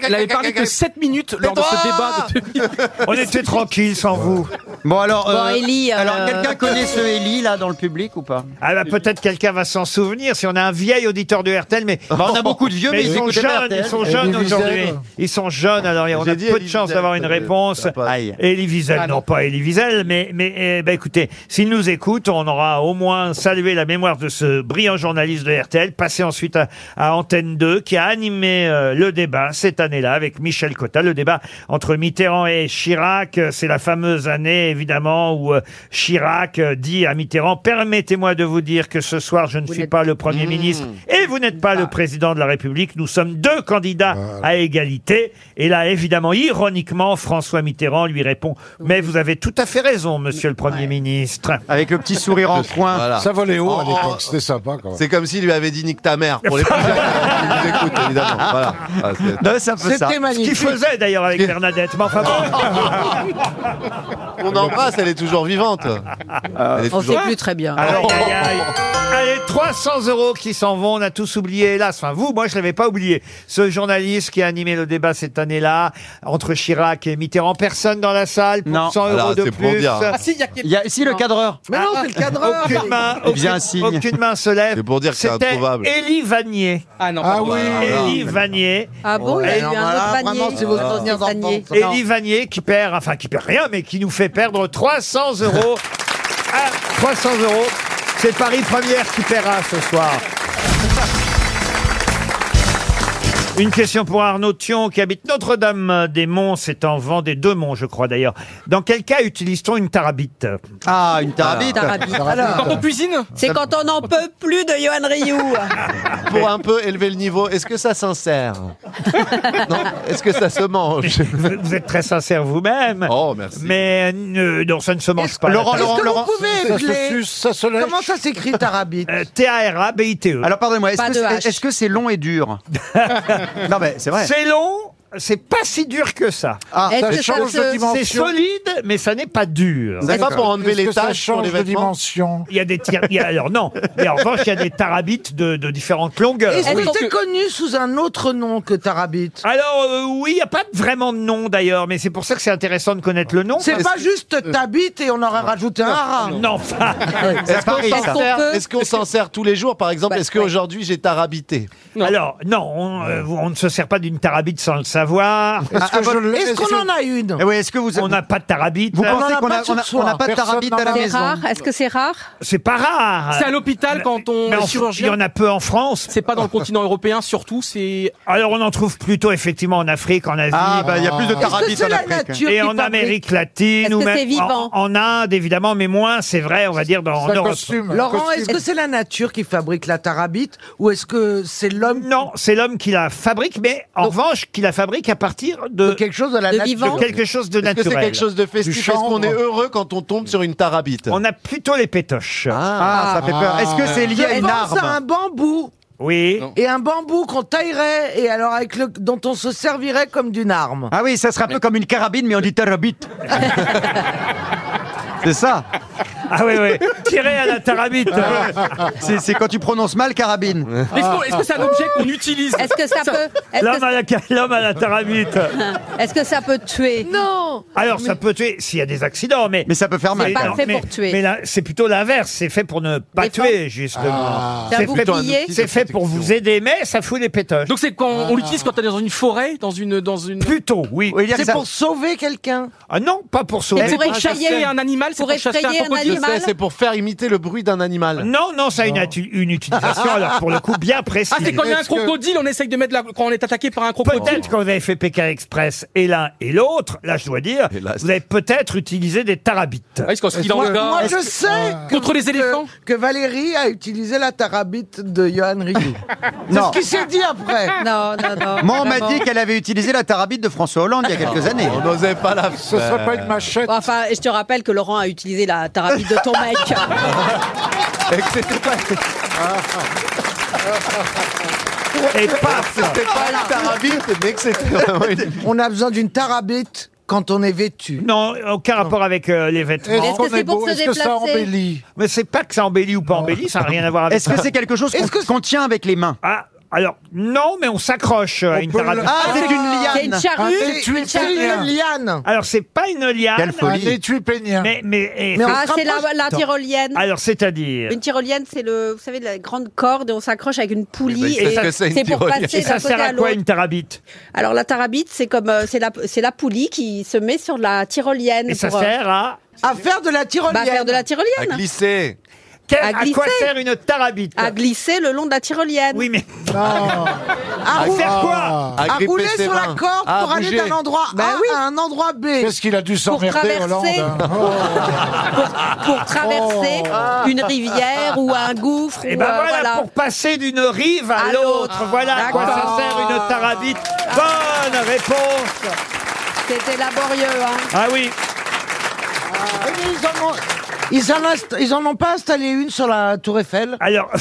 Speaker 5: elle avait parlé que 7 minutes lors de ce débat de
Speaker 2: on était tranquille sans vous.
Speaker 3: Bon, alors.
Speaker 7: Bon, Élie, euh,
Speaker 3: Alors, quelqu'un connaît ce Ellie, là, dans le public ou pas
Speaker 2: Ah bah, peut-être quelqu'un va s'en souvenir si on a un vieil auditeur de RTL, mais
Speaker 3: Bah, On a beaucoup de vieux,
Speaker 2: Mais
Speaker 3: mais
Speaker 2: ils
Speaker 3: ils
Speaker 2: sont
Speaker 3: écoutent
Speaker 2: jeunes,
Speaker 3: RTL.
Speaker 2: ils sont
Speaker 6: Elie
Speaker 2: jeunes
Speaker 6: Wiesel.
Speaker 2: aujourd'hui. Ils sont jeunes, alors on a
Speaker 8: J'ai dit
Speaker 2: peu de
Speaker 8: Elie
Speaker 2: chance
Speaker 8: Wiesel,
Speaker 2: d'avoir une
Speaker 8: peut-être.
Speaker 2: réponse.
Speaker 8: Ça passe.
Speaker 3: Aïe.
Speaker 2: Et Elie Wiesel, non pas Elie Wiesel, mais, mais eh ben, écoutez, s'il nous écoute, on aura au moins salué la mémoire de ce brillant journaliste de RTL, passé ensuite à, à Antenne 2, qui a animé euh, le débat cette année-là avec Michel Cotta, le débat entre Mitterrand et Chirac. Euh, C'est la fameuse année, évidemment, où euh, Chirac euh, dit à Mitterrand, permettez-moi de vous dire que ce soir, je ne suis
Speaker 7: n'êtes-
Speaker 2: pas le Premier ministre et vous n'êtes pas le président de la République. Nous sommes deux candidats à égalité. Et là, évidemment, ironiquement, François Mitterrand lui répond Mais vous avez tout à fait raison, monsieur le Premier ministre.
Speaker 3: Avec le petit sourire en coin.
Speaker 8: Voilà.
Speaker 6: Ça volait haut à
Speaker 8: Oh,
Speaker 6: l'époque,
Speaker 8: oh.
Speaker 6: c'était sympa quand même.
Speaker 8: C'est comme s'il lui avait dit nique ta mère
Speaker 3: <laughs>
Speaker 8: pour les plus jeunes qui nous écoutent, évidemment. Voilà. Ah, c'est-
Speaker 3: Non, c'est un peu ça.
Speaker 4: C'était
Speaker 2: Ce qu'il
Speaker 4: magnifique.
Speaker 2: faisait d'ailleurs avec Bernadette. Mais enfin bon.
Speaker 8: On embrasse, elle est toujours vivante. Elle est
Speaker 7: Ah. On sait
Speaker 8: toujours-
Speaker 7: plus très bien.
Speaker 2: Aïe, aïe, aïe. <laughs> Allez, 300 euros qui s'en vont, on a tous oublié, hélas. Enfin, vous, moi, je l'avais pas oublié. Ce journaliste qui a animé le débat cette année-là, entre Chirac et Mitterrand, personne dans la salle, pour
Speaker 3: Non.
Speaker 2: 100 euros
Speaker 8: Alors,
Speaker 2: de
Speaker 8: c'est pour
Speaker 2: plus. Ah,
Speaker 8: dire. hein.
Speaker 5: Ah si, il y a
Speaker 3: Il y a ici le cadreur.
Speaker 4: Mais
Speaker 7: Oh,
Speaker 4: non, c'est le cadreur.
Speaker 2: Aucune main,
Speaker 3: Eh bien,
Speaker 2: aucune-
Speaker 3: un signe.
Speaker 2: aucune main se lève.
Speaker 8: C'est pour dire que c'est
Speaker 2: C'était
Speaker 8: introuvable.
Speaker 2: Élie Vanier.
Speaker 5: Ah non.
Speaker 6: Ah
Speaker 5: pardon.
Speaker 6: oui
Speaker 2: Élie Vanier.
Speaker 7: Ah bon, il y a eu un autre Ah. panier. Vraiment, c'est vos souvenirs
Speaker 2: Élie Vanier qui perd, enfin qui perd rien, mais qui nous fait perdre 300 euros. Ah, 300 euros. C'est Paris Première qui paiera ce soir. Une question pour Arnaud Thion qui habite Notre-Dame-des-Monts, c'est en Vendée, deux monts je crois d'ailleurs. Dans quel cas utilise-t-on une tarabite Ah, une
Speaker 3: tarabite.
Speaker 7: Tarabite. Alors.
Speaker 5: Quand on cuisine
Speaker 7: C'est quand on n'en peut plus de Johan Rioux.
Speaker 8: Pour un peu élever le niveau, est-ce que
Speaker 7: <laughs>
Speaker 8: ça s'insère Non Est-ce que ça se mange
Speaker 2: Vous êtes très sincère vous-même.
Speaker 8: Oh, merci.
Speaker 2: Mais euh, non, ça ne se mange pas.
Speaker 8: Laurent,
Speaker 2: la
Speaker 8: Laurent,
Speaker 2: tarabite.
Speaker 8: Laurent, Laurent,
Speaker 4: Vous pouvez geler.
Speaker 6: ça se
Speaker 4: Comment ça
Speaker 2: <laughs>
Speaker 4: s'écrit tarabite
Speaker 2: Euh, T-A-R-A-B-I-T-E.
Speaker 3: Alors pardonnez-moi, est-ce
Speaker 7: Pas
Speaker 3: que
Speaker 7: de
Speaker 3: c'est
Speaker 7: hache.
Speaker 3: est-ce que c'est long
Speaker 2: <laughs>
Speaker 3: et dur Non mais c'est vrai. Ah,
Speaker 2: C'est long, c'est pas si dur que ça.
Speaker 7: Est-ce
Speaker 6: Ah, ça
Speaker 7: que ça
Speaker 6: change
Speaker 7: se-
Speaker 6: de
Speaker 2: C'est
Speaker 6: dimension.
Speaker 2: solide, mais ça n'est pas dur.
Speaker 8: C'est pas pour enlever
Speaker 6: Est-ce
Speaker 8: les
Speaker 6: que ça
Speaker 8: taches sur les
Speaker 6: change de
Speaker 8: vêtements
Speaker 6: dimension
Speaker 2: Il y a des tirs. il y a- alors non. Mais en revanche, il y a des tarabites de, de différentes longueurs.
Speaker 4: Est-ce
Speaker 5: Oui.
Speaker 4: que t'es connu sous un autre nom que tarabite
Speaker 2: Alors euh, oui, il n'y a pas vraiment de nom d'ailleurs, mais c'est pour ça que c'est intéressant de connaître le nom.
Speaker 4: C'est pas juste tabite et on aurait rajouté un rat.
Speaker 2: Non, enfin,
Speaker 8: Est-ce qu'on
Speaker 3: Paris,
Speaker 8: s'en
Speaker 7: ça. Est-ce
Speaker 8: sert-
Speaker 7: qu'on peut-
Speaker 8: est-ce qu'on s'en sert tous les jours Par exemple,
Speaker 7: Bah,
Speaker 8: est-ce qu'aujourd'hui j'ai tarabité
Speaker 5: Non.
Speaker 2: alors non, on, euh, on ne se sert pas d'une tarabite sans le savoir.
Speaker 6: Est-ce que je le-
Speaker 4: Ah, bah, Est-ce
Speaker 6: est-ce
Speaker 4: qu'on
Speaker 6: que-
Speaker 4: en a une
Speaker 3: Eh oui, est-ce que vous
Speaker 2: On n'a pas de tarabite.
Speaker 3: <laughs> vous
Speaker 4: on en
Speaker 3: pensez
Speaker 4: a
Speaker 3: qu'on
Speaker 4: pas
Speaker 3: a-
Speaker 4: sur
Speaker 3: on a-
Speaker 4: soi.
Speaker 3: on n'a pas de
Speaker 6: Personne
Speaker 3: tarabite
Speaker 6: n'en
Speaker 3: à la
Speaker 6: a.
Speaker 7: C'est
Speaker 3: maison
Speaker 7: rare Est-ce que c'est rare
Speaker 2: C'est pas rare.
Speaker 5: C'est à l'hôpital quand on
Speaker 2: Mais en-
Speaker 5: est
Speaker 2: il y
Speaker 5: chirurgien.
Speaker 2: en a peu en France.
Speaker 5: C'est pas dans le continent européen surtout, c'est
Speaker 2: Alors on en trouve plutôt effectivement en Afrique, en Asie.
Speaker 3: Ah bah il y a plus de
Speaker 4: Est-ce que
Speaker 3: tarabites
Speaker 4: c'est
Speaker 3: en
Speaker 4: la
Speaker 3: Afrique.
Speaker 4: nature
Speaker 2: Et
Speaker 4: qui
Speaker 2: en
Speaker 4: fabrique
Speaker 2: Amérique latine
Speaker 7: Est-ce
Speaker 2: ou
Speaker 7: que c'est
Speaker 2: même en,
Speaker 7: vivant
Speaker 2: en Inde évidemment, mais moins, c'est vrai, on va dire dans en
Speaker 6: Ça
Speaker 2: Europe.
Speaker 6: costume.
Speaker 4: Laurent,
Speaker 6: Costume.
Speaker 4: est-ce que c'est la nature qui fabrique la tarabite ou est-ce que c'est l'homme
Speaker 2: Non, c'est l'homme qui la fabrique, mais en revanche, qui la fabrique à partir de,
Speaker 4: de quelque chose de la
Speaker 7: De
Speaker 4: nature
Speaker 7: vivant
Speaker 2: de quelque chose de
Speaker 8: Est-ce que c'est
Speaker 2: naturel.
Speaker 8: quelque chose de festif
Speaker 6: Du
Speaker 8: Est-ce qu'on
Speaker 6: chanvre.
Speaker 8: est heureux quand on tombe sur une tarabite
Speaker 2: On a plutôt les pétoches.
Speaker 3: Ah, ça fait peur. Est-ce que c'est
Speaker 4: Je
Speaker 3: lié à une
Speaker 4: pense à un
Speaker 3: arme
Speaker 4: bambou
Speaker 2: Oui.
Speaker 4: et un bambou qu'on taillerait et alors avec le dont on se servirait comme d'une arme.
Speaker 3: Ah oui, ça serait un peu comme une carabine mais on dit
Speaker 8: <laughs>
Speaker 3: tarabite. C'est ça.
Speaker 2: Ah oui, oui. Tirer à la
Speaker 8: <laughs>
Speaker 2: tarabite.
Speaker 3: C'est c'est quand tu prononces mal carabine.
Speaker 5: Ah. Est-ce qu'on- est-ce que c'est un objet qu'on utilise
Speaker 7: Est-ce que ça peut Est-ce
Speaker 2: L'homme
Speaker 7: que,
Speaker 2: à, la... l'homme à la
Speaker 7: <laughs>
Speaker 2: tarabite.
Speaker 7: est-ce que ça peut tuer
Speaker 4: Non.
Speaker 2: Alors,
Speaker 3: Euh,
Speaker 2: ça peut tuer s'il y a des accidents, mais.
Speaker 3: Mais ça peut faire mal.
Speaker 7: pas
Speaker 2: non,
Speaker 7: fait
Speaker 2: mais-
Speaker 7: pour tuer.
Speaker 2: Mais là, c'est plutôt l'inverse. C'est fait pour ne pas
Speaker 7: Défendre.
Speaker 2: tuer, justement.
Speaker 7: C'est un
Speaker 2: C'est plutôt un
Speaker 7: bouclier
Speaker 2: C'est fait pour vous aider, mais ça fout les pétoches.
Speaker 5: Donc c'est quand on l'utilise quand on est dans une forêt, dans une dans une
Speaker 2: Ah. plutôt, oui.
Speaker 3: Oui, il y a que
Speaker 4: C'est
Speaker 3: ça-
Speaker 4: pour sauver quelqu'un.
Speaker 2: Ah non, pas pour
Speaker 7: C'est
Speaker 2: sauver.
Speaker 7: pour
Speaker 5: pour chasser
Speaker 7: effrayer
Speaker 5: un animal, c'est
Speaker 7: Ah, Pour
Speaker 5: pour chasser un
Speaker 7: effrayer un
Speaker 5: crocodile.
Speaker 8: Je sais,
Speaker 7: animal
Speaker 8: c'est pour faire imiter le bruit d'un animal.
Speaker 2: Non, non, ça a une, atu- une utilisation, alors pour le coup, bien précise.
Speaker 5: Ah, c'est quand il y a un
Speaker 6: Est-ce que-
Speaker 5: crocodile, on essaye de mettre la... quand on est attaqué par un crocodile.
Speaker 2: Peut-être quand vous avez fait Pékin Express et l'un et l'autre, là je dois dire,
Speaker 8: Hélas.
Speaker 2: vous avez peut-être utilisé des tarabites.
Speaker 5: Ah, oui, c'est quand il
Speaker 6: Moi-
Speaker 5: en a-
Speaker 4: Moi, je sais que-
Speaker 5: Ah. Contre les éléphants
Speaker 4: que, que Valérie a utilisé la tarabite de Johan
Speaker 8: <laughs>
Speaker 4: Rioux. C'est
Speaker 3: Non.
Speaker 4: ce qui s'est dit après.
Speaker 7: Non, non, non.
Speaker 3: Moi, on m'a
Speaker 7: vraiment.
Speaker 3: dit qu'elle avait utilisé la tarabite de François Hollande il y a quelques années.
Speaker 8: Ah. On n'osait pas la
Speaker 6: Ce serait pas une machette.
Speaker 7: Bon, enfin, je te rappelle que Laurent a utilisé la tarabite de ton mec.
Speaker 8: Et que C'était pas, c'était
Speaker 2: Ah, Et paf
Speaker 8: pas une tarabite, mais que c'était vraiment une...
Speaker 4: <laughs> On a besoin d'une tarabite quand on est vêtu.
Speaker 2: Non, aucun rapport avec euh, les vêtements.
Speaker 7: Est-ce que c'est pour se
Speaker 6: Est-ce que ça
Speaker 7: déplacer
Speaker 6: embellit
Speaker 2: Mais c'est pas que ça embellit ou pas embellit, ça n'a rien à voir avec
Speaker 3: Est-ce que c'est quelque chose qu'on
Speaker 4: Est-ce que-
Speaker 3: qu'on tient avec les mains
Speaker 2: Ah, alors, non, mais on s'accroche euh, à
Speaker 6: On
Speaker 2: une
Speaker 6: peut le-
Speaker 2: tarabite.
Speaker 3: Ah, c'est
Speaker 7: C'est
Speaker 3: une
Speaker 7: une
Speaker 3: liane.
Speaker 7: charrue.
Speaker 6: Ah, c'est une
Speaker 7: une charrue.
Speaker 6: liane.
Speaker 4: Une liane.
Speaker 2: Alors, c'est pas une liane,
Speaker 3: Quelle
Speaker 6: Un
Speaker 3: folie.
Speaker 6: étui peignien.
Speaker 2: mais... mais, et-
Speaker 4: Mais on-
Speaker 7: Ah,
Speaker 4: se
Speaker 7: c'est la,
Speaker 4: rapproche.
Speaker 7: la tyrolienne.
Speaker 2: Alors, c'est-à-dire...
Speaker 7: Une tyrolienne, c'est le, vous savez, la grande corde et on s'accroche avec une poulie
Speaker 3: Eh ben,
Speaker 8: Mais bah, il sait ce
Speaker 7: et
Speaker 8: que c'est, une
Speaker 7: c'est pour
Speaker 8: tyrolienne.
Speaker 7: passer
Speaker 2: Et
Speaker 7: d'un
Speaker 2: ça
Speaker 7: côté
Speaker 2: sert
Speaker 7: à
Speaker 2: à quoi
Speaker 7: l'autre.
Speaker 2: une tarabite
Speaker 7: Alors la tarabite, c'est comme, euh, c'est la, c'est la poulie qui se met sur la tyrolienne
Speaker 2: Et ça
Speaker 7: pour euh,
Speaker 2: sert à...
Speaker 4: À faire de la tyrolienne.
Speaker 7: bah, faire de la
Speaker 8: À
Speaker 7: tyrolienne,
Speaker 8: glisser.
Speaker 2: Quel-
Speaker 7: À
Speaker 2: À, quoi
Speaker 7: glisser.
Speaker 2: sert une tarabite
Speaker 7: à glisser le long de la tyrolienne.
Speaker 2: Oui, mais
Speaker 4: À,
Speaker 7: Ah,
Speaker 2: à
Speaker 4: rou-
Speaker 2: faire quoi
Speaker 8: À,
Speaker 4: à
Speaker 8: gripper
Speaker 4: rouler
Speaker 8: ses
Speaker 4: sur la
Speaker 8: mains.
Speaker 4: corde
Speaker 8: À
Speaker 4: pour aller
Speaker 8: bouger.
Speaker 4: d'un endroit
Speaker 5: Ben
Speaker 7: Bah,
Speaker 4: A à un endroit B.
Speaker 6: Qu'est-ce qu'il a dû s'emmerder,
Speaker 7: traverser.
Speaker 4: <laughs>
Speaker 6: Hollande hein.
Speaker 7: Pour traverser
Speaker 4: Oh.
Speaker 7: une rivière ou un gouffre.
Speaker 2: Et
Speaker 7: ou,
Speaker 2: ben
Speaker 7: euh,
Speaker 2: voilà, pour passer d'une rive à,
Speaker 7: À
Speaker 2: l'autre.
Speaker 7: l'autre.
Speaker 2: Voilà à quoi ça
Speaker 7: D'accord.
Speaker 2: sert une tarabite. Bonne réponse.
Speaker 7: euh, C'était laborieux. Hein.
Speaker 2: Ah oui.
Speaker 4: Eh, mais Ils en, ont... Ils, en inst- ils en ont pas installé une sur la Tour Eiffel
Speaker 6: <laughs>
Speaker 2: Alors,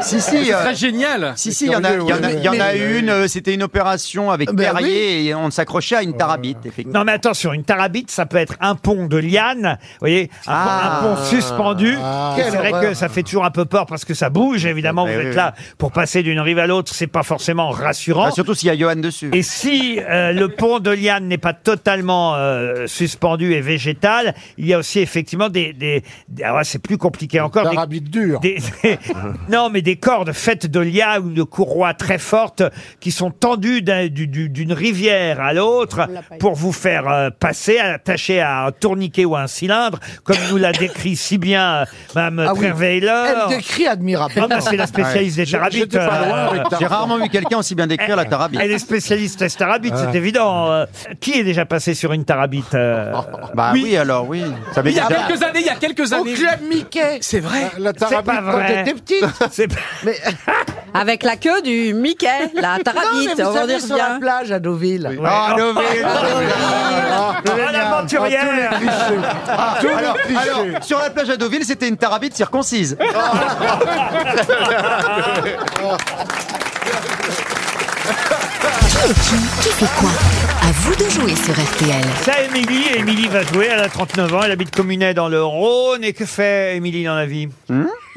Speaker 3: Si, si.
Speaker 5: Ah, C'est
Speaker 3: euh,
Speaker 5: très génial.
Speaker 3: Si, si, il y en a, il y en a- il y en a une, euh, c'était une opération avec
Speaker 4: Ben
Speaker 3: Perrier et on s'accrochait à une tarabite, effectivement.
Speaker 2: non mais attention, une tarabite, ça peut être un pont de liane, vous voyez, un, pont,
Speaker 3: Ah.
Speaker 2: un pont suspendu. Et c'est
Speaker 4: Quelle
Speaker 2: vrai que
Speaker 4: horreur.
Speaker 2: ça fait toujours un peu peur parce que ça bouge, évidemment, vous
Speaker 3: Eh oui,
Speaker 2: êtes
Speaker 3: oui.
Speaker 2: là pour passer d'une rive à l'autre, c'est pas forcément rassurant.
Speaker 3: Ah, surtout s'il y a Johan dessus.
Speaker 2: Et si euh, le pont de liane n'est pas totalement euh, suspendu et végétal, il y a aussi effectivement des, des, des, des- alors là, c'est plus compliqué encore. Des <laughs>
Speaker 6: dures.
Speaker 2: non, mais des cordes faites de lias ou de courroies très fortes qui sont tendues d'un- du- du- d'une rivière à l'autre pour vous faire euh, passer, attachées à un tourniquet ou un cylindre, comme nous l'a décrit si bien euh, Mme
Speaker 4: Ah oui.
Speaker 2: Treveiller.
Speaker 4: Elle décrit admirablement.
Speaker 2: Ah bah, c'est la spécialiste des tarabites. euh,
Speaker 3: J'ai rarement vu quelqu'un aussi bien décrire la tarabite.
Speaker 2: Elle est spécialiste des tarabites,
Speaker 3: Ah.
Speaker 2: c'est évident. Euh, qui est déjà passé sur une tarabite euh,
Speaker 3: <laughs> Bah oui, alors oui. Ça
Speaker 5: Il y a quelques années, il y a quelques années.
Speaker 4: club Mickey.
Speaker 5: C'est vrai.
Speaker 6: La
Speaker 2: tarabite pas quand vrai. t'étais
Speaker 4: petite.
Speaker 2: <laughs> C'est
Speaker 7: Avec la queue du Mickey, la
Speaker 4: non,
Speaker 7: tarabite,
Speaker 4: mais vous
Speaker 7: on va
Speaker 4: savez,
Speaker 7: dire
Speaker 4: sur la
Speaker 7: bien.
Speaker 4: plage à Deauville.
Speaker 8: Ah, Deauville, Deauville.
Speaker 2: Ah, l'aventurière.
Speaker 3: Ah,
Speaker 4: Tous les
Speaker 3: alors,
Speaker 4: clichés.
Speaker 3: alors, sur la plage à Deauville, c'était une tarabite circoncise.
Speaker 10: Qui fait quoi À vous de jouer sur RTL.
Speaker 2: Ça, Émilie. Émilie va jouer. Elle a 39 ans. Elle habite Communet dans le Rhône. Et que fait Émilie dans la vie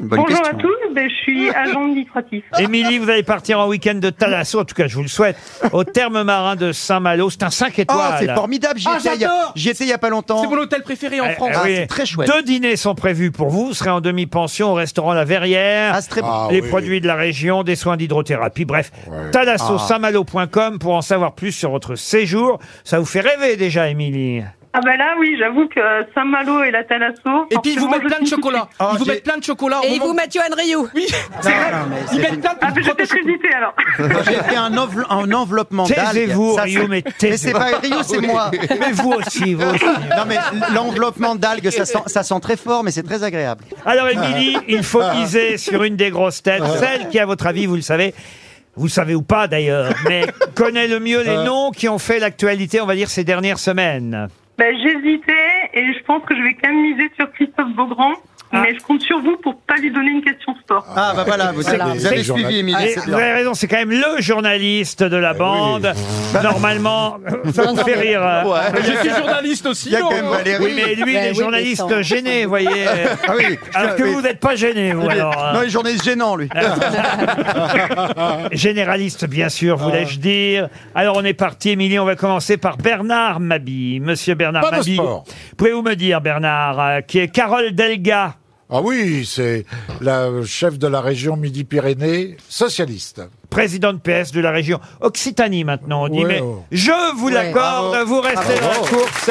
Speaker 12: Bonjour à tous, ben, je
Speaker 2: <laughs>
Speaker 12: suis agent administratif.
Speaker 2: Émilie, vous allez partir en week-end de Thalasso. En tout cas, je vous le souhaite. Au terme marin de Saint-Malo. C'est un 5 étoiles.
Speaker 3: Oh, c'est formidable. J'y
Speaker 5: Ah,
Speaker 3: étais il y a-
Speaker 5: j'adore.
Speaker 3: j'y étais il y a pas longtemps. Euh, ah,
Speaker 5: C'est mon hôtel préféré en
Speaker 2: Eh,
Speaker 5: France.
Speaker 2: eh oui.
Speaker 5: Ah, c'est très chouette.
Speaker 2: Deux dîners sont prévus pour vous. Vous serez en demi-pension au restaurant La Verrière.
Speaker 3: bon. Ah,
Speaker 2: Les
Speaker 3: oui,
Speaker 2: produits de la région, des soins d'hydrothérapie. Bref,
Speaker 3: Ah.
Speaker 2: thalassosaint-malo.com pour en savoir plus sur votre séjour. Ça vous fait rêver déjà, Émilie.
Speaker 12: Ah ben là, oui, j'avoue que Saint-Malo et la Thalasso.
Speaker 5: Et puis ils vous mettent plein de chocolat.
Speaker 3: Oh,
Speaker 5: Ils vous
Speaker 12: j'ai-
Speaker 5: mettent plein de chocolat. au
Speaker 7: Et ils
Speaker 5: moment-
Speaker 7: vous mettent Yoann Ryu.
Speaker 5: Oui, c'est vrai. Ils mettent plein de
Speaker 12: Ah, ben j'étais très hésité alors.
Speaker 3: <laughs> J'ai fait un, envel- un enveloppement d'algues.
Speaker 2: Taisez-vous,
Speaker 3: Ça,
Speaker 2: Rio,
Speaker 3: c'est-
Speaker 2: mais taisez-vous.
Speaker 3: c'est pas Rio, c'est
Speaker 2: Oui.
Speaker 3: moi.
Speaker 2: Mais vous aussi, vous aussi.
Speaker 3: Non, mais l'enveloppement d'algues, ça sent, ça sent très fort, mais c'est très agréable. Ah.
Speaker 2: Alors, Émilie, il faut miser sur une des grosses têtes, celle qui, à votre avis, vous le savez, vous le savez ou pas d'ailleurs,
Speaker 5: <laughs>
Speaker 2: mais connaît le mieux les noms qui ont fait l'actualité, on va dire, ces dernières semaines.
Speaker 12: Ben j'hésitais et je pense que je vais quand même miser sur Christophe Beaugrand. Mais je compte sur vous pour pas lui donner une question sport.
Speaker 3: Ah, bah voilà, vous,
Speaker 6: Voilà.
Speaker 3: avez- vous avez
Speaker 6: C'est-
Speaker 3: suivi, Émilie.
Speaker 2: Et
Speaker 3: c'est
Speaker 2: vous
Speaker 3: bien.
Speaker 2: avez raison, c'est quand même le journaliste de
Speaker 6: Ah
Speaker 2: la bande.
Speaker 3: <laughs>
Speaker 2: Normalement, ça me fait rire. euh,
Speaker 5: Mais Je suis journaliste aussi.
Speaker 3: Bah. Il y a quand même
Speaker 5: non
Speaker 3: Valérie. Ben
Speaker 2: Oui, mais lui, il est journaliste gêné, vous voyez.
Speaker 3: Ah oui,
Speaker 2: Alors que
Speaker 3: oui.
Speaker 2: vous n'êtes pas gêné, <laughs> vous,
Speaker 3: Il est-
Speaker 2: alors. hein. euh, Ah,
Speaker 3: Non, il est journaliste gênant, lui. <laughs>
Speaker 2: Généraliste, bien
Speaker 3: Ah.
Speaker 2: sûr, voulais-je dire. Alors, on est parti, Émilie. On va commencer par Bernard Mabille. Monsieur Bernard
Speaker 6: Pas de
Speaker 2: Mabille.
Speaker 6: sport.
Speaker 2: Pouvez-vous me dire, Bernard, euh, qui est Carole Delga
Speaker 6: Ah oui, c'est la chef de la région Midi-Pyrénées, socialiste.
Speaker 2: Présidente PS de la région Occitanie maintenant, on dit,
Speaker 6: Ouais,
Speaker 2: mais
Speaker 6: oh.
Speaker 2: je vous
Speaker 6: Ouais.
Speaker 2: l'accorde,
Speaker 6: Bravo.
Speaker 2: vous restez dans la
Speaker 6: Bravo.
Speaker 2: course.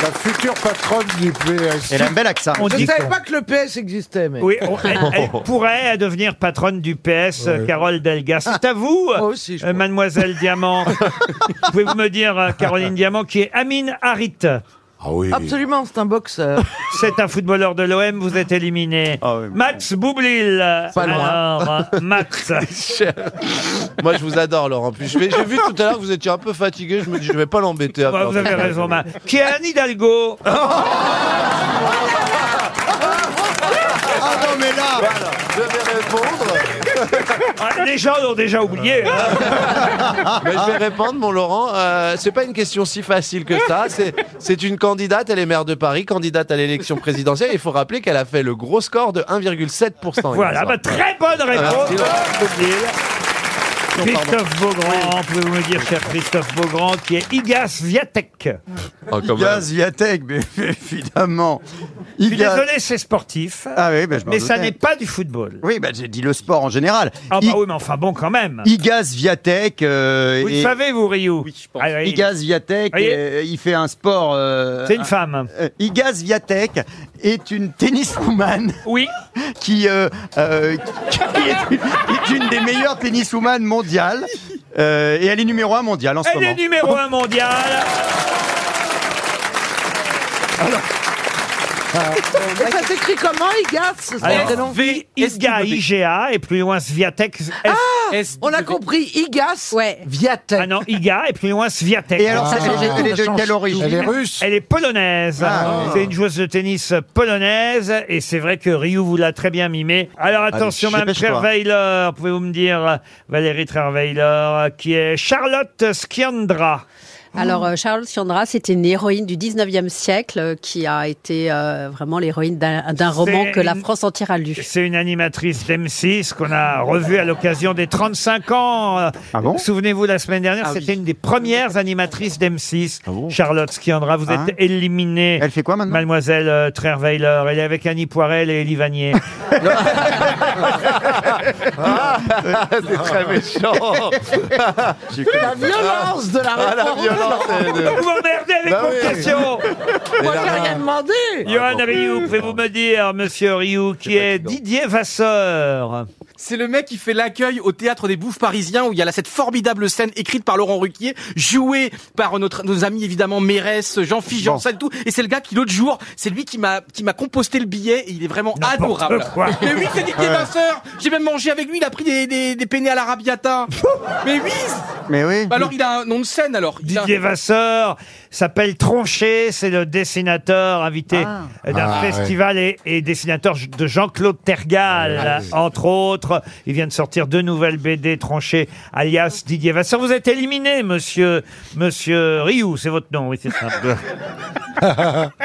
Speaker 6: La future patronne du PS.
Speaker 3: Elle a un bel accent.
Speaker 2: On
Speaker 4: Je
Speaker 2: dit
Speaker 4: ne savais pas que le PS existait, mais.
Speaker 2: <laughs> Oui, on- eh, elle,
Speaker 4: <laughs>
Speaker 2: elle
Speaker 3: <laughs>
Speaker 2: pourrait devenir patronne du PS, euh, Carole Delga. C'est à vous,
Speaker 4: Moi aussi, je
Speaker 2: euh, mademoiselle
Speaker 6: <laughs>
Speaker 2: Diamant. Pouvez-vous me dire, euh, Caroline Diamant, qui est Amine Harit
Speaker 6: Ah oui.
Speaker 4: Absolument, c'est un boxeur.
Speaker 2: <laughs> C'est un footballeur de l'OM, vous êtes éliminé.
Speaker 3: Ah oui.
Speaker 2: Max Boublil.
Speaker 8: Pas loin.
Speaker 2: Alors,
Speaker 8: <laughs>
Speaker 2: euh, Max.
Speaker 8: Moi, je vous adore, Laurent. Puis, je vais- j'ai vu tout à l'heure que vous étiez un peu fatigué. Je me dis, je vais pas l'embêter.
Speaker 2: Bah,
Speaker 8: après.
Speaker 2: vous avez raison, Max. Qui est Anne Hidalgo.
Speaker 3: <laughs> Ah non, mais là,
Speaker 8: Voilà, je vais répondre.
Speaker 5: <laughs>
Speaker 2: Ah, Les gens l'ont déjà oublié. hein.
Speaker 8: <laughs> Mais je vais répondre, mon Laurent. Euh, c'est pas une question si facile que ça. C'est, c'est une candidate. Elle est maire de Paris, candidate à l'élection présidentielle. Il faut rappeler qu'elle a fait le gros score de 1,7%.
Speaker 2: Voilà,
Speaker 8: hier
Speaker 2: bah,
Speaker 8: soir.
Speaker 2: très bonne réponse.
Speaker 8: Merci, Laurent.
Speaker 2: Max Boublil. Christophe Beaugrand, pouvez-vous me dire, cher Christophe Beaugrand, qui est Igas Viatek
Speaker 8: Oh, quand même.
Speaker 3: Igaz Viatek, mais évidemment.
Speaker 2: Je suis
Speaker 3: Igaz-
Speaker 2: désolé, c'est sportif.
Speaker 3: Ah oui, ben, je m'en
Speaker 2: mais ça
Speaker 3: doutais.
Speaker 2: n'est pas du football.
Speaker 3: Oui, bah, j'ai dit le sport en général.
Speaker 2: Ah bah
Speaker 3: I-
Speaker 2: oui, mais enfin bon, quand même.
Speaker 3: Igaz Viatek. euh,
Speaker 2: Vous le
Speaker 3: et-
Speaker 2: savez, vous, Rio
Speaker 5: Oui, je pense.
Speaker 2: Ah oui.
Speaker 3: Igaz Viatek,
Speaker 2: Voyez
Speaker 3: euh, il fait un sport. euh,
Speaker 2: C'est une femme.
Speaker 3: euh, Igaz Viatek est une tenniswoman
Speaker 2: Oui.
Speaker 3: <laughs> qui, euh, euh, <laughs> qui est, une, qui est une des meilleures tenniswoman mondiales. Euh, et elle est numéro un mondiale en ce
Speaker 2: Elle
Speaker 3: moment.
Speaker 2: est numéro un mondial.
Speaker 4: Et ça s'écrit comment, Igas ce
Speaker 3: Ah,
Speaker 2: Alors,
Speaker 4: prénom
Speaker 2: V, Iga, IGA, et plus loin Sviatek. S-
Speaker 3: Ah,
Speaker 4: On a compris, Igas
Speaker 7: Ouais.
Speaker 4: Viatek.
Speaker 2: ah non, Iga, et plus loin Sviatek.
Speaker 3: Et alors, ça,
Speaker 6: Ah.
Speaker 3: elle est de quelle origine
Speaker 6: Elle est russe.
Speaker 2: Elle est polonaise.
Speaker 3: Ah,
Speaker 2: c'est une joueuse de tennis polonaise. Et c'est vrai que Ryu vous l'a très bien mimé. Alors attention,
Speaker 3: je
Speaker 2: Mme
Speaker 3: dépêche pas.
Speaker 2: Trerweiler. Pouvez-vous me dire, Valérie Trerweiler, qui est Charlotte Schiandra
Speaker 7: <laughs> Alors, euh, Charlotte Fiandra, c'était une héroïne du 19e siècle euh, qui a été euh, vraiment l'héroïne d'un d'un roman que la
Speaker 2: une-
Speaker 7: France entière a lu.
Speaker 2: C'est une animatrice d'M6 qu'on a revue à l'occasion des 35 ans. Euh, Souvenez-vous, la semaine dernière,
Speaker 3: Ah oui.
Speaker 2: c'était une des premières animatrices d'M6. Charlotte Skiandra, vous êtes éliminée. Ah Hein Elle fait quoi maintenant Mademoiselle euh, Trerweiler. Elle est avec Annie Poirel et Elie <laughs> Vanier.
Speaker 8: Ah, C'est très méchant.
Speaker 4: La violence de la
Speaker 8: Ah, la
Speaker 4: réponse.
Speaker 8: violence, elle est de-
Speaker 2: Vous m'emmerdez avec
Speaker 4: Bah
Speaker 2: vos <laughs>
Speaker 4: oui.
Speaker 2: questions
Speaker 4: Moi, j'ai rien demandé.
Speaker 2: Johan Rioux, pouvez-vous me dire, monsieur Rioux, qui est Didier Vasseur
Speaker 5: C'est le mec qui fait l'accueil au théâtre des Bouffes Parisiens où il y a là cette formidable scène écrite par Laurent Ruquier, jouée par notre, nos amis évidemment Mérès, Jean-Philippe Janssen et tout. Et c'est le gars qui l'autre jour, c'est lui qui m'a qui m'a composté le billet et il est vraiment adorable.
Speaker 2: quoi.
Speaker 5: <laughs> Mais oui, c'est Didier
Speaker 2: Ouais.
Speaker 5: Vasseur. J'ai même mangé avec lui. Il a pris des des, des penne à l'arabiata.
Speaker 2: <laughs>
Speaker 5: Mais oui.
Speaker 2: Mais oui.
Speaker 5: Bah alors il a un nom de scène alors. Il a-
Speaker 2: Didier Vasseur s'appelle Tronchet, c'est le dessinateur invité
Speaker 5: Ah.
Speaker 2: d'un
Speaker 5: Ah,
Speaker 2: festival et, et dessinateur de Jean-Claude
Speaker 5: Ah,
Speaker 2: Tergal,
Speaker 5: oui.
Speaker 2: entre autres. Il vient de sortir deux nouvelles BD, Tronchet, alias Didier Vasseur. Vous êtes éliminé, monsieur, monsieur Rioux, c'est votre nom, oui, c'est ça.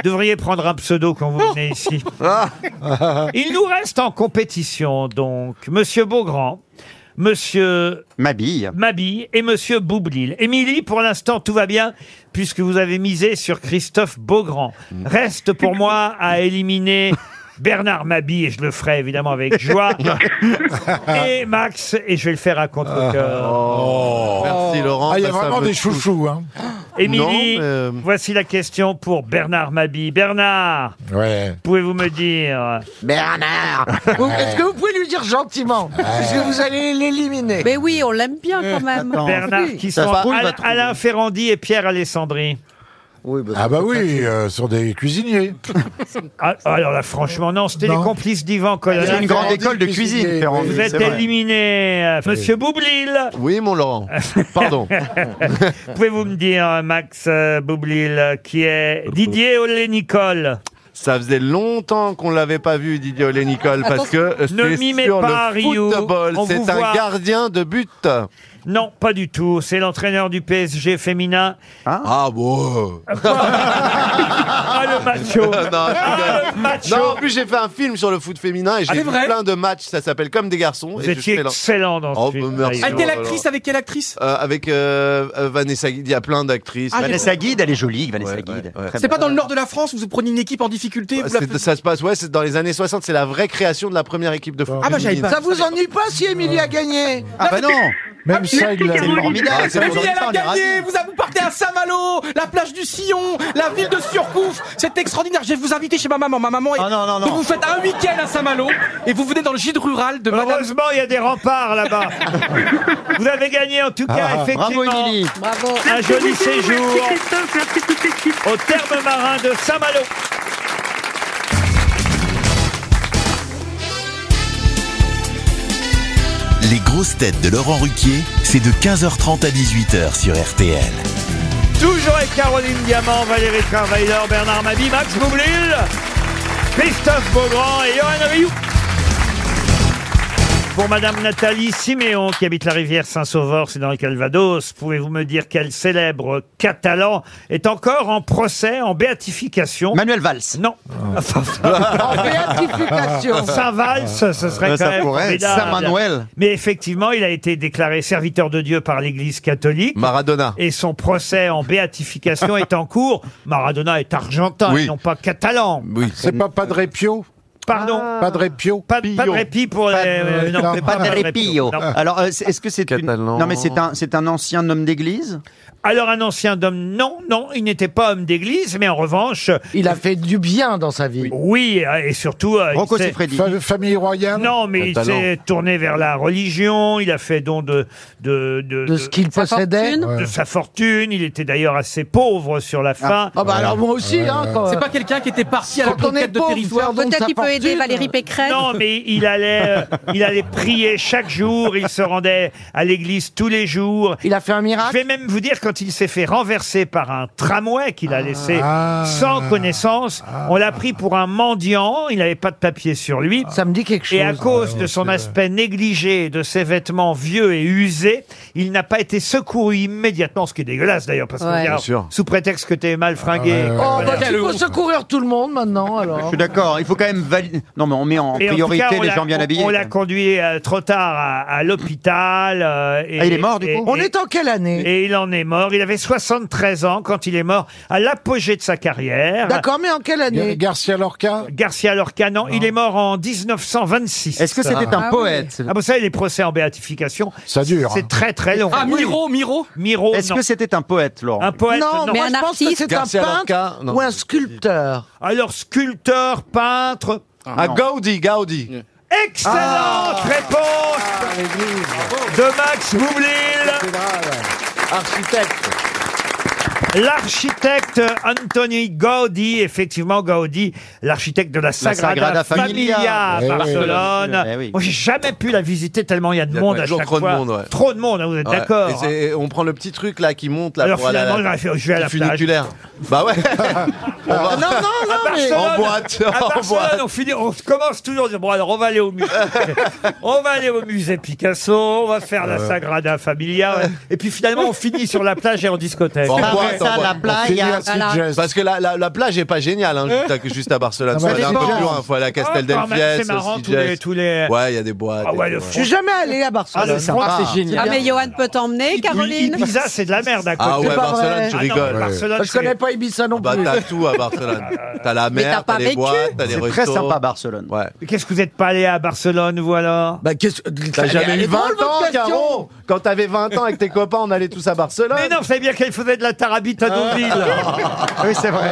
Speaker 2: Devriez prendre un pseudo quand vous venez ici. Il nous reste en compétition, donc, Monsieur Beaugrand, Monsieur Mabille, Mabille et Monsieur Boublil. Émilie, pour l'instant, tout va bien, puisque vous avez misé sur Christophe Beaugrand. Reste pour moi à éliminer Bernard Mabille, et je le ferai évidemment avec
Speaker 6: <laughs>
Speaker 2: joie,
Speaker 3: Ah.
Speaker 2: et Max, et je vais le faire à contre-cœur.
Speaker 8: Oh. Merci Laurent.
Speaker 6: Oh. Ah, il y a
Speaker 8: passe un
Speaker 6: vraiment
Speaker 8: peu
Speaker 6: des
Speaker 8: de chou-
Speaker 6: chouchous. Hein.
Speaker 2: <gasps> Émilie,
Speaker 8: euh,
Speaker 2: voici la question pour Bernard Mabille. Bernard, pouvez-vous me
Speaker 6: <laughs>
Speaker 2: dire...
Speaker 4: Bernard Vous- Est-ce que vous pouvez lui dire gentiment Parce que vous allez l'éliminer.
Speaker 7: Mais oui, on l'aime bien quand même.
Speaker 2: Bernard qui sont Al- Alain Ferrandi et Pierre Alessandri.
Speaker 6: ah bah oui, euh, sont des cuisiniers.
Speaker 2: Ah, alors là, franchement, non, c'était les
Speaker 6: Non.
Speaker 2: complices d'Ivan Colonna.
Speaker 6: C'est une grande Ferrandi, école de cuisine, cuisinier, Ferrandi,
Speaker 2: Vous êtes
Speaker 6: c'est vrai.
Speaker 2: éliminé, euh, Monsieur Boublil.
Speaker 8: Oui, mon Laurent. Pardon.
Speaker 2: <laughs> Pouvez-vous me dire, euh, Max euh, Boublil, euh, qui est Didier Olé-Nicole
Speaker 8: Ça faisait longtemps qu'on l'avait pas vu, Didier Olé Nicole, parce que
Speaker 2: Attention. Ne
Speaker 8: c'est
Speaker 2: mimez
Speaker 8: sur
Speaker 2: pas,
Speaker 8: le
Speaker 2: Rio.
Speaker 8: football.
Speaker 2: On vous
Speaker 8: C'est un
Speaker 2: voit.
Speaker 8: gardien de but.
Speaker 2: Non, pas du tout. C'est l'entraîneur du PSG féminin.
Speaker 8: ah
Speaker 2: <laughs>
Speaker 8: bon
Speaker 2: Ah,
Speaker 8: <laughs>
Speaker 2: le macho Ah, le macho
Speaker 8: Non, en plus j'ai fait un film sur le foot féminin et j'ai
Speaker 5: Ah, c'est
Speaker 8: vu
Speaker 5: vrai
Speaker 8: plein de matchs. Ça s'appelle Comme des garçons.
Speaker 2: Vous
Speaker 8: et je
Speaker 2: étiez
Speaker 8: fais l'en-
Speaker 2: excellent dans ce
Speaker 8: Oh,
Speaker 2: film, Ah,
Speaker 8: merci,
Speaker 2: d'ailleurs.
Speaker 5: avec quelle
Speaker 8: Laurent.
Speaker 5: actrice Avec quelle actrice
Speaker 8: Euh, avec euh, euh, Vanessa Guide, il y a plein d'actrices.
Speaker 5: Ah, j'ai- Vanessa
Speaker 8: Guide, elle est jolie, Vanessa Guide.
Speaker 5: C'est pas dans le nord de la France où vous prenez une équipe en difficulté. vous la faites-
Speaker 8: Ça se passe, ouais, c'est dans les années 60, c'est la vraie création de la première équipe de foot.
Speaker 5: Ah bah, j'avais
Speaker 8: féminine.
Speaker 4: Ça vous ennuie pas si Émilie a gagné
Speaker 8: Ah bah non
Speaker 6: Même ça, il l'a
Speaker 8: C'est
Speaker 2: Ah,
Speaker 8: formidable, c'est
Speaker 5: Mais
Speaker 8: formidable,
Speaker 5: oui, elle a
Speaker 8: on est ravis.
Speaker 5: gagné vous, avez- vous partez à Saint-Malo, la plage du Sillon, la ville de Surcouf. C'est extraordinaire. Je vais vous inviter chez ma maman. Ma maman est...
Speaker 2: Ah
Speaker 5: Donc vous faites un week-end à Saint-Malo et vous venez dans le gîte rural de Madame...
Speaker 2: Heureusement, il y a des remparts là-bas. Vous avez gagné en tout cas,
Speaker 8: Ah,
Speaker 2: effectivement. Un
Speaker 12: Merci
Speaker 2: joli
Speaker 12: beaucoup, merci
Speaker 2: séjour
Speaker 12: Christophe, merci toute l'équipe.
Speaker 2: au terme marin de Saint-Malo.
Speaker 1: Les grosses têtes de Laurent Ruquier, c'est de 15h30 à 18h sur RTL.
Speaker 2: Toujours avec Caroline Diamant, Valérie Carvailer, Bernard Mabi, Max Boublil, Christophe Beaugrand et Johan Rioux. Pour Madame Nathalie Siméon, qui habite la rivière Saint-Sauveur, c'est dans le Calvados, pouvez-vous me dire quel célèbre catalan est encore en procès, en béatification Manuel Valls. Non. <laughs>
Speaker 4: En béatification.
Speaker 2: Saint-Valls, ce serait
Speaker 3: Euh,
Speaker 2: quand
Speaker 3: Ah. ça
Speaker 2: même
Speaker 3: pourrait.
Speaker 2: formidable.
Speaker 3: Saint-Manuel.
Speaker 2: Mais effectivement, il a été déclaré serviteur de Dieu par l'Église catholique.
Speaker 8: Maradona.
Speaker 2: Et son procès en béatification est en cours. Maradona est argentin,
Speaker 8: Oui.
Speaker 2: et non pas catalan.
Speaker 8: Oui.
Speaker 6: C'est pas Padre Pio Ah.
Speaker 2: Pardon
Speaker 6: Padre Pio
Speaker 2: Pas, de- pas de répit pour les... euh, non,
Speaker 6: non.
Speaker 2: c'est
Speaker 6: Pas de
Speaker 2: Padre Pio,
Speaker 3: oh.
Speaker 13: Repillo.
Speaker 2: non.
Speaker 13: Alors, euh, c'est- est-ce que c'est une...
Speaker 8: Catalan.
Speaker 13: Non, mais c'est un, c'est un ancien homme d'église
Speaker 2: Alors un ancien homme, non, non, il n'était pas homme d'église, mais en revanche,
Speaker 4: Il a fait du bien dans sa vie. Oh,
Speaker 2: oui, euh, et surtout... euh, il s'est-
Speaker 6: Fa- Famille royale
Speaker 2: Non, mais il
Speaker 6: Catalan.
Speaker 2: s'est tourné vers la religion, il a fait don de... De, de,
Speaker 4: De ce qu'il
Speaker 2: sa
Speaker 4: possédait
Speaker 2: fortune.
Speaker 4: Ouais.
Speaker 2: De sa fortune, il était d'ailleurs assez pauvre sur la fin.
Speaker 4: Ah bah alors moi aussi, hein, quand,
Speaker 5: C'est pas quelqu'un qui était parti à la
Speaker 4: quand on est
Speaker 5: conquête de
Speaker 4: pauvre,
Speaker 5: territoire.
Speaker 4: faire don de sa fortune,
Speaker 7: aider Valérie Pécresse
Speaker 2: Non, mais il allait, euh, il allait prier chaque jour. Il se rendait à l'église tous les jours. Il a fait un miracle. Je vais même vous dire quand il s'est fait renverser par un tramway qu'il a laissé sans connaissance. on l'a pris pour un mendiant. Il n'avait pas de papier sur lui. Ah. Ça me dit quelque Et à
Speaker 6: chose.
Speaker 2: cause de son aspect négligé, de ses vêtements vieux et usés, il n'a pas été secouru immédiatement, ce qui est dégueulasse d'ailleurs parce
Speaker 4: Ouais.
Speaker 2: que
Speaker 4: Bien
Speaker 2: alors,
Speaker 4: sûr.
Speaker 2: sous prétexte que t'es mal fringué.
Speaker 4: Oh, bah, il faut secourir tout le monde maintenant,
Speaker 13: Je
Speaker 4: alors.
Speaker 13: suis d'accord, il faut quand même valider. Non, mais on met en
Speaker 2: Et en tout
Speaker 13: priorité
Speaker 2: cas, on
Speaker 13: les
Speaker 2: l'a-
Speaker 13: gens bien
Speaker 2: on-
Speaker 13: habillés.
Speaker 2: On l'a conduit euh, trop tard à, à l'hôpital. euh, et,
Speaker 13: Ah, il est mort, du coup On
Speaker 2: est en quelle année Et il en est mort. Il avait 73 ans quand il est mort, à l'apogée de sa carrière.
Speaker 6: D'accord,
Speaker 2: mais en quelle
Speaker 6: année
Speaker 2: Garcia Lorca Garcia Lorca, non, il est mort en 1926.
Speaker 13: Est-ce que c'était un Ah, oui. poète
Speaker 2: Ah bon, ça, les procès en béatification. Ça dure. C'est très très long.
Speaker 13: Ah, Miro,
Speaker 5: Miro
Speaker 2: Miro,
Speaker 13: Est-ce
Speaker 2: non.
Speaker 13: que c'était un poète, Laurent
Speaker 2: Un poète,
Speaker 4: Non, mais
Speaker 2: Moi,
Speaker 4: un
Speaker 2: je pense que
Speaker 4: artiste,
Speaker 2: c'est un
Speaker 4: Garcia Lorca,
Speaker 2: peintre
Speaker 4: non. ou un sculpteur
Speaker 2: Alors, sculpteur, peintre.
Speaker 8: Ah, Gaudi, Gaudi.
Speaker 2: Excellente
Speaker 8: Ah.
Speaker 2: réponse de Max Boublil. Architecte. L'architecte Anthony Gaudi, effectivement Gaudi, l'architecte de la Sagrada,
Speaker 8: Sagrada
Speaker 2: Familia,
Speaker 8: Familia.
Speaker 2: à
Speaker 8: Eh oui,
Speaker 2: Barcelone.
Speaker 8: eh oui.
Speaker 2: Moi, j'ai jamais pu la visiter tellement il y a de
Speaker 8: Il y a
Speaker 2: monde à
Speaker 8: toujours
Speaker 2: chaque
Speaker 8: trop de
Speaker 2: fois.
Speaker 8: monde, ouais.
Speaker 2: Trop de monde, hein, vous êtes
Speaker 8: Ouais.
Speaker 2: d'accord
Speaker 8: Et c'est- et on prend le petit truc là qui monte là
Speaker 2: Alors,
Speaker 8: pour aller à
Speaker 2: finalement,
Speaker 8: la,
Speaker 2: je vais- je vais à la
Speaker 8: petit
Speaker 2: plage.
Speaker 8: funiculaire. Bah
Speaker 2: <laughs>
Speaker 8: ouais. On va-
Speaker 2: Non, non, non, mais-
Speaker 8: <laughs> en
Speaker 2: À
Speaker 8: boîte, en <laughs>
Speaker 2: Barcelone,
Speaker 8: boîte.
Speaker 2: on, finit, on commence toujours à dire, bon, alors on va aller au
Speaker 8: <laughs>
Speaker 2: musée. on va aller au musée Picasso, on va faire la
Speaker 8: Ouais.
Speaker 2: Sagrada Familia. Et puis finalement, on finit sur la plage et en discothèque.
Speaker 8: En boîte, en boîte. On finit à Sitges. Parce que la, la- la plage est pas géniale, hein,
Speaker 2: Hein
Speaker 8: juste, à, juste à Barcelone.
Speaker 2: Non,
Speaker 8: Ça
Speaker 2: mais
Speaker 8: va
Speaker 2: ça
Speaker 8: un peu
Speaker 2: dépend.
Speaker 8: plus loin. Faut aller à Castel
Speaker 2: Ah, quand même,
Speaker 8: Delfies,
Speaker 2: c'est marrant, tous
Speaker 8: Sitges.
Speaker 2: les- tous les-
Speaker 8: Ouais, il y a des boîtes.
Speaker 2: Ah
Speaker 8: et
Speaker 2: ouais,
Speaker 8: tout,
Speaker 2: le
Speaker 8: ouais.
Speaker 4: Je suis jamais allé à Barcelone.
Speaker 2: Ah, c'est sympa. Ah, c'est génial.
Speaker 7: Ah, mais Johan peut t'emmener, Caroline
Speaker 2: Ibiza, c'est de la merde à côté.
Speaker 8: Ah ouais,
Speaker 2: C'est pas
Speaker 8: Barcelone,
Speaker 2: vrai. Ah
Speaker 8: tu
Speaker 2: non,
Speaker 8: rigoles.
Speaker 2: Barcelone,
Speaker 4: Je connais
Speaker 2: c'est-
Speaker 4: pas Ibiza non
Speaker 8: Bah
Speaker 4: plus.
Speaker 8: t'as tout
Speaker 3: <laughs>
Speaker 8: à <laughs> Barcelone. T'as la
Speaker 4: Mais t'as
Speaker 8: mer,
Speaker 4: pas
Speaker 8: t'as les
Speaker 4: vécu.
Speaker 8: boîtes, t'as les
Speaker 13: C'est
Speaker 8: restos.
Speaker 13: très sympa, Barcelone.
Speaker 8: Ouais.
Speaker 2: Qu'est-ce que vous n'êtes pas allé à Barcelone, vous alors
Speaker 8: Bah, qu'est-ce T'as jamais eu 20 ans, Caro Quand t'avais 20 ans avec tes copains, on allait tous à Barcelone.
Speaker 2: Mais non, vous savez bien qu'elle faisait de la tarabite à Deauville.
Speaker 8: oui, c'est vrai.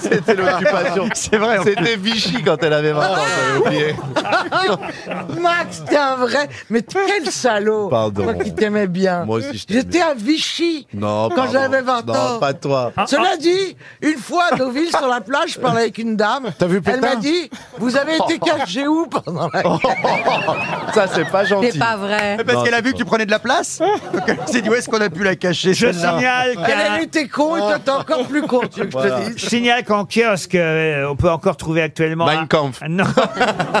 Speaker 8: C'était l'occupation.
Speaker 13: C'est vrai, en plus.
Speaker 8: C'était Vichy quand elle avait 20 ans, j'avais oublié.
Speaker 4: <laughs> Max, t'es un vrai. Mais quel salaud
Speaker 8: Pardon.
Speaker 4: Toi qui t'aimais bien.
Speaker 8: Moi aussi, je t'aimais.
Speaker 4: J'étais à Vichy
Speaker 8: Non,
Speaker 4: quand
Speaker 8: pardon.
Speaker 4: j'avais 20 ans. Ah,
Speaker 8: Non, pas toi.
Speaker 4: Cela dit, une fois à Deauville, sur la plage, je parlais avec une dame. Elle m'a dit Vous
Speaker 8: <laughs>
Speaker 4: avez été caché où pendant la
Speaker 8: Oh, Ça, c'est pas gentil.
Speaker 7: C'est pas vrai.
Speaker 13: Mais Parce
Speaker 8: Non,
Speaker 13: qu'elle a
Speaker 8: c'est
Speaker 13: vu que tu prenais de
Speaker 3: <laughs>
Speaker 13: la place. Donc elle s'est dit où est-ce qu'on a pu la cacher
Speaker 2: Je
Speaker 13: celle-là
Speaker 2: signale qu'à-
Speaker 4: Elle était con et
Speaker 8: Ah.
Speaker 4: toi, t'es encore plus con, tu veux que
Speaker 8: Voilà.
Speaker 4: je te dise.
Speaker 2: Je signale qu'en kiosque, euh, on peut encore trouver actuellement
Speaker 8: Mein
Speaker 2: un-
Speaker 8: Kampf.
Speaker 2: Non. <laughs>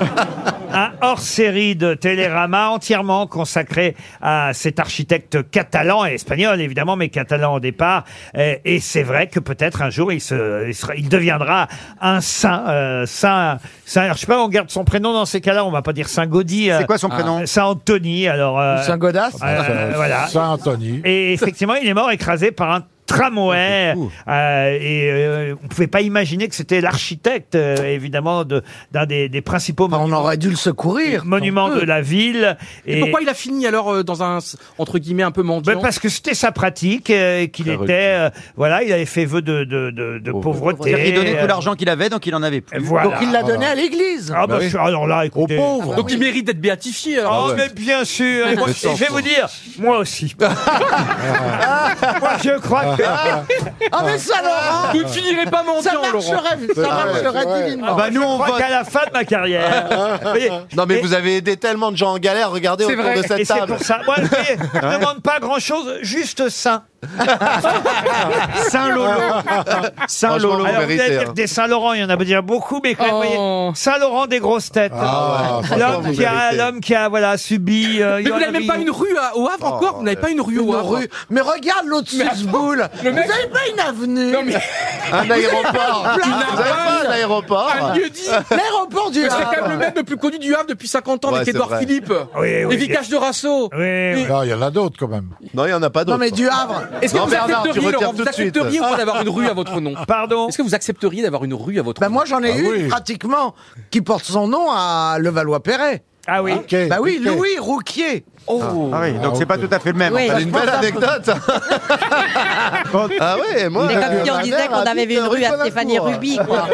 Speaker 2: un hors-série de Télérama entièrement consacré à cet architecte catalan et espagnol, évidemment, mais catalan au départ. Euh, Et c'est vrai que peut-être un jour, il, se, il, sera- il deviendra un saint. euh, saint, saint alors, je sais pas, on garde son prénom dans ces cas-là, on va pas dire Saint Gaudi. euh,
Speaker 13: C'est quoi son prénom
Speaker 2: euh, Saint Anthony, alors... euh,
Speaker 4: Saint Godasse
Speaker 2: euh, voilà.
Speaker 6: Saint-Anthony.
Speaker 2: Et effectivement, il est mort écrasé par un tramway.
Speaker 4: Oh,
Speaker 2: Euh, et euh, on pouvait pas imaginer que c'était l'architecte, euh, évidemment, de- d'un des, des principaux
Speaker 4: On aurait dû le secourir.
Speaker 2: monuments de la ville.
Speaker 5: Et, pourquoi il a fini alors euh, dans un, entre guillemets, un peu mendiant
Speaker 2: Ben, parce que c'était sa pratique, euh, et qu'il
Speaker 8: Très
Speaker 2: était, euh, voilà, il avait fait vœu de, de, de,
Speaker 4: Oh,
Speaker 2: de pauvreté.
Speaker 13: C'est-à-dire qu'il donnait
Speaker 2: euh,
Speaker 13: tout l'argent qu'il avait, donc il en avait plus.
Speaker 2: Voilà.
Speaker 4: Donc il l'a donné à l'église.
Speaker 2: Ah, bah, je suis- alors là,
Speaker 3: Oh,
Speaker 2: écoutez.
Speaker 5: Donc il mérite d'être béatifié. alors.
Speaker 2: Oh, bah mais bien sûr. Et moi-
Speaker 8: Mais
Speaker 2: et
Speaker 8: sans
Speaker 2: je vais vous
Speaker 8: faute.
Speaker 2: dire, moi aussi.
Speaker 8: Ah,
Speaker 2: moi, je
Speaker 4: <laughs>
Speaker 2: crois que
Speaker 4: Ah, mais ça, Laurent
Speaker 5: Vous ne finirez pas
Speaker 4: Ça
Speaker 5: mendiant, Laurent.
Speaker 4: marcherait, ça marcherait
Speaker 8: Ah,
Speaker 4: divinement.
Speaker 2: bah, nous, on voit qu'à la fin de ma carrière. <laughs> Vous voyez,
Speaker 8: Non, mais
Speaker 2: Et-
Speaker 8: vous avez aidé tellement de gens en galère. Regardez
Speaker 5: C'est
Speaker 8: autour
Speaker 5: vrai.
Speaker 8: de cette
Speaker 2: Et c'est
Speaker 8: table.
Speaker 2: pour ça. Moi, je
Speaker 8: <laughs>
Speaker 2: ne demande pas grand-chose, juste saint.
Speaker 13: Saint Lolo. Saint
Speaker 8: Franchement,
Speaker 13: Lolo.
Speaker 8: vous
Speaker 2: Alors, vous
Speaker 8: méritez,
Speaker 2: allez dire
Speaker 8: hein.
Speaker 2: que des Saint-Laurent, il y en a déjà beaucoup, mais quand même,
Speaker 5: Oh.
Speaker 2: voyez, Saint-Laurent des grosses têtes.
Speaker 6: Ah, ouais, franchement,
Speaker 2: L'homme
Speaker 6: vous
Speaker 2: qui a,
Speaker 8: méritez.
Speaker 2: l'homme qui a, voilà, subi. euh,
Speaker 5: Mais vous n'avez même pas une rue à- au Havre encore Vous n'avez pas une rue
Speaker 4: Une
Speaker 5: au
Speaker 8: hein.
Speaker 5: Havre
Speaker 4: rue. Mais regarde l'autre boule. Vous
Speaker 5: mec-
Speaker 4: n'avez pas une avenue <laughs>
Speaker 5: Non, mais-
Speaker 8: Un aéroport. Vous n'avez pas un aéroport.
Speaker 5: Un lieu
Speaker 8: <laughs>
Speaker 5: dit
Speaker 4: L'aéroport du
Speaker 5: C'est
Speaker 4: Havre.
Speaker 5: quand même le mec le plus connu du Havre depuis 50 ans
Speaker 8: Ouais,
Speaker 5: avec
Speaker 8: c'est
Speaker 5: Édouard
Speaker 8: vrai. Ah
Speaker 5: Philippe.
Speaker 2: Ah Oui, oui.
Speaker 5: les vicages de Rasso.
Speaker 2: Oui, oui.
Speaker 6: Non, Ah, il y en a d'autres quand même.
Speaker 8: Non, il n'y en a pas Ah, d'autres.
Speaker 4: Non mais du Havre.
Speaker 5: Est-ce que
Speaker 8: Non,
Speaker 5: vous
Speaker 8: Bernard, tu
Speaker 5: accepteriez,
Speaker 8: retires
Speaker 5: Laurent,
Speaker 8: tout
Speaker 5: vous
Speaker 8: de suite.
Speaker 5: accepteriez ou pas d'avoir une rue à votre nom
Speaker 2: Pardon.
Speaker 5: Est-ce que vous accepteriez d'avoir une rue à votre
Speaker 4: Bah
Speaker 5: nom
Speaker 4: moi j'en ai
Speaker 6: Ah
Speaker 4: eu
Speaker 6: oui.
Speaker 4: pratiquement qui porte son nom à Levallois-Perret.
Speaker 2: Ah oui.
Speaker 3: Bah oui,
Speaker 2: Piquet.
Speaker 3: Louis Rouquier. Oh.
Speaker 13: Ah oui, donc c'est pas tout à fait le même.
Speaker 3: Oui.
Speaker 13: en fait.
Speaker 3: C'est une belle anecdote. <laughs>
Speaker 8: Ah ouais, moi.
Speaker 7: C'est
Speaker 3: euh,
Speaker 7: comme si on disait qu'on avait vu une rue à Stéphanie Ruby, quoi.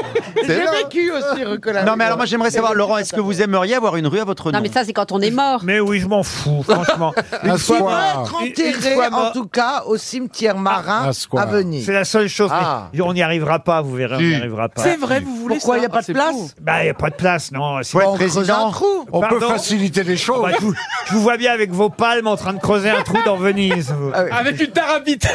Speaker 8: J'ai
Speaker 4: vécu <laughs> aussi rue Colin.
Speaker 3: Non, mais alors moi j'aimerais savoir, Laurent, est-ce que vous aimeriez avoir une rue à votre nom
Speaker 7: Non, mais ça, c'est quand on est mort.
Speaker 2: Mais oui, je m'en fous, franchement.
Speaker 3: <laughs> Oh. Ah,
Speaker 4: Une
Speaker 2: fois
Speaker 4: va
Speaker 2: mort.
Speaker 4: être
Speaker 2: Ah. Une- une
Speaker 4: enterré,
Speaker 2: fois mort. Ah,
Speaker 4: en tout cas, au cimetière marin à Venise.
Speaker 2: C'est la seule chose. mais
Speaker 4: Ah.
Speaker 2: on n'y arrivera pas, vous verrez, on n'y
Speaker 4: Si.
Speaker 2: arrivera pas.
Speaker 4: C'est vrai, vous voulez Pourquoi, ça il y a pas Ah, de c'est place fou.
Speaker 2: Bah, il n'y a pas de place, non.
Speaker 13: Faut être On creuse président. un trou.
Speaker 14: On peut faciliter les choses.
Speaker 2: Bah, je, vous, je vous vois bien avec vos palmes en train de creuser un trou dans Venise. vous.
Speaker 5: Avec une tarabite.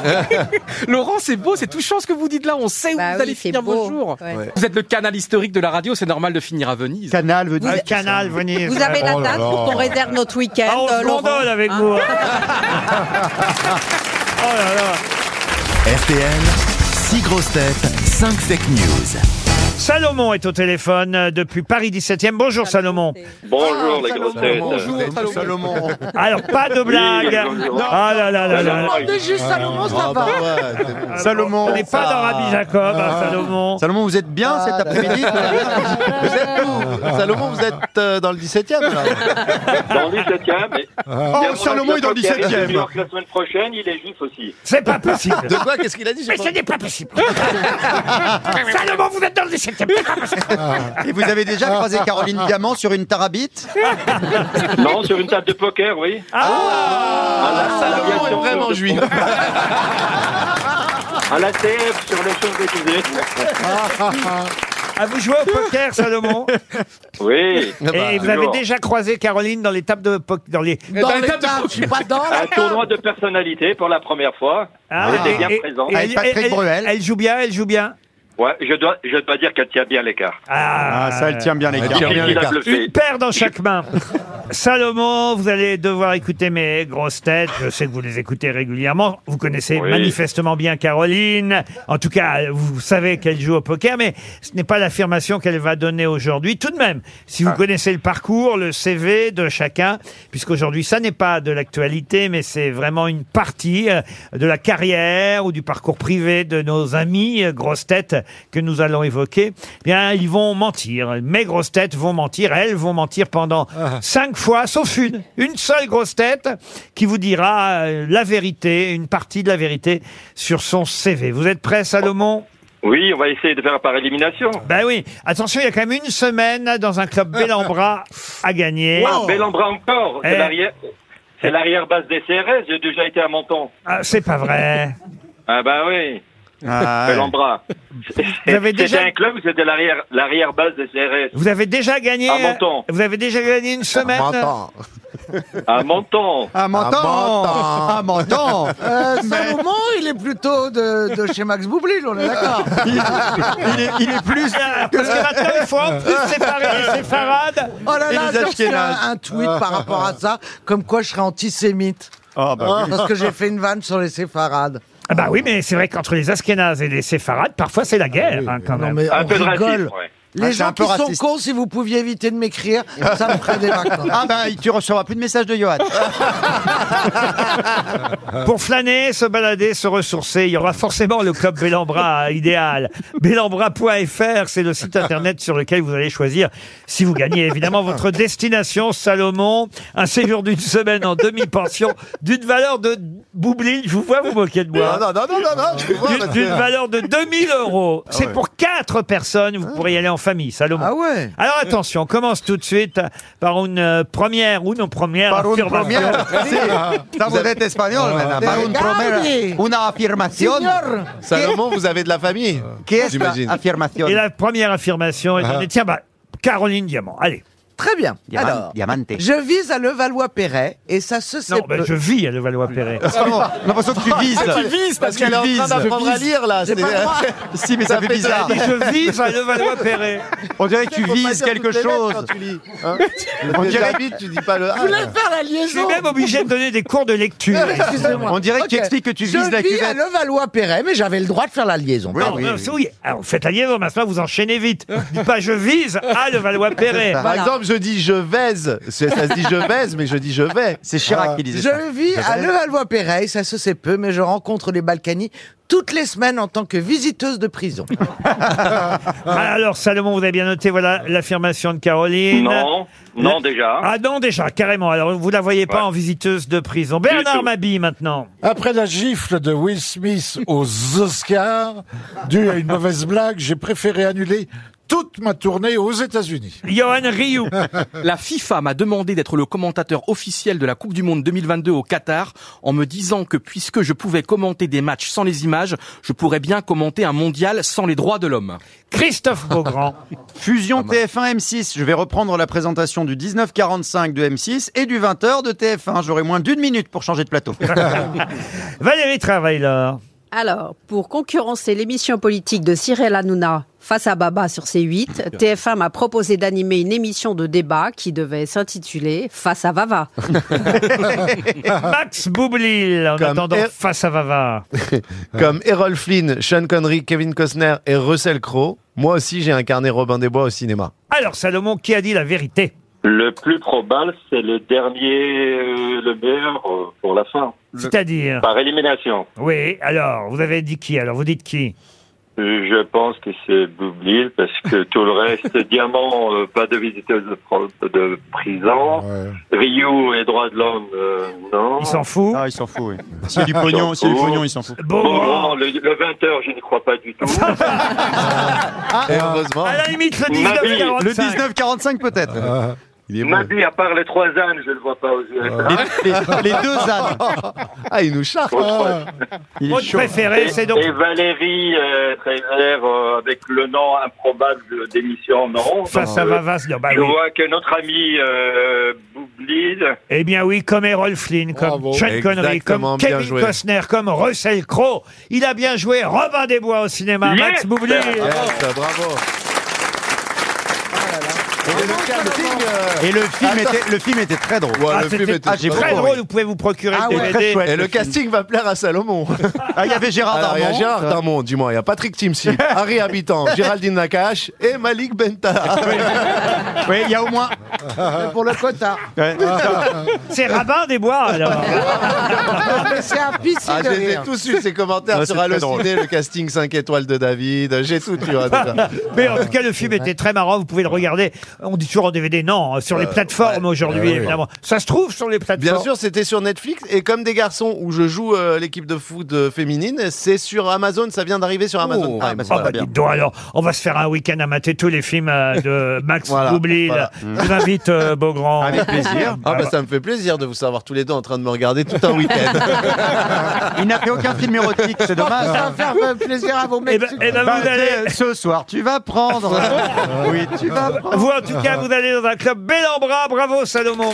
Speaker 5: <laughs> Laurent, c'est beau, c'est touchant ce que vous dites là. On sait où
Speaker 7: Bah
Speaker 5: vous
Speaker 7: oui,
Speaker 5: allez
Speaker 7: c'est
Speaker 5: finir
Speaker 7: beau.
Speaker 5: vos jours.
Speaker 7: Ouais. Ouais.
Speaker 5: Vous êtes le canal historique de la radio, c'est normal de finir à Venise.
Speaker 3: Canal,
Speaker 2: Vous- Ah, canal, Venise.
Speaker 7: Vous avez la
Speaker 2: Oh là
Speaker 7: date
Speaker 2: là.
Speaker 7: pour qu'on réserve notre
Speaker 2: Ah,
Speaker 7: week-end,
Speaker 2: on se
Speaker 7: euh, Laurent
Speaker 2: gondole avec
Speaker 7: Hein <laughs>
Speaker 2: vous. hein. oh là là.
Speaker 1: RTL, 6 grosses têtes, 5 fake news.
Speaker 2: Salomon est au téléphone euh, depuis Paris 17e. Bonjour
Speaker 4: Ah,
Speaker 2: Salomon.
Speaker 15: Bonjour les grosses têtes.
Speaker 8: Bonjour, Salomon. <laughs>
Speaker 2: Alors pas de blague.
Speaker 15: Oui, bonjour.
Speaker 2: Ah là là là là.
Speaker 4: Demandez
Speaker 8: Ah,
Speaker 4: juste Salomon, ça va.
Speaker 13: Salomon.
Speaker 2: On n'est pas dans Rabbi Jacob, hein,
Speaker 3: Ah.
Speaker 2: Salomon.
Speaker 13: Salomon, vous êtes bien cet après-midi
Speaker 8: Vous êtes où Salomon, vous êtes euh, dans le Ah. 17 e là.
Speaker 15: <laughs> Dans le 17e. mais-
Speaker 13: Oh,
Speaker 15: Il y a mon
Speaker 13: Salomon est dans le
Speaker 15: Jacob qui arrive de
Speaker 13: 17e.
Speaker 15: New York La semaine prochaine, il est juif aussi.
Speaker 2: C'est pas possible.
Speaker 8: De quoi Qu'est-ce qu'il a dit j'ai
Speaker 2: Mais
Speaker 8: pas-
Speaker 2: ce n'est pas
Speaker 3: <laughs>
Speaker 2: possible. Salomon, vous êtes dans le 17e. C'est pas possible.
Speaker 3: Et vous avez
Speaker 9: Ah.
Speaker 3: déjà croisé Caroline Diamant sur une tarabite
Speaker 15: <laughs> Non, sur une table de poker, oui.
Speaker 8: Ah, Salomon est vraiment juif.
Speaker 15: <laughs> À la TF sur les choses découvertes.
Speaker 2: Ah, vous jouez au poker, Salomon Et
Speaker 15: Oui.
Speaker 2: vous avez
Speaker 15: bah, toujours.
Speaker 2: déjà croisé Caroline dans les tables de poker. Dans Eh ben, les...
Speaker 5: Eh ben,
Speaker 4: Dans les tables, pas dans la
Speaker 15: Un
Speaker 4: table.
Speaker 15: tournoi de personnalité pour la première fois.
Speaker 2: Ah,
Speaker 15: J'étais
Speaker 2: et-
Speaker 15: bien
Speaker 2: et-
Speaker 15: présent.
Speaker 2: et
Speaker 3: Avec Patrick
Speaker 2: elle-
Speaker 3: Bruel.
Speaker 2: Elle joue bien, elle joue bien.
Speaker 15: Ouais, je dois, je dois dire qu'elle tient bien l'écart.
Speaker 2: Ah,
Speaker 13: Ah, ça, elle tient bien les
Speaker 15: C'est
Speaker 13: cartes.
Speaker 15: qu'il a bluffé.
Speaker 2: Une paire dans chaque main. Salomon, vous allez devoir écouter mes grosses têtes. Je sais que vous les écoutez régulièrement. Vous connaissez
Speaker 15: Oui.
Speaker 2: manifestement bien Caroline. En tout cas, vous savez qu'elle joue au poker, mais ce n'est pas l'affirmation qu'elle va donner aujourd'hui. Tout de même, si
Speaker 13: Ah.
Speaker 2: vous connaissez le parcours, le CV de chacun, puisqu'aujourd'hui, ça n'est pas de l'actualité, mais c'est vraiment une partie euh, de la carrière ou du parcours privé de nos amis euh, grosses têtes que nous allons évoquer, eh bien, ils vont mentir. Mes grosses têtes vont mentir, elles vont mentir pendant cinq fois, sauf une. Une seule grosse tête qui vous dira euh, la vérité, une partie de la vérité sur son CV. Vous êtes prêts, Salomon
Speaker 15: Oui, on va essayer de faire par élimination.
Speaker 2: Ben oui. Attention, il y a quand même une semaine dans un club Bellambra à gagner.
Speaker 15: Ah, Bellambra encore.
Speaker 2: Eh.
Speaker 15: C'est l'arrière- C'est l'arrière-basse des CRS. J'ai déjà été à Menton.
Speaker 2: Ah, c'est pas vrai.
Speaker 15: Ah bah oui.
Speaker 3: Ah, ouais.
Speaker 15: Bellambra.
Speaker 2: Vous avez
Speaker 15: C'était
Speaker 2: déjà-
Speaker 15: un club, c'était l'arrière- l'arrière-basse des CRS.
Speaker 2: Vous avez déjà gagné. euh,
Speaker 15: À Ah, Menton.
Speaker 2: Vous avez déjà gagné une semaine.
Speaker 8: Menton.
Speaker 15: À Menton.
Speaker 3: Un Ah, menton
Speaker 8: menton.
Speaker 3: Un menton
Speaker 4: Ah, Euh, Salomon, il est plutôt de, de chez Max Boublil, on est d'accord.
Speaker 3: <laughs> il, est, il est plus...
Speaker 2: Parce que maintenant, il faut en plus séparer les séfarades.
Speaker 4: Oh là
Speaker 3: Et
Speaker 4: là,
Speaker 3: les
Speaker 4: j'ai reçu un,
Speaker 3: Ashkénazes.
Speaker 4: un tweet par rapport à ça, comme quoi je serais antisémite.
Speaker 3: Ah, bah oui.
Speaker 4: Parce que j'ai fait une vanne sur les séfarades.
Speaker 2: Ah bah oui, mais c'est vrai qu'entre les Askénazes et les séfarades, parfois c'est la guerre, hein, quand même.
Speaker 4: Ah Non mais
Speaker 15: Un
Speaker 4: on
Speaker 15: peu de
Speaker 4: rigole.
Speaker 15: racisme, ouais.
Speaker 4: Les
Speaker 3: Ah, c'est
Speaker 4: gens
Speaker 3: un peu
Speaker 4: qui sont
Speaker 3: raciste.
Speaker 4: cons, si vous pouviez éviter de m'écrire, ça me ferait des vacances.
Speaker 3: Ah bah, tu recevras plus de messages de Johan.
Speaker 2: Ah. Pour flâner, se balader, se ressourcer, il y aura forcément le club Bellambra <laughs> euh, idéal. Bellambra.fr, c'est le site internet sur lequel vous allez choisir, si vous gagnez évidemment votre destination, Salomon, un séjour d'une semaine en demi-pension, d'une valeur de Boublil, je vous vois vous moquer de moi.
Speaker 8: Non, non, non, non, non, non, je te vois,
Speaker 2: D'une-
Speaker 8: parce que-
Speaker 2: D'une valeur de 2000 euros.
Speaker 3: Ah
Speaker 2: C'est pour quatre personnes. Vous pourrez y aller en famille, Salomon.
Speaker 4: Ah ouais
Speaker 2: Alors attention, on commence tout de suite par une euh, première ou non première.
Speaker 3: Par une
Speaker 2: affirmation. <laughs>
Speaker 3: première. Sí. Ça, vous êtes
Speaker 2: Ah.
Speaker 3: espagnol, madame. Par une
Speaker 4: Regardez.
Speaker 3: première. Una affirmación.
Speaker 4: Signor,
Speaker 8: Salomon, vous avez de la famille
Speaker 3: Qui est la
Speaker 8: J'imagine.
Speaker 3: affirmation Ah.
Speaker 2: Et la première affirmation est donnée. Tiens, bah, Caroline Diamant. Allez.
Speaker 4: Très bien.
Speaker 3: Diamant-
Speaker 4: Alors,
Speaker 3: diamante.
Speaker 4: je vise à Levallois-Perret et ça se
Speaker 2: Non,
Speaker 4: sait
Speaker 2: bah,
Speaker 4: peu.
Speaker 2: je vis à Levallois-Perret.
Speaker 3: J'ai l'impression que tu
Speaker 2: <laughs>
Speaker 3: vises.
Speaker 8: Ah, tu
Speaker 3: vises
Speaker 8: Parce qu'elle est en train d'apprendre à lire là.
Speaker 4: J'ai
Speaker 8: c'est-
Speaker 4: pas le droit.
Speaker 3: <laughs> Si, mais ça,
Speaker 8: Ça
Speaker 3: fait
Speaker 8: fait
Speaker 3: bizarre.
Speaker 2: Et je vis à Levallois-Perret.
Speaker 3: On dirait que tu
Speaker 8: Faut pas
Speaker 3: vises
Speaker 8: dire
Speaker 3: quelque
Speaker 8: toutes les lettres
Speaker 3: chose.
Speaker 8: quand tu lis, hein. On dirait vite, tu dis pas le.
Speaker 4: Je voulais faire la
Speaker 2: Je suis
Speaker 4: liaison.
Speaker 2: même obligé de donner des cours de <laughs> lecture.
Speaker 4: Euh, Excusez-moi.
Speaker 3: On dirait que tu
Speaker 4: Ok.
Speaker 3: expliques que tu
Speaker 4: Je
Speaker 3: vises la
Speaker 4: vis à
Speaker 3: cuvette.
Speaker 4: Levallois-Perret, mais j'avais le droit de faire la liaison.
Speaker 2: Non, non, Ah, c'est- oui. Alors, faites la liaison, maintenant vous enchaînez vite. Dites pas je vise à Levallois-Perret.
Speaker 8: Par exemple, je dis je vais, c'est- ça se dit je vais, mais je dis je vais. Ah. C'est
Speaker 4: Ah. Je vis à Levallois-Perret, ça se sait peu, mais je rencontre les Balkany toutes les semaines en tant que visiteuse de prison.
Speaker 2: Ah, Alors, Salomon, vous avez bien noté, voilà l'affirmation de Caroline.
Speaker 11: Non, non,
Speaker 2: La-
Speaker 11: déjà.
Speaker 2: Ah non, déjà, carrément. Alors, vous la voyez pas
Speaker 11: Ouais.
Speaker 2: en visiteuse de prison.
Speaker 11: Du
Speaker 2: Bernard
Speaker 11: tout.
Speaker 2: Mabille, maintenant.
Speaker 6: Après la gifle de Will Smith aux Oscars, due à une mauvaise blague, j'ai préféré annuler toute ma tournée aux États-Unis.
Speaker 2: Johan Rioux.
Speaker 5: <laughs> La FIFA m'a demandé d'être le commentateur officiel de la Coupe du Monde 2022 au Qatar en me disant que puisque je pouvais commenter des matchs sans les images, je pourrais bien commenter un mondial sans les droits de l'homme.
Speaker 2: Christophe
Speaker 5: <laughs>
Speaker 2: Beaugrand.
Speaker 3: Fusion
Speaker 13: TF1 M6, je vais reprendre la présentation du 1945 de M6 et du 20h de TF1. J'aurai moins d'une minute pour changer de plateau.
Speaker 2: <laughs> Valérie Travailleur.
Speaker 7: Alors, pour concurrencer l'émission politique de Cyril Hanouna face à Baba sur C8, TF1 m'a proposé d'animer une émission de débat qui devait s'intituler Face à Vava.
Speaker 2: <laughs> Max Boublil, en
Speaker 8: Comme
Speaker 2: attendant
Speaker 8: Air-
Speaker 2: face à Vava.
Speaker 8: <laughs> Comme Errol Flynn, Sean Connery, Kevin Costner et Russell Crowe, moi aussi j'ai incarné Robin des Bois au cinéma.
Speaker 2: Alors, Salomon, qui a dit la vérité
Speaker 11: Le plus probable, c'est le dernier, euh, le meilleur euh, pour la fin.
Speaker 2: C'est-à-dire
Speaker 11: Par élimination.
Speaker 2: Oui, alors, vous avez dit qui Alors, vous dites qui
Speaker 11: Euh, Je pense que c'est Boublil parce que tout le reste, Diamant, euh, pas de visiteuse de, pro- de prison. Rio et droits de l'homme, euh, non.
Speaker 2: Il s'en fout.
Speaker 3: Ah, il s'en fout, oui. S'il y a du pognon,
Speaker 11: Il
Speaker 3: s'il y a du
Speaker 11: s'en
Speaker 3: pognon, il s'en fout.
Speaker 11: Bon, bon, le, 20h, je ne crois
Speaker 3: <laughs>
Speaker 11: pas du tout.
Speaker 3: Ah.
Speaker 8: Et heureusement.
Speaker 2: À la limite, le
Speaker 11: Mabille.
Speaker 2: 1945.
Speaker 3: Le Ah. 19,45 peut-être.
Speaker 11: Mabi, à part les trois ânes, je ne vois pas aux USA.
Speaker 3: Les, les- les deux ânes.
Speaker 11: <laughs>
Speaker 8: Ah, il nous charge.
Speaker 2: Ah
Speaker 3: Il est
Speaker 2: Votre
Speaker 3: chaud.
Speaker 2: préféré, c'est donc.
Speaker 11: Et Valérie euh, Trésor, euh, avec le nom improbable de- d'émission, non.
Speaker 2: Face
Speaker 11: Donc,
Speaker 2: à
Speaker 11: euh,
Speaker 2: Vava, c'est- non, bah
Speaker 11: Je
Speaker 2: oui.
Speaker 11: vois que notre ami euh, Boublil,
Speaker 2: Eh bien oui, comme Errol Flynn, comme
Speaker 8: Bravo.
Speaker 2: Sean Connery,
Speaker 8: Exactement,
Speaker 2: comme
Speaker 8: bien
Speaker 2: Kevin
Speaker 8: joué.
Speaker 2: Costner, comme Russell Crowe. Il a bien joué Robin des Bois au cinéma,
Speaker 11: Yes
Speaker 2: Max Boublil.
Speaker 8: Yes, bravo. Et le casting, euh,
Speaker 3: Et le film, était, le film était très drôle.
Speaker 8: ouais,
Speaker 2: Ah,
Speaker 8: le film
Speaker 2: c'était
Speaker 8: était
Speaker 2: très
Speaker 8: très
Speaker 2: drôle, vous pouvez vous procurer
Speaker 3: Ah
Speaker 2: le
Speaker 3: ouais,
Speaker 2: DVD.
Speaker 3: chouette.
Speaker 8: Et le casting va plaire à Salomon.
Speaker 3: <laughs> Ah, il y avait Gérard
Speaker 8: Alors, il y a
Speaker 3: Darmon.
Speaker 8: Gérard Darmon, du moins. Il y a
Speaker 3: <laughs>
Speaker 8: Patrick Timsit, Harry Habitant, Géraldine Nakache et Malik Benta. Ah.
Speaker 3: Oui, il y a au moins.
Speaker 8: <laughs>
Speaker 4: pour le quota.
Speaker 3: Ouais.
Speaker 2: C'est Rabin des Bois, alors.
Speaker 4: Ah, Mais c'est un pisse
Speaker 8: Ah,
Speaker 4: de
Speaker 8: je les ai
Speaker 4: rire.
Speaker 8: tous eu, ces commentaires
Speaker 3: Ouais,
Speaker 8: sur
Speaker 3: c'est très
Speaker 2: <laughs>
Speaker 3: drôle.
Speaker 8: Allociné, le casting 5 étoiles de David. J'ai tout eu. hein, déjà.
Speaker 2: Mais en tout cas, le film était très marrant. Vous pouvez le regarder. On dit toujours en DVD, non, sur
Speaker 8: Euh,
Speaker 2: les plateformes
Speaker 8: Ah
Speaker 2: aujourd'hui, évidemment. Ça se trouve sur les plateformes.
Speaker 8: Bien sûr, c'était sur Netflix. Et comme des garçons où je joue euh, l'équipe de foot euh, féminine, c'est sur Amazon. Ça vient d'arriver sur Amazon Prime.
Speaker 2: Oh
Speaker 8: Voilà.
Speaker 2: bah dites donc alors, on va se faire un week-end à mater tous les films euh,
Speaker 8: <laughs>
Speaker 2: de Max
Speaker 8: Voilà,
Speaker 2: Boublil.
Speaker 8: voilà.
Speaker 2: Je vous invite, euh, Beaugrand.
Speaker 3: Avec plaisir.
Speaker 8: Ah bah ça me fait plaisir de vous savoir tous les deux en train de me regarder tout un week-end.
Speaker 3: <laughs> Il n'a fait aucun film érotique, c'est dommage. hein.
Speaker 4: Ça va faire euh, plaisir à vos
Speaker 2: Eh
Speaker 4: mecs.
Speaker 2: ben, eh ben, vous allez...
Speaker 3: Euh, Ce soir, tu vas prendre.
Speaker 2: <laughs>
Speaker 3: Oui, tu vas prendre.
Speaker 2: Vous, en tout cas, vous allez dans un club bel en bras. Bravo, Salomon.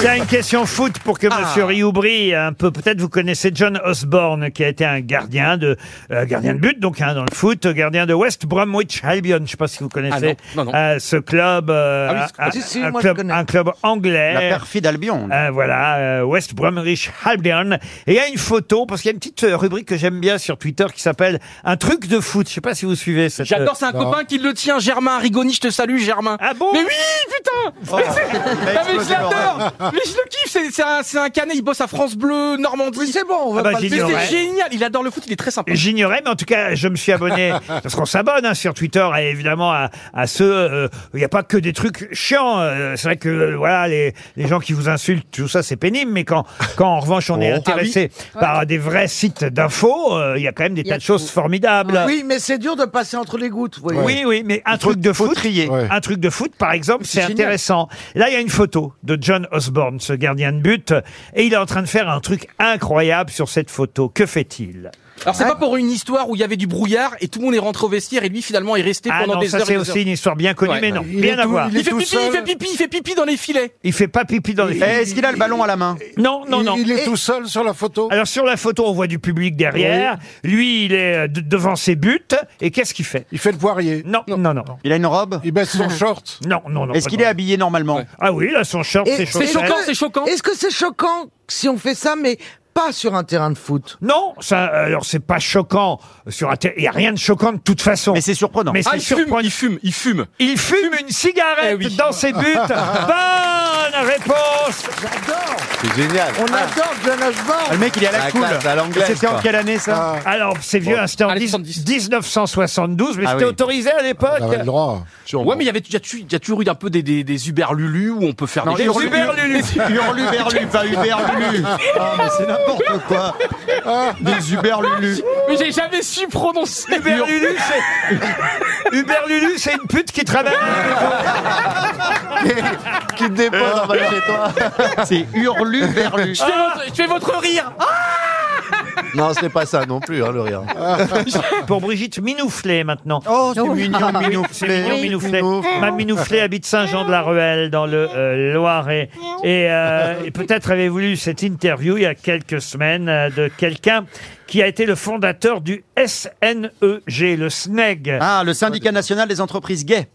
Speaker 2: Il y a une question foot pour
Speaker 5: Ah.
Speaker 2: que Monsieur Rioux brille un peu. Peut-être vous connaissez John Osborne, qui a été un gardien de euh, gardien de but, donc hein, dans le foot, gardien de West Bromwich Albion. Je ne sais pas si vous connaissez
Speaker 5: Ah non, non, non.
Speaker 2: euh, ce club, euh,
Speaker 5: Ah oui, c'est-
Speaker 2: un,
Speaker 4: si, si,
Speaker 2: un
Speaker 4: moi, je
Speaker 2: club
Speaker 4: connais.
Speaker 2: un club anglais.
Speaker 3: La perfide Albion.
Speaker 2: Euh, voilà, euh, West Bromwich Albion. Et il y a une photo, parce qu'il y a une petite euh, rubrique que j'aime bien sur Twitter qui s'appelle Un truc de foot. Je sais pas si vous suivez cette. euh,
Speaker 5: J'adore, c'est un
Speaker 6: non.
Speaker 5: copain qui le tient, Germain Rigoni, je te salue, Germain.
Speaker 2: Ah bon Oh.
Speaker 5: Mais oui, putain Mais, c'est- Ah, mais je l'adore Mais je le kiffe, c'est- c'est un, c'est un canet, il bosse à France Bleu, Normandie.
Speaker 4: Oui, c'est bon, on va
Speaker 2: Ah bah,
Speaker 4: pas
Speaker 2: j'ai
Speaker 4: le
Speaker 5: Mais
Speaker 2: dit-
Speaker 4: dire.
Speaker 2: Ouais.
Speaker 5: c'est génial, il adore le foot, il est très sympa.
Speaker 2: J'ignorais, mais en tout cas, je me suis
Speaker 5: <laughs>
Speaker 2: abonné, parce qu'on s'abonne hein, sur Twitter, et évidemment, à, à ceux, euh, il n'y a pas que des trucs chiants. euh, c'est vrai que, euh, voilà, les, les gens qui vous insultent, tout ça, c'est pénible, mais quand, quand en revanche, on est intéressé par des vrais sites d'infos, euh, il y a quand même des
Speaker 7: Il y a
Speaker 2: tas de choses
Speaker 7: tout.
Speaker 2: formidables.
Speaker 4: Oui, mais c'est dur de passer entre les gouttes. vous voyez.
Speaker 2: Ah, Oui, oui, mais un truc de foot,
Speaker 6: Ouais.
Speaker 2: un truc de foot, par exemple, c'est
Speaker 4: génial.
Speaker 2: intéressant. Là, il y a une photo de John Osborne, ce gardien de but, et il est en train de faire un truc incroyable sur cette photo. Que fait-il
Speaker 5: Alors c'est pas pour une histoire où il y avait du brouillard et tout le monde est rentré au vestiaire et lui finalement est resté
Speaker 2: Ah
Speaker 5: pendant
Speaker 2: non,
Speaker 5: des
Speaker 2: ça
Speaker 5: heures. et
Speaker 2: c'est
Speaker 5: des
Speaker 2: aussi
Speaker 5: heures.
Speaker 2: une histoire bien connue,
Speaker 5: Ouais.
Speaker 2: mais non,
Speaker 6: Il
Speaker 2: rien
Speaker 6: est
Speaker 2: à
Speaker 6: tout-
Speaker 2: voir.
Speaker 6: il est
Speaker 5: Il fait
Speaker 6: tout
Speaker 5: pipi,
Speaker 6: seul.
Speaker 5: il fait pipi, il fait pipi dans les filets.
Speaker 2: Il fait pas pipi dans les.
Speaker 3: Eh, Est-ce qu'il a le ballon à la main
Speaker 2: Non, non,
Speaker 6: il,
Speaker 2: non.
Speaker 6: il est tout seul sur la photo.
Speaker 2: Alors sur la photo, on voit du public derrière. Lui, il est euh, de- devant ses buts. Et qu'est-ce qu'il fait
Speaker 6: Il fait le poirier.
Speaker 2: Non, non, non, non,
Speaker 3: Il a une robe
Speaker 6: Il
Speaker 2: <laughs>
Speaker 6: baisse son short.
Speaker 2: non, non. non,
Speaker 3: Est-ce
Speaker 2: pas
Speaker 3: qu'il
Speaker 2: dans-
Speaker 3: est habillé normalement
Speaker 2: Ah oui, là, son short,
Speaker 4: Et-
Speaker 2: ses
Speaker 4: c'est
Speaker 2: chaussettes.
Speaker 5: choquant, c'est choquant.
Speaker 4: Est-ce que c'est choquant si on fait ça, mais
Speaker 2: pas sur un terrain de foot. Non, ça, euh, alors c'est pas choquant sur un terrain. Il y a rien de choquant de toute façon. Mais c'est surprenant. Mais
Speaker 5: Ah, il fume,
Speaker 2: il fume, il fume. Il fume Eh une cigarette dans <laughs> ses buts. Bonne réponse. J'adore.
Speaker 8: C'est génial.
Speaker 2: On adore Jonas
Speaker 8: Ah, le mec, il est à la La cool.
Speaker 2: Bah,
Speaker 8: classe, à l'anglaise, C'était en quoi. quelle année, ça Ah.
Speaker 2: Alors, c'est vieux,
Speaker 8: Bon.
Speaker 2: hein, c'était en 1972, mais
Speaker 5: Ah
Speaker 2: c'était
Speaker 5: oui.
Speaker 2: autorisé à l'époque.
Speaker 5: On avait le
Speaker 6: droit.
Speaker 5: Ouais, mais il y avait il y a tu- il y a toujours eu un peu des, des, des Uber Lulu où on peut faire
Speaker 13: Non,
Speaker 5: des
Speaker 13: des Uber Lulu.
Speaker 9: <laughs>
Speaker 13: Hurlu Berlu, pas Uber
Speaker 5: <laughs>
Speaker 13: Lulu. Ah, mais c'est n'importe quoi.
Speaker 4: Ah.
Speaker 13: Des Uber Lulu.
Speaker 5: Mais j'ai jamais su prononcer.
Speaker 2: Uber Lulu, c'est. Uber Lulu, c'est une pute qui travaille.
Speaker 8: qui te dépose en bas de chez
Speaker 3: <laughs>
Speaker 8: toi.
Speaker 13: C'est hurlu berlu.
Speaker 5: Je fais votre, je fais votre rire. Ah
Speaker 8: Non, c'est pas ça non plus, hein, le rire.
Speaker 2: <laughs> Pour Brigitte Minouflet maintenant.
Speaker 13: Oh,
Speaker 8: c'est mignon,
Speaker 2: C'est
Speaker 8: Minouflet.
Speaker 2: mignon,
Speaker 8: Oui.
Speaker 2: Minouflet.
Speaker 8: Minouflet.
Speaker 2: Madame Minouflet habite Saint-Jean-de-la-Ruelle dans le euh, Loiret. Et, euh, et peut-être avez-vous lu cette interview il y a quelques semaines euh, de quelqu'un qui a été le fondateur du SNEG, le E SNEG.
Speaker 3: Ah, le syndicat national des entreprises gays.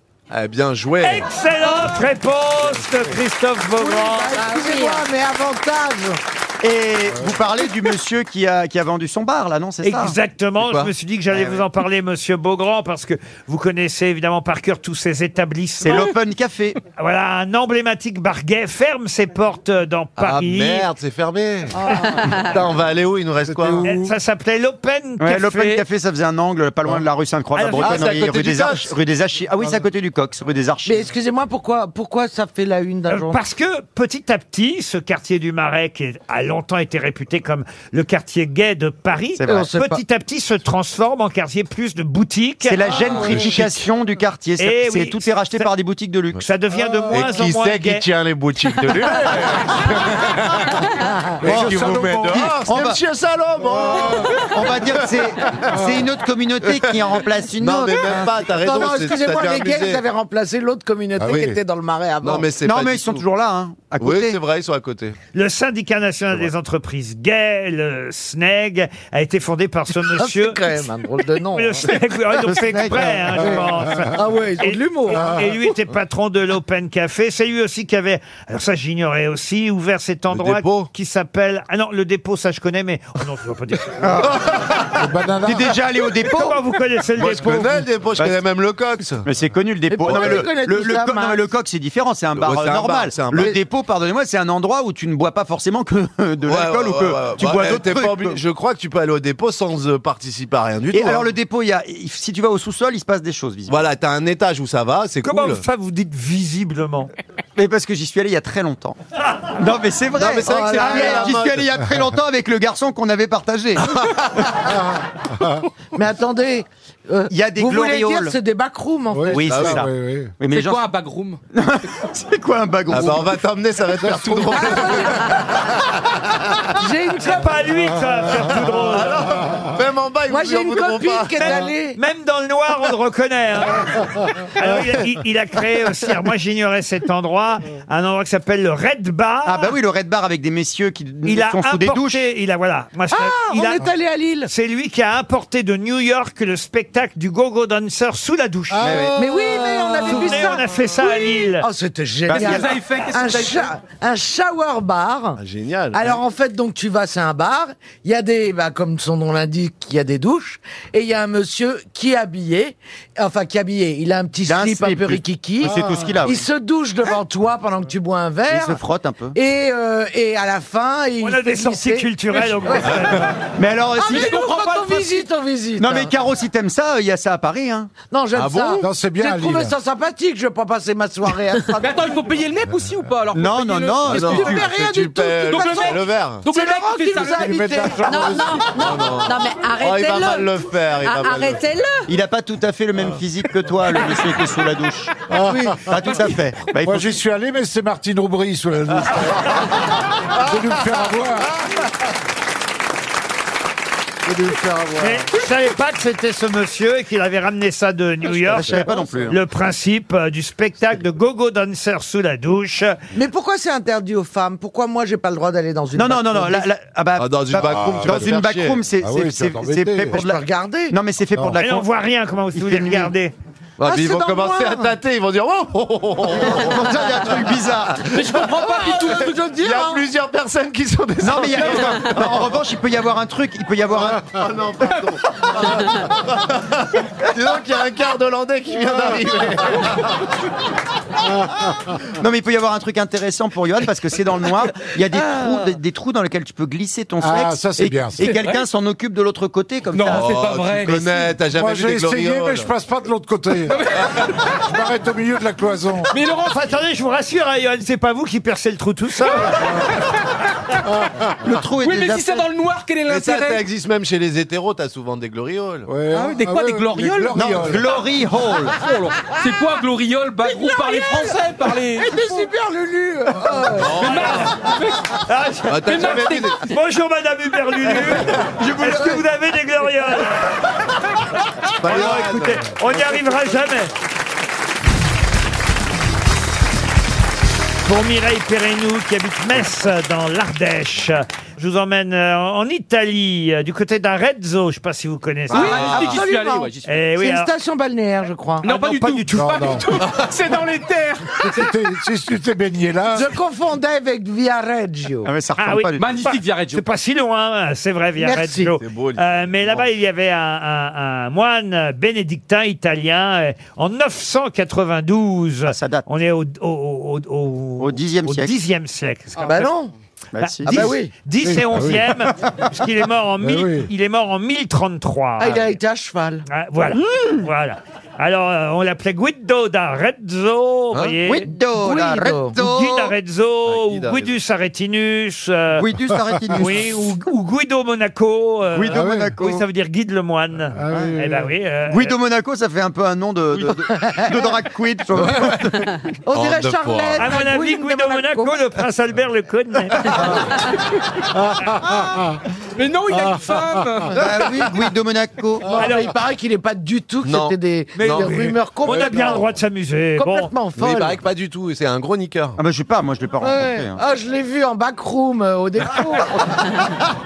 Speaker 8: Eh bien joué.
Speaker 2: Excellente réponse de Christophe Beaugrand.
Speaker 3: Excusez-moi, mais avantage. Et vous parlez du monsieur qui a, qui a vendu son bar, là, non C'est ça
Speaker 2: Exactement,
Speaker 3: C'est quoi
Speaker 2: je me suis dit que j'allais
Speaker 3: Eh
Speaker 2: vous
Speaker 3: ouais.
Speaker 2: en parler, monsieur Beaugrand, parce que vous connaissez évidemment par cœur tous ces établissements.
Speaker 3: C'est l'Open Café.
Speaker 2: Voilà, un emblématique bar gay ferme ses portes euh, dans
Speaker 8: Ah
Speaker 2: Paris.
Speaker 8: merde, c'est fermé. Putain, on va aller où Il nous reste quoi
Speaker 2: Eh, Ça s'appelait l'Open
Speaker 3: Ouais,
Speaker 2: Café.
Speaker 3: L'Open Café, ça faisait un angle pas loin de la rue Sainte-Croix, la
Speaker 2: Ah, c'est à
Speaker 3: Bretonnerie,
Speaker 2: côté
Speaker 3: rue,
Speaker 2: du
Speaker 3: des
Speaker 2: Cox.
Speaker 3: Arches- rue des Archives. Ah oui, c'est à côté du Cox, rue des Archives.
Speaker 4: Mais excusez-moi, pourquoi, pourquoi ça fait la une d'un
Speaker 2: Euh,
Speaker 4: jour
Speaker 2: Parce que petit à petit, ce quartier du Marais, qui est- a longtemps été réputé comme le quartier gay de Paris, Euh,
Speaker 3: C'est vrai. On sait
Speaker 2: petit à petit se transforme en quartier plus de boutiques. Ah,
Speaker 3: C'est la gentrification du quartier. ça-
Speaker 2: Eh
Speaker 3: c'est-
Speaker 2: oui.
Speaker 3: tout est racheté par des boutiques de luxe.
Speaker 2: Ça devient de moins en moins gay.
Speaker 8: les boutiques
Speaker 3: <laughs>
Speaker 8: de luxe
Speaker 3: Bon,
Speaker 8: qui vous
Speaker 3: Salomon.
Speaker 8: met dehors,
Speaker 3: On
Speaker 8: c'est
Speaker 3: va-
Speaker 8: Monsieur Salomon
Speaker 3: On va dire que c'est c'est une autre communauté qui en remplace une
Speaker 8: Non,
Speaker 3: autre.
Speaker 8: mais même pas, t'as raison,
Speaker 4: non, non,
Speaker 8: c'est-
Speaker 4: excusez-moi,
Speaker 8: ça
Speaker 4: les
Speaker 8: t'est
Speaker 4: gays,
Speaker 8: amusé.
Speaker 4: ils avaient remplacé l'autre communauté
Speaker 8: Ah oui.
Speaker 4: qui était dans le marais avant.
Speaker 8: Non, mais c'est pas du tout.
Speaker 3: là, hein, <laughs> à
Speaker 8: Oui, c'est vrai, ils sont à côté.
Speaker 2: Le syndicat national des entreprises gays, le SNEG, a été fondé par
Speaker 4: <laughs>
Speaker 2: ce monsieur.
Speaker 4: Ah, quand même un drôle de nom,
Speaker 2: Le
Speaker 4: hein.
Speaker 2: SNEG, oui, ils l'ont
Speaker 4: Le
Speaker 2: fait
Speaker 4: SNEG,
Speaker 2: exprès, hein, je
Speaker 4: ouais.
Speaker 2: pense.
Speaker 4: Ah ouais, ils ont
Speaker 2: Et-
Speaker 4: de l'humour,
Speaker 2: et-
Speaker 4: hein.
Speaker 2: Et lui était patron de l'Open Café. C'est lui aussi qui avait, alors ça j'ignorais aussi, ouvert cet endroit qui s'appelle. Ah non, le dépôt, ça je connais, mais. Oh non, je ne pas
Speaker 4: <laughs>
Speaker 2: dire.
Speaker 4: Ah.
Speaker 2: <laughs>
Speaker 3: T'es déjà allé au dépôt
Speaker 2: Comment vous connaissez le
Speaker 3: Moi, je
Speaker 2: dépôt
Speaker 3: connais le dépôt, je connais
Speaker 8: même le Cox.
Speaker 3: Mais c'est connu le dépôt.
Speaker 8: pourquoi
Speaker 3: mais
Speaker 8: tu
Speaker 3: le,
Speaker 8: connais
Speaker 3: le-
Speaker 8: tout
Speaker 3: le
Speaker 8: ça,
Speaker 3: co- non, mais le coq c'est différent, c'est un bar
Speaker 8: Ouais,
Speaker 3: euh,
Speaker 8: c'est un
Speaker 3: normal.
Speaker 8: bar, c'est un
Speaker 3: le
Speaker 8: bar.
Speaker 3: dépôt, pardonnez-moi, c'est un endroit où tu ne bois pas forcément que de l'alcool
Speaker 8: Ouais,
Speaker 3: ou que
Speaker 8: ouais, ouais,
Speaker 3: tu
Speaker 8: ouais.
Speaker 3: bois
Speaker 8: Ouais,
Speaker 3: d'autres
Speaker 8: t'es pas
Speaker 3: trucs.
Speaker 8: obligé- Je crois que tu peux aller au dépôt sans euh, participer à rien du
Speaker 3: Et
Speaker 8: tout.
Speaker 3: alors
Speaker 8: hein.
Speaker 3: le dépôt, il y a, si tu vas au sous-sol, il se passe des choses. visiblement.
Speaker 8: Voilà, t'as un étage où ça va, c'est cool.
Speaker 3: Comment
Speaker 2: ça vous dites visiblement
Speaker 3: <laughs> Mais parce que j'y suis allé il y a
Speaker 2: <laughs>
Speaker 3: très longtemps. Non mais c'est vrai.
Speaker 8: Non, mais c'est vrai
Speaker 2: Oh
Speaker 8: que c'est
Speaker 3: Ah,
Speaker 8: arrivé à la
Speaker 3: J'y
Speaker 8: mode.
Speaker 3: suis allé il y a très longtemps avec le garçon qu'on avait
Speaker 8: <laughs>
Speaker 3: partagé.
Speaker 4: Mais attendez, euh,
Speaker 3: Il y a des
Speaker 4: vous voulez
Speaker 3: glorioles.
Speaker 4: dire c'est des backrooms en fait
Speaker 3: Oui, c'est ça. Oui, mais les gens-
Speaker 9: <laughs>
Speaker 5: un bagroom
Speaker 3: C'est
Speaker 8: <laughs>
Speaker 3: quoi un bagroom
Speaker 8: Ah bah, on va t'emmener,
Speaker 3: <laughs>
Speaker 8: ça va te faire tout drôle.
Speaker 4: J'ai une
Speaker 2: C'est pas lui que ça va faire tout drôle.
Speaker 8: Même en bas, ils
Speaker 4: Moi,
Speaker 8: vous
Speaker 4: j'ai
Speaker 8: en
Speaker 4: une
Speaker 8: voudront
Speaker 4: copine
Speaker 8: pas.
Speaker 4: qui est allée.
Speaker 2: Même dans le noir, on le reconnaît. hein. Alors, il, a, il- il a créé aussi, alors moi j'ignorais cet endroit, un endroit qui s'appelle le Red Bar.
Speaker 3: Ah bah oui, le red bar avec des messieurs qui
Speaker 2: Il a
Speaker 3: sont sous des
Speaker 2: importé-
Speaker 3: douches.
Speaker 2: il a voilà. Moi, je-
Speaker 4: Ah,
Speaker 2: il
Speaker 4: on
Speaker 2: a-
Speaker 4: est allé à Lille.
Speaker 2: C'est lui qui a importé de New York le spectacle du Go-Go Dancer sous la douche.
Speaker 4: Ah. Mais oui, mais on
Speaker 2: Vous
Speaker 4: avait
Speaker 2: vous
Speaker 4: vu
Speaker 2: souvenez,
Speaker 4: ça.
Speaker 2: on a fait ça à Lille.
Speaker 4: Oh, c'était génial.
Speaker 3: Qu'est-ce que vous Ah,
Speaker 5: avez fait Qu'est-ce que
Speaker 4: un,
Speaker 5: vous avez
Speaker 4: cha- un shower bar.
Speaker 8: Génial.
Speaker 4: Alors en fait, donc tu vas, c'est un bar. Il y a des, bah, comme son nom l'indique, il y a des douches et il y a un monsieur qui est habillé, enfin qui est habillé. Il a un petit
Speaker 3: Il a un
Speaker 4: slip un
Speaker 3: slip,
Speaker 4: peu
Speaker 3: lui.
Speaker 4: rikiki.
Speaker 3: Oui, c'est tout ce qu'il a, oui.
Speaker 4: Il se douche devant toi pendant que tu bois un verre.
Speaker 3: Il se frotte un peu.
Speaker 4: Et euh, et à la fin, il
Speaker 2: On a
Speaker 4: fait
Speaker 2: des sorties
Speaker 4: glisser.
Speaker 2: culturelles au groupe.
Speaker 3: <laughs> Mais alors
Speaker 4: Ah,
Speaker 3: si
Speaker 4: mais nous,
Speaker 5: comprends pas
Speaker 4: quand
Speaker 5: le
Speaker 4: on visite, on visite.
Speaker 3: Non
Speaker 4: hein.
Speaker 3: mais Caro, si t'aimes ça, euh, il y a ça à Paris hein.
Speaker 4: non, j'aime
Speaker 6: Ah
Speaker 4: ça.
Speaker 6: bon Non, c'est bien à
Speaker 4: J'ai trouvé
Speaker 6: Lille.
Speaker 4: ça sympathique. Je vais pas passer ma soirée à
Speaker 5: <laughs> Mais attends, il faut payer le NEP aussi ou pas alors faut
Speaker 3: Non,
Speaker 5: payer
Speaker 3: non,
Speaker 5: le-
Speaker 3: non,
Speaker 5: Qu'est-ce
Speaker 3: non.
Speaker 5: que tu
Speaker 4: Tu
Speaker 5: veux
Speaker 4: fais rien
Speaker 8: Tu
Speaker 4: du tout.
Speaker 8: paies
Speaker 3: Euh,
Speaker 4: De toute
Speaker 5: le
Speaker 4: façon,
Speaker 8: le- le verre.
Speaker 5: Donc
Speaker 4: C'est
Speaker 5: le mec
Speaker 4: Laurent
Speaker 5: qui
Speaker 4: qui
Speaker 5: fait
Speaker 4: nous
Speaker 5: ça.
Speaker 4: a invités.
Speaker 16: Non, non, non, non, mais
Speaker 8: Oh, il va mal
Speaker 16: arrêtez-le.
Speaker 8: le faire. Il va
Speaker 16: Ah,
Speaker 8: mal le faire. Ah.
Speaker 16: Arrêtez-le.
Speaker 3: Il a pas tout à fait le même physique que toi, le monsieur qui est sous la douche.
Speaker 6: <laughs>
Speaker 3: Pas tout à fait. Bah, il faut-
Speaker 6: Moi, j'y suis allé, mais c'est Martine Aubry sous
Speaker 8: <laughs>
Speaker 6: la douche. Je vais nous faire avoir. Je vais nous faire avoir.
Speaker 2: Mais je savais pas que c'était ce monsieur et qu'il avait ramené ça de New York.
Speaker 3: savais pas non plus, hein.
Speaker 2: Le principe euh, du spectacle de Gogo Dancer sous la douche.
Speaker 4: Mais pourquoi c'est interdit aux femmes Pourquoi moi j'ai pas le droit d'aller dans une
Speaker 3: Non, non, non, non.
Speaker 4: bathroom
Speaker 3: là- là- ah bah,
Speaker 8: Ah, dans une
Speaker 3: bah,
Speaker 8: backroom, tu vas
Speaker 3: dans
Speaker 8: te
Speaker 3: une
Speaker 8: faire
Speaker 3: backroom,
Speaker 8: chier.
Speaker 3: c'est
Speaker 6: Ah oui,
Speaker 3: c'est-
Speaker 6: tu vas
Speaker 3: c'est- c'est
Speaker 6: t'embêter.
Speaker 3: fait pour
Speaker 4: Je
Speaker 3: de
Speaker 4: peux
Speaker 3: la.
Speaker 4: regarder
Speaker 3: Non, mais c'est fait pour de la.
Speaker 2: Et on
Speaker 3: con-
Speaker 2: voit rien comment vous
Speaker 3: Il
Speaker 2: voulez
Speaker 3: fait nuit.
Speaker 2: regarder.
Speaker 8: Ah, puis ils vont commencer à tâter, ils vont dire Oh, oh, oh, oh,
Speaker 9: <laughs>
Speaker 8: oh, oh, tiens, il y a un truc bizarre.
Speaker 13: Mais je comprends pas du tout ce que je veux dire,
Speaker 8: Il y a
Speaker 13: hein.
Speaker 8: plusieurs personnes qui sont des
Speaker 13: Non, mais il y a- Non, en
Speaker 5: <laughs>
Speaker 13: revanche, il peut y avoir un truc, il peut y avoir un.
Speaker 8: Oh non, pardon.
Speaker 3: Ah,
Speaker 8: <laughs> Dis donc, il y a un quart d'Hollandais qui vient d'arriver.
Speaker 13: Non, mais il peut y avoir un truc intéressant pour Johan parce que c'est dans le noir. Il y a des, trous,
Speaker 8: Ah.
Speaker 13: des, des trous dans lesquels tu peux glisser ton sexe.
Speaker 6: Ah, ça, c'est
Speaker 13: et,
Speaker 6: bien, ça.
Speaker 13: Et quelqu'un s'en occupe de l'autre côté comme ça.
Speaker 8: Oh,
Speaker 6: Moi, j'ai essayé, mais je passe pas de l'autre
Speaker 8: <laughs>
Speaker 6: côté. je m'arrête au milieu de la cloison.
Speaker 2: <laughs> Mais Laurent, attendez, je vous rassure, hein, Johan, c'est pas vous qui percez le trou tout seul. Ah,
Speaker 13: Le trou
Speaker 5: Oui, mais si c'est dans le noir, quel est
Speaker 8: Mais ça, ça
Speaker 5: l'intérêt
Speaker 8: existe même chez les hétéros, t'as souvent des glorioles.
Speaker 5: Ah oui, des quoi, des glorioles
Speaker 8: Non, glory hole.
Speaker 5: Oh, Laurent, C'est quoi gloriole Bah, groupe, parlez français, parlez.
Speaker 4: super Lulu
Speaker 8: Ah, t'as
Speaker 2: Mais
Speaker 8: jamais
Speaker 2: Marc,
Speaker 8: vu des-
Speaker 2: t'es- Bonjour Madame Hubert <laughs> Lulu. Est-ce que vous avez des glorioles
Speaker 8: Bah,
Speaker 2: Oh non,
Speaker 8: Johan.
Speaker 2: écoutez, on n'y arrivera jamais. Pour Mireille Perrenou, qui habite Metz, dans l'Ardèche, je vous emmène euh, en Italie, euh, du côté d'Arezzo. Je ne sais pas si vous connaissez.
Speaker 4: Oui,
Speaker 5: Ah, j'y suis allé,
Speaker 4: absolument.
Speaker 5: ouais, j'y suis
Speaker 2: Eh oui,
Speaker 4: C'est une
Speaker 2: alors-
Speaker 4: station balnéaire, je crois.
Speaker 5: Non, pas, du, <laughs> tout. Pas
Speaker 6: Ah non.
Speaker 5: du tout. C'est dans les terres.
Speaker 6: Si t'es- Si tu t'es baigné là,
Speaker 4: Je confondais avec Viareggio.
Speaker 13: Ah, mais ça ressemble
Speaker 2: Ah oui.
Speaker 13: pas du tout.
Speaker 5: Magnifique Viareggio.
Speaker 2: C'est pas si loin, hein, c'est vrai, via
Speaker 4: Merci.
Speaker 2: Reggio.
Speaker 8: C'est beau,
Speaker 2: Euh, mais là-bas, il y avait un, un- un moine bénédictin italien euh, en 992.
Speaker 13: ça date.
Speaker 2: On est au, au, au, au,
Speaker 13: Au Xe siècle.
Speaker 2: Xe siècle.
Speaker 4: Ah bah non
Speaker 13: Bah, si.
Speaker 4: Ah bah oui
Speaker 2: 10
Speaker 6: Oui,
Speaker 2: et
Speaker 6: bah oui.
Speaker 2: 11e, puisqu'il est mort en
Speaker 6: Bah
Speaker 2: mille-
Speaker 6: oui.
Speaker 2: il est mort en 1033.
Speaker 4: Ah, il a été à cheval.
Speaker 2: Ah, voilà.
Speaker 5: Mmh.
Speaker 2: Voilà. Alors, euh, on l'appelait Guido d'Arezzo, vous voyez.
Speaker 13: Hein? Guido, la
Speaker 4: Guido.
Speaker 2: Ou Guy
Speaker 13: Retto.
Speaker 2: d'Arezzo,
Speaker 8: Ah, Guy
Speaker 2: ou Guidus Aretinus. euh,
Speaker 13: Guidus Arretinus.
Speaker 2: oui, ou, ou Guido Monaco. euh,
Speaker 13: Guido
Speaker 6: Ah ouais.
Speaker 13: Monaco.
Speaker 2: Oui, ça veut dire guide le moine.
Speaker 6: Ah oui, oui,
Speaker 2: eh ben oui. euh,
Speaker 13: Guido Monaco, ça fait un peu un nom de,
Speaker 8: <laughs>
Speaker 13: de, de, de drag queen.
Speaker 2: <laughs>
Speaker 13: je vois.
Speaker 4: On dirait
Speaker 8: de
Speaker 4: Charlotte.
Speaker 2: À mon avis,
Speaker 4: Guido
Speaker 2: Guido Monaco, le prince Albert
Speaker 9: <laughs>
Speaker 2: le connaît.
Speaker 5: Mais non, il a
Speaker 9: Ah.
Speaker 5: une femme. Ah,
Speaker 13: bah oui, Guido Monaco.
Speaker 4: Non,
Speaker 2: Alors-
Speaker 4: mais il paraît qu'il n'est pas du tout que
Speaker 8: Non.
Speaker 4: c'était des,
Speaker 8: Mais-
Speaker 4: des
Speaker 8: Non, mais-
Speaker 4: rumeurs
Speaker 2: On
Speaker 4: complètement,
Speaker 2: a bien le droit de s'amuser. Bon.
Speaker 4: complètement
Speaker 8: Mais il
Speaker 4: folles.
Speaker 8: paraît que pas du tout, c'est un gros niqueur.
Speaker 13: Ah bah je sais pas, moi je l'ai pas rencontré.
Speaker 4: Ouais.
Speaker 13: hein.
Speaker 4: Ah, je l'ai vu en backroom euh,
Speaker 13: <laughs>
Speaker 4: au dépôt.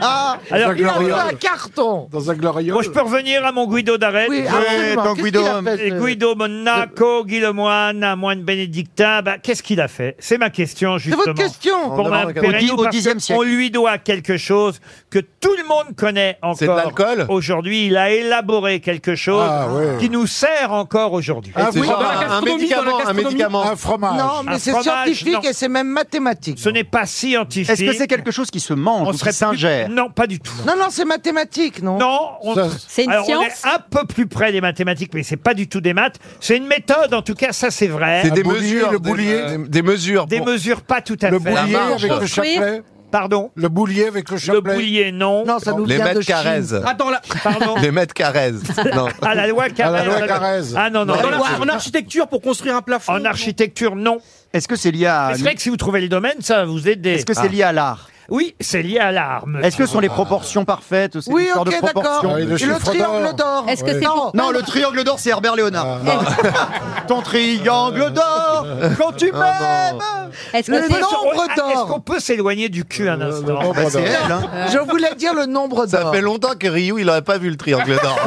Speaker 13: Ah,
Speaker 2: Alors,
Speaker 4: il a fait
Speaker 6: Gloriole.
Speaker 4: un carton.
Speaker 6: dans un gloriole.
Speaker 2: bon, je peux revenir à mon Guido d'Arezzo.
Speaker 4: Oui, absolument.
Speaker 13: tant
Speaker 4: Qu'est-ce
Speaker 13: Guido.
Speaker 4: qu'il a fait,
Speaker 2: Et
Speaker 4: ce-
Speaker 2: Guido Monaco, Guy Lemoine, un moine bénédictin, bah, qu'est-ce qu'il a fait C'est ma question,
Speaker 4: C'est
Speaker 2: justement.
Speaker 4: votre question.
Speaker 2: Pour
Speaker 8: On
Speaker 2: Mme
Speaker 8: demande-
Speaker 2: Perrineau,
Speaker 13: Au dix- au
Speaker 2: parce
Speaker 13: dixième
Speaker 2: que
Speaker 13: siècle.
Speaker 2: On lui doit quelque chose que tout le monde connaît encore.
Speaker 8: C'est de l'alcool
Speaker 2: Aujourd'hui, il a élaboré quelque chose
Speaker 6: Ah, ouais.
Speaker 2: qui nous sert encore aujourd'hui.
Speaker 6: Ah,
Speaker 8: C'est
Speaker 6: oui,
Speaker 8: genre
Speaker 6: dans la
Speaker 8: un- un
Speaker 5: gastronomie, dans
Speaker 8: médicament,
Speaker 5: la
Speaker 8: un
Speaker 5: gastronomie.
Speaker 8: médicament.
Speaker 6: Un fromage.
Speaker 4: Non, mais
Speaker 2: Un
Speaker 4: c'est
Speaker 2: fromage,
Speaker 4: scientifique
Speaker 2: non.
Speaker 4: et c'est même mathématique.
Speaker 2: Ce n'est pas scientifique.
Speaker 13: Est-ce que c'est quelque chose qui se mange
Speaker 2: On
Speaker 13: ou
Speaker 2: serait
Speaker 13: qui s'ingère
Speaker 2: plus- Non, pas du tout.
Speaker 4: Non, non, c'est mathématique, non
Speaker 2: Non, on...
Speaker 6: Ça-
Speaker 7: C'est une
Speaker 2: Alors, on
Speaker 7: science
Speaker 2: est un peu plus près des mathématiques, mais c'est pas du tout des maths. C'est une méthode, en tout cas, ça c'est vrai.
Speaker 8: C'est des
Speaker 6: boulier,
Speaker 8: mesures.
Speaker 6: le
Speaker 8: des-
Speaker 6: boulier.
Speaker 8: Des, des mesures.
Speaker 2: Des
Speaker 8: Bon,
Speaker 2: mesures pas tout à
Speaker 6: Le
Speaker 2: fait.
Speaker 6: boulier
Speaker 8: marche.
Speaker 6: avec le
Speaker 7: Construire.
Speaker 6: chapelet.
Speaker 2: Pardon.
Speaker 6: Le boulier avec le
Speaker 2: Le
Speaker 6: chapelet.
Speaker 2: boulier, non.
Speaker 4: Non, ça nous
Speaker 8: Les
Speaker 4: vient de
Speaker 8: mètres
Speaker 4: Chine.
Speaker 8: Carrez.
Speaker 5: Attends, là.
Speaker 2: <laughs> Pardon.
Speaker 8: <laughs> Les mètres Carrez. Non.
Speaker 2: À la loi Carrez.
Speaker 6: À la loi Carrez.
Speaker 2: Ah non, non.
Speaker 5: Dans la- en architecture pour construire un plafond.
Speaker 2: En architecture, non.
Speaker 13: Est-ce que c'est lié à
Speaker 2: Mais C'est vrai que si vous trouvez le domaine, ça va vous aider.
Speaker 13: Est-ce que c'est lié à l'art
Speaker 2: Oui, c'est lié à Ah. l'arme.
Speaker 13: Est-ce que ce sont les
Speaker 2: oh.
Speaker 13: proportions parfaites ou c'est
Speaker 4: Oui,
Speaker 13: une histoire
Speaker 4: ok,
Speaker 13: de proportion
Speaker 4: d'accord.
Speaker 6: Ah,
Speaker 4: Et
Speaker 6: et le
Speaker 4: le
Speaker 6: chiffre
Speaker 4: triangle
Speaker 6: d'or.
Speaker 4: d'or.
Speaker 7: Est-ce que
Speaker 6: Ouais.
Speaker 7: c'est pour...
Speaker 13: Non, le triangle d'or, c'est Herbert Léonard.
Speaker 6: Ah,
Speaker 13: Ton triangle d'or, quand <laughs> tu m'aimes
Speaker 7: Est-ce que
Speaker 4: Le
Speaker 7: c'est-
Speaker 4: nombre
Speaker 2: Ah, Est-ce
Speaker 4: d'or.
Speaker 2: qu'on peut s'éloigner du cul un instant
Speaker 13: Bah, C'est elle, hein.
Speaker 7: Euh.
Speaker 4: Je voulais dire le nombre
Speaker 8: Ça
Speaker 4: d'or.
Speaker 8: fait longtemps que Ryu, il aurait pas vu le triangle
Speaker 13: <laughs>
Speaker 8: d'or.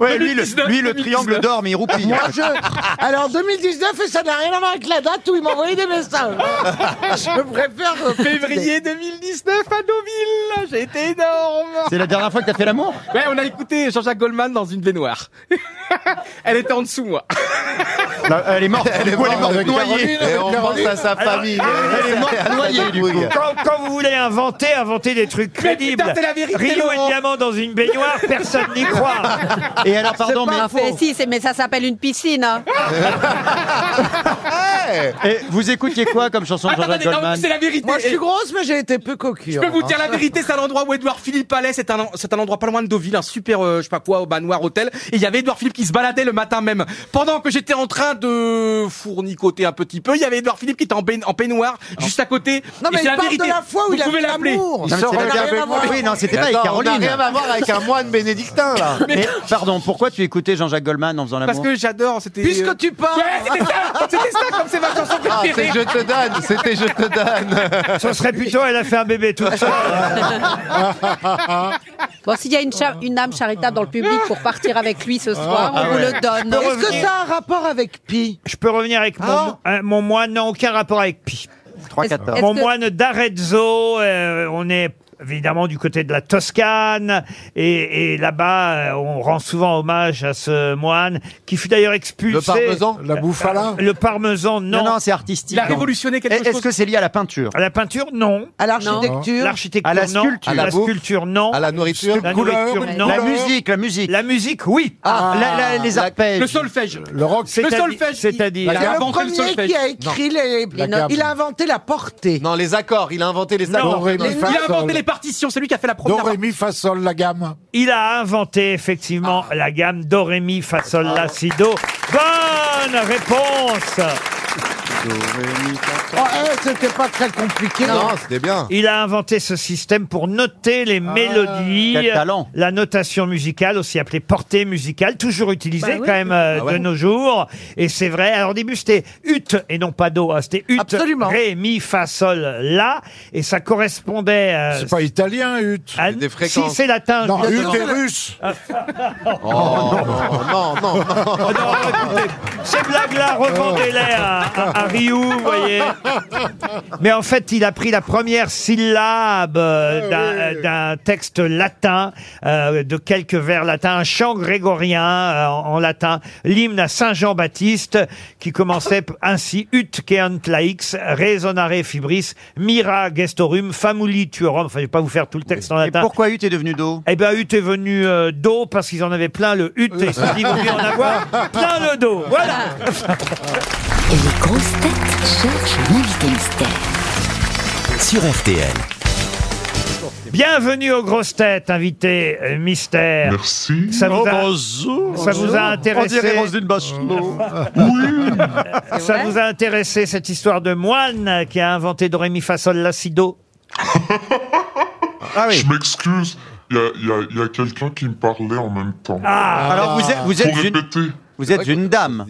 Speaker 13: Ouais, lui, le,
Speaker 5: 2019,
Speaker 13: lui, le triangle d'or, mais il roupille.
Speaker 4: Moi,
Speaker 8: <laughs>
Speaker 4: je... Alors, 2019, et ça n'a rien à voir avec la date où il m'a envoyé des
Speaker 2: <laughs>
Speaker 4: messages. je <laughs> préfère... me-
Speaker 5: Février 2019 à Deauville, j'ai été énorme.
Speaker 13: C'est la dernière fois que t'as fait l'amour
Speaker 5: Ouais, on a écouté Jean-Jacques Goldman dans une baignoire. <laughs> Elle était en dessous, moi.
Speaker 13: Non, Elle est morte. Elle est morte,
Speaker 6: avec
Speaker 13: noyée.
Speaker 6: Caroline.
Speaker 8: Et on pense à sa
Speaker 2: ah,
Speaker 8: famille.
Speaker 13: Elle est morte noyée, du coup.
Speaker 2: quand, quand vous voulez inventer, inventer des trucs
Speaker 5: Mais
Speaker 2: crédibles.
Speaker 5: putain, c'est la vérité,
Speaker 2: Rio et
Speaker 5: Laurent.
Speaker 2: Diamant dans une baignoire, personne n'y croit.
Speaker 13: Et alors, pardon, mais...
Speaker 7: Ah, fait- si, c'est- mais ça s'appelle une piscine.
Speaker 13: <laughs>
Speaker 7: hein.
Speaker 13: Et vous écoutiez quoi comme chanson de
Speaker 5: Attends,
Speaker 13: Jean-Jacques
Speaker 5: attendez, non,
Speaker 13: Goldman
Speaker 5: c'est la vérité.
Speaker 4: Moi, je suis
Speaker 5: Et
Speaker 4: grosse, mais j'ai été peu cocu. hein,
Speaker 5: Je peux vous dire la vérité, c'est un endroit où Edouard Philippe allait, c'est un, c'est un endroit pas loin de Deauville, un super, euh, je sais pas quoi, au manoir hôtel, et il y avait Edouard Philippe qui se baladait le matin même. Pendant que j'étais en train de fournicoter un petit peu, il y avait Edouard Philippe qui était en, baign- en peignoir, juste à côté.
Speaker 4: Non,
Speaker 5: Et
Speaker 4: mais
Speaker 5: c'est
Speaker 4: il parle de la fois où
Speaker 5: Vous
Speaker 4: il a
Speaker 5: pouvez
Speaker 4: fait
Speaker 5: l'appeler.
Speaker 4: l'amour.
Speaker 6: Il sort
Speaker 4: Ça n'a
Speaker 6: avec
Speaker 4: rien
Speaker 6: un
Speaker 4: à
Speaker 6: baignoire.
Speaker 4: voir.
Speaker 13: Oui, non, c'était pas avec
Speaker 8: Attends, on n'a rien
Speaker 13: Caroline.
Speaker 8: à voir avec un moine bénédictin, là.
Speaker 13: Mais pardon, pourquoi tu écoutais Jean-Jacques Goldman en faisant
Speaker 5: Parce
Speaker 13: l'amour
Speaker 5: que j'adore, c'était... euh,
Speaker 4: Puisque tu parles...
Speaker 5: Ouais, c'était ça, c'était ça comme c'est ma chanson
Speaker 8: Ah, c'est
Speaker 5: préférée.
Speaker 8: je te donne, c'était je te donne.
Speaker 2: Ce serait plutôt, elle a fait un bébé tout seul.
Speaker 7: Bon, s'il y a une, cha- une âme charitable dans le public pour partir avec lui ce soir,
Speaker 2: Ah
Speaker 7: on vous
Speaker 2: ouais.
Speaker 7: le
Speaker 2: Je
Speaker 7: donne.
Speaker 2: peux Est-ce que revenir. ça
Speaker 7: a un rapport avec Pi
Speaker 2: Je peux revenir avec mon, euh, mon moine. Non, aucun rapport avec Pi.
Speaker 13: 3-14.
Speaker 2: Mon
Speaker 13: Est-ce que-
Speaker 2: moine d'Arezzo, euh, on est évidemment du côté de la Toscane. Et, et là-bas, euh, on rend souvent hommage à ce moine qui fut d'ailleurs expulsé.
Speaker 3: Le parmesan La
Speaker 2: bouffala Le parmesan, non.
Speaker 3: Non, non, c'est artistique.
Speaker 2: Il a révolutionné quelque
Speaker 3: Est-ce
Speaker 2: chose
Speaker 3: que c'est lié à la peinture
Speaker 2: À la peinture, non.
Speaker 3: À
Speaker 2: Non. L'architecture,
Speaker 3: À la
Speaker 2: non.
Speaker 3: sculpture.
Speaker 2: À la,
Speaker 3: bouffe.
Speaker 2: sculpture, non. À la nourriture,
Speaker 3: La couleur, une couleur. La musique,
Speaker 2: la musique. La musique, oui.
Speaker 3: Ah. La- la- les arpèges.
Speaker 5: Le solfège.
Speaker 2: Le rock.
Speaker 5: Le solfège.
Speaker 2: C'est-à-dire.
Speaker 5: Il a
Speaker 8: Le
Speaker 5: inventé le
Speaker 8: premier
Speaker 5: solfège.
Speaker 8: qui a écrit
Speaker 5: Non.
Speaker 8: les- les notes. Il a
Speaker 5: inventé la portée.
Speaker 8: Non, les accords, il a inventé les accords.
Speaker 5: il a inventé les partitions, c'est lui qui a fait la première.
Speaker 2: Doré, mi, fa, sol, la gamme. Il a inventé effectivement la gamme do, ré, mi, fa, sol, la, si, do. Bonne réponse Oh, eh,
Speaker 4: C'était pas très compliqué.
Speaker 2: c'était bien. Il a inventé ce système pour noter les mélodies.
Speaker 3: Ah,
Speaker 2: euh,
Speaker 3: Quel talent.
Speaker 2: La notation musicale, aussi appelée portée musicale, toujours utilisée
Speaker 3: Bah oui.
Speaker 2: quand même euh,
Speaker 3: Ah ouais.
Speaker 2: de nos jours. Et c'est vrai. Alors au début, c'était ut et non pas do. hein. C'était ut, ré, mi, fa, sol, la. Et ça correspondait. c'est pas italien, ut. des
Speaker 8: fréquences.
Speaker 2: Si, c'est latin.
Speaker 8: Non, ut est
Speaker 2: russe. <laughs>
Speaker 8: Oh, non, non, non, non.
Speaker 2: Ces blagues-là, revendez-les à, à, à Ryu, vous voyez. Mais en fait, il a pris la première syllabe euh, d'un- euh, d'un texte latin, euh, de quelques vers latins, un chant grégorien euh, en, en latin, l'hymne à Saint Jean-Baptiste, qui commençait p- ainsi Ut ceant laix, resonare fibris, mira gestorum, famuli tuorum. Enfin, je vais pas vous faire tout le texte en latin. Et pourquoi Ut est devenu Do Eh bien, Ut est venu euh, Do parce qu'ils en avaient plein le Ut et ils se sont dit, vaut mieux en avoir plein le dos. Voilà.
Speaker 10: Et les grosses têtes cherchent l'invité mystère.
Speaker 1: Sur RTL.
Speaker 2: Bienvenue aux grosses têtes, invité euh, mystère. Merci. Ça vous
Speaker 17: Oh,
Speaker 2: a,
Speaker 17: bonjour.
Speaker 2: ça vous a
Speaker 17: On
Speaker 2: intéressé
Speaker 17: dirait Roselyne
Speaker 2: Euh, <laughs> Ça vous a intéressé cette histoire de moine euh, qui a inventé Dorémy Fasol Lacido
Speaker 13: Ah
Speaker 17: Je m'excuse, il y a, il y a- il y a quelqu'un qui me parlait en même temps.
Speaker 2: Ah.
Speaker 13: Alors, vous êtes- vous êtes
Speaker 17: Pour
Speaker 13: une-
Speaker 17: répéter.
Speaker 13: Vous êtes une dame.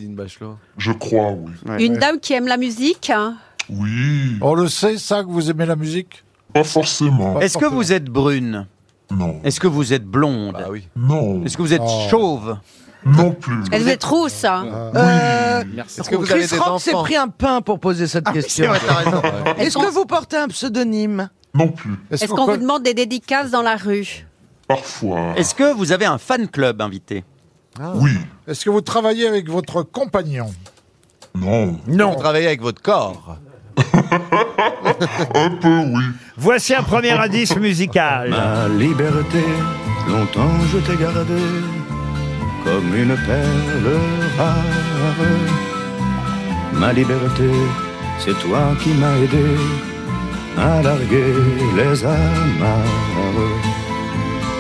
Speaker 17: Je crois, oui.
Speaker 7: Une dame qui aime la musique hein.
Speaker 17: Oui.
Speaker 6: On le sait, ça, que vous aimez la musique
Speaker 17: Pas forcément.
Speaker 13: Est-ce que vous êtes brune
Speaker 17: Non.
Speaker 13: Est-ce que vous êtes blonde
Speaker 15: Bah
Speaker 17: Non.
Speaker 13: Est-ce que vous êtes
Speaker 17: Oh.
Speaker 13: chauve
Speaker 17: Non plus.
Speaker 7: Elle vous est rousse. hein.
Speaker 4: Euh,
Speaker 13: Ah. Est-ce que vous
Speaker 4: Chris
Speaker 13: avez des
Speaker 4: Rock s'est
Speaker 13: enfants
Speaker 4: pris un pain pour poser cette
Speaker 13: Ah oui,
Speaker 4: question.
Speaker 13: c'est vrai, t'as raison. Ouais.
Speaker 4: Est-ce que vous portez un pseudonyme
Speaker 17: Non plus.
Speaker 7: Est-ce qu'on vous demande des dédicaces dans la rue
Speaker 17: Parfois.
Speaker 13: Est-ce que vous avez un fan club invité
Speaker 17: Oui.
Speaker 6: Est-ce que vous travaillez avec votre compagnon
Speaker 17: Non.
Speaker 8: Non. Vous travaillez avec votre corps.
Speaker 17: Un peu, oui.
Speaker 2: Voici un premier indice musical.
Speaker 15: Ma liberté, longtemps je t'ai gardé comme une perle rare. Ma liberté, c'est toi qui m'as aidé à larguer les amarres.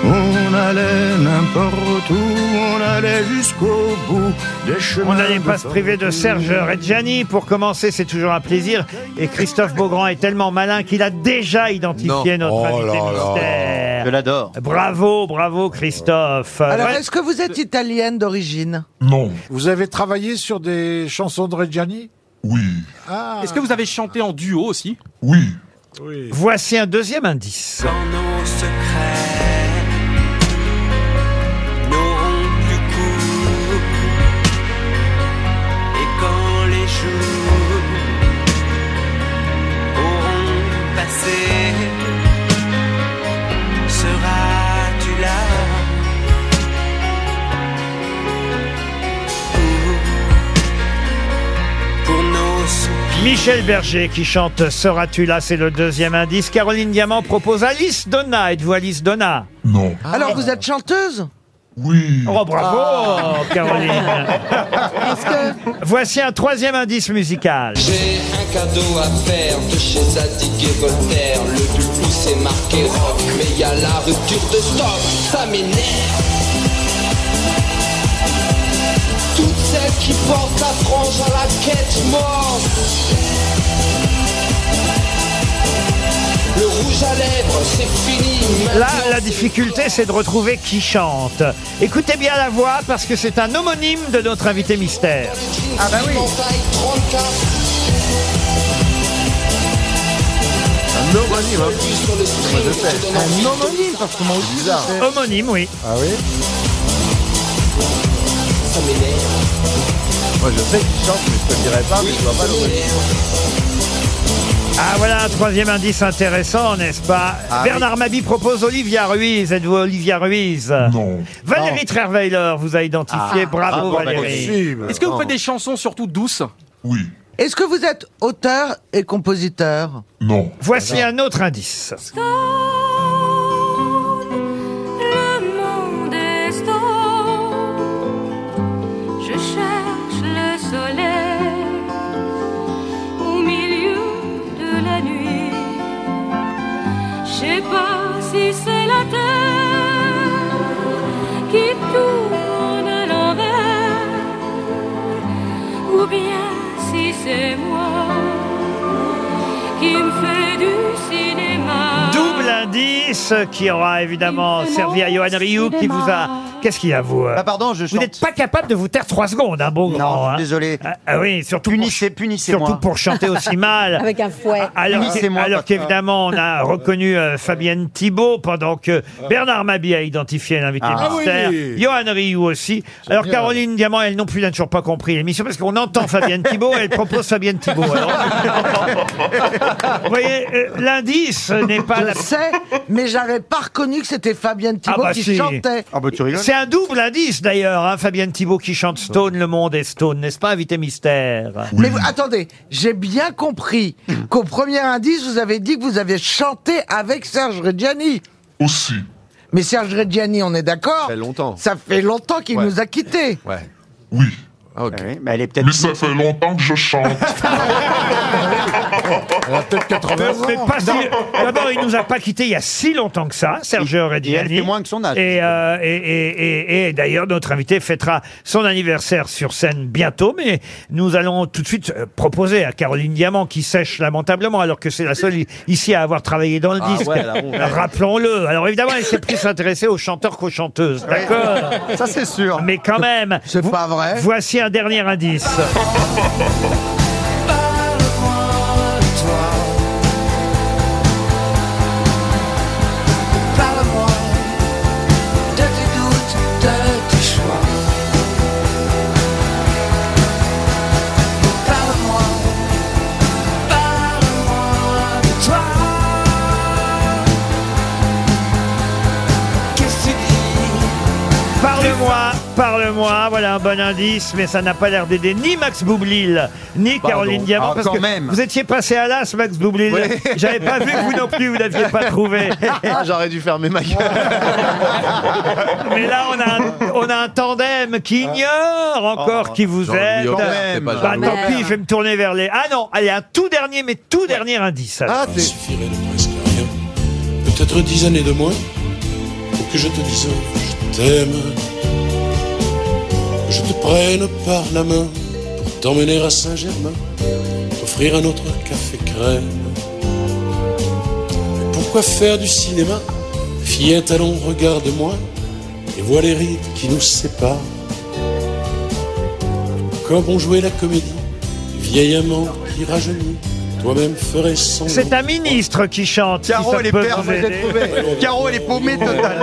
Speaker 15: On allait n'importe où, on allait jusqu'au bout des chemins.
Speaker 2: On n'allait pas
Speaker 15: de
Speaker 2: se priver de Serge Reggiani. Pour commencer, c'est toujours un plaisir. Et Christophe Beaugrand est tellement malin qu'il a déjà identifié
Speaker 13: Non.
Speaker 2: notre
Speaker 13: Oh
Speaker 2: invité
Speaker 13: là là.
Speaker 2: mystère.
Speaker 13: Je l'adore.
Speaker 2: Bravo, bravo Christophe.
Speaker 5: Ah
Speaker 4: Alors,
Speaker 2: Ouais.
Speaker 4: est-ce que vous êtes italienne d'origine
Speaker 17: Non.
Speaker 6: Vous avez travaillé sur des chansons de Reggiani Ah.
Speaker 17: Oui.
Speaker 5: Est-ce que vous avez chanté en duo aussi
Speaker 17: Oui.
Speaker 2: Voici un deuxième indice.
Speaker 9: Dans nos secrets n'auront plus cours. Et quand les jours auront passé, seras-tu là pour, pour nos soupirs?
Speaker 2: Michel Berger qui chante Seras-tu là C'est le deuxième indice. Caroline Diamant propose Alice Donna. Êtes-vous Alice Donna
Speaker 17: Non.
Speaker 6: Ah.
Speaker 4: Alors, vous êtes chanteuse
Speaker 17: Oui.
Speaker 2: Oh, bravo,
Speaker 6: Ah.
Speaker 2: Caroline. Voici un troisième indice musical.
Speaker 9: J'ai un cadeau à faire de chez Zadig et Voltaire. Le doudou c'est marqué rock, mais y a la rupture de stock, ça m'énerve. Toutes celles qui portent la frange à la quête mort. Le rouge à lèvres, c'est fini.
Speaker 2: Là, la difficulté, c'est de retrouver qui chante. Écoutez bien la voix parce que c'est un homonyme de notre invité mystère.
Speaker 9: Ah bah oui. 34.
Speaker 8: homonyme, hein. Moi, je sais.
Speaker 6: Un homonyme, parce que moi aussi,
Speaker 8: Bizarre.
Speaker 6: je sais.
Speaker 2: Homonyme, oui.
Speaker 6: Ah oui
Speaker 9: Ça m'énerve.
Speaker 8: Moi, je sais qu'il chante, mais je te le dirai pas, mais je vois pas l'homonyme.
Speaker 2: Ah voilà un troisième indice intéressant, n'est-ce pas
Speaker 8: Ah,
Speaker 2: Bernard Mabi propose Olivia Ruiz. Êtes-vous Olivia Ruiz Non. Valérie Trierweiler vous a identifié.
Speaker 5: Ah.
Speaker 2: Bravo
Speaker 5: Ah, bon, bah,
Speaker 2: Valérie.
Speaker 5: possible. Est-ce que vous faites des chansons surtout douces
Speaker 2: Oui.
Speaker 4: Est-ce que vous êtes auteur et compositeur Ah,
Speaker 2: Non. Voici un autre indice.
Speaker 18: Mon destin, je cherche le soleil au milieu de la nuit. Je sais pas si c'est la terre qui tourne à l'envers ou bien si c'est moi qui me fais du cinéma.
Speaker 2: Ah. Double indice qui aura évidemment servi à Johan Rioux qui vous a. Qu'est-ce qu'il y a vous euh
Speaker 13: Ah, pardon, je
Speaker 2: Vous n'êtes pas capable de vous taire trois secondes, hein, bon grand. hein.
Speaker 13: Désolé.
Speaker 2: Ah, ah oui, surtout
Speaker 13: punissez,
Speaker 2: Surtout pour chanter
Speaker 7: <laughs>
Speaker 2: aussi mal.
Speaker 7: Avec un fouet.
Speaker 2: Ah, Alors,
Speaker 13: Unissez-moi,
Speaker 2: alors
Speaker 13: Pascal.
Speaker 2: qu'évidemment, on
Speaker 6: <laughs>
Speaker 2: a reconnu euh, Fabienne Thibault pendant que Bernard Mabi a identifié l'invité
Speaker 6: Ah
Speaker 2: mystère.
Speaker 6: oui.
Speaker 2: Johan Rioux aussi. Alors,
Speaker 6: Génial.
Speaker 2: Caroline Diamant, elle non plus n'a toujours pas compris l'émission parce qu'on
Speaker 6: <laughs>
Speaker 2: entend Fabienne Thibault et elle propose Fabienne Thibault. alors. Vous voyez, euh, l'indice n'est pas la. Ah bah
Speaker 4: Je sais, mais j'avais pas reconnu que c'était Fabienne Thibault qui
Speaker 2: si.
Speaker 4: chantait.
Speaker 6: Ah bah
Speaker 2: C'est un double indice d'ailleurs, hein, Fabienne Thibault qui chante Stone, Le Monde est Stone, n'est-ce pas, invité mystère
Speaker 4: Mais vous- attendez, j'ai bien compris
Speaker 17: Hmm.
Speaker 4: qu'au premier indice, vous avez dit que vous avez chanté avec Serge Reggiani.
Speaker 17: Aussi.
Speaker 4: Mais Serge Reggiani, on est d'accord Ça fait
Speaker 8: longtemps.
Speaker 4: Ça fait longtemps qu'il
Speaker 17: Ouais.
Speaker 4: nous a quittés.
Speaker 8: Ouais.
Speaker 17: Oui.
Speaker 13: Ah mais elle est peut-être.
Speaker 17: Mais ça fait longtemps que je chante.
Speaker 6: Elle a peut-être 80 ans.
Speaker 2: Mais pas si- D'abord, il nous a pas quitté il y a si longtemps que ça, Serge Reggiani.
Speaker 13: elle fait moins que son âge.
Speaker 2: Et, euh, et, et- et- et d'ailleurs, notre invité fêtera son anniversaire sur scène bientôt, mais nous allons tout de suite euh, proposer à Caroline Diamant, qui sèche lamentablement, alors que c'est la seule i- ici à avoir travaillé dans le
Speaker 8: Ah
Speaker 2: disque.
Speaker 8: ouais, la honte.
Speaker 2: Rappelons-le. Alors évidemment, elle s'est plus intéressée aux chanteurs qu'aux chanteuses, d'accord
Speaker 13: Ça, c'est sûr.
Speaker 2: Mais quand même. C'est pas vrai. Voici un dernier indice.
Speaker 18: Parle-moi de tes doutes, de tes choix. Parle-moi, parle-moi de toi. <laughs> Qu'est-ce que tu dis
Speaker 2: Parle-moi, parle-moi, voilà un bon indice, mais ça n'a pas l'air d'aider ni Max Boublil, ni
Speaker 13: Pardon.
Speaker 2: Caroline Diamant,
Speaker 13: Ah,
Speaker 2: parce
Speaker 13: quand
Speaker 2: que
Speaker 13: même.
Speaker 2: vous étiez passé à l'as, Max Boublil.
Speaker 8: Ouais.
Speaker 2: J'avais pas vu que vous non plus, vous l'aviez pas trouvé.
Speaker 8: Ah, J'aurais dû fermer ma gueule.
Speaker 2: Mais là, on a
Speaker 13: <laughs>
Speaker 2: un, on a un tandem qui
Speaker 13: Ah.
Speaker 2: ignore
Speaker 13: Oh,
Speaker 2: encore qui vous
Speaker 8: Jean-Louis
Speaker 2: êtes.
Speaker 8: Aubert, c'est pas
Speaker 2: Bah,
Speaker 8: Jean-Louis
Speaker 2: tant
Speaker 8: Aubert.
Speaker 2: pis, je vais me tourner vers les... Ah non, allez, un tout dernier, mais tout dernier indice.
Speaker 13: Ah,
Speaker 2: alors.
Speaker 19: Il suffirait de presque rien, peut-être dix années de moins, pour que je te dise je t'aime. Que je te prenne par la main pour t'emmener à Saint-Germain, t'offrir un autre café crème. Mais pourquoi faire du cinéma Fillette, allons, regarde-moi et vois les rides qui nous séparent. Comme on jouait la comédie, vieil amant qui rajeunit, toi-même ferais son.
Speaker 2: C'est un ministre qui chante. si
Speaker 13: Caro,
Speaker 2: ça
Speaker 13: elle est
Speaker 2: peut
Speaker 13: perdue,
Speaker 2: vous
Speaker 13: je l'ai
Speaker 2: aider. <laughs>
Speaker 13: trouvée. Caro, elle est paumée totale.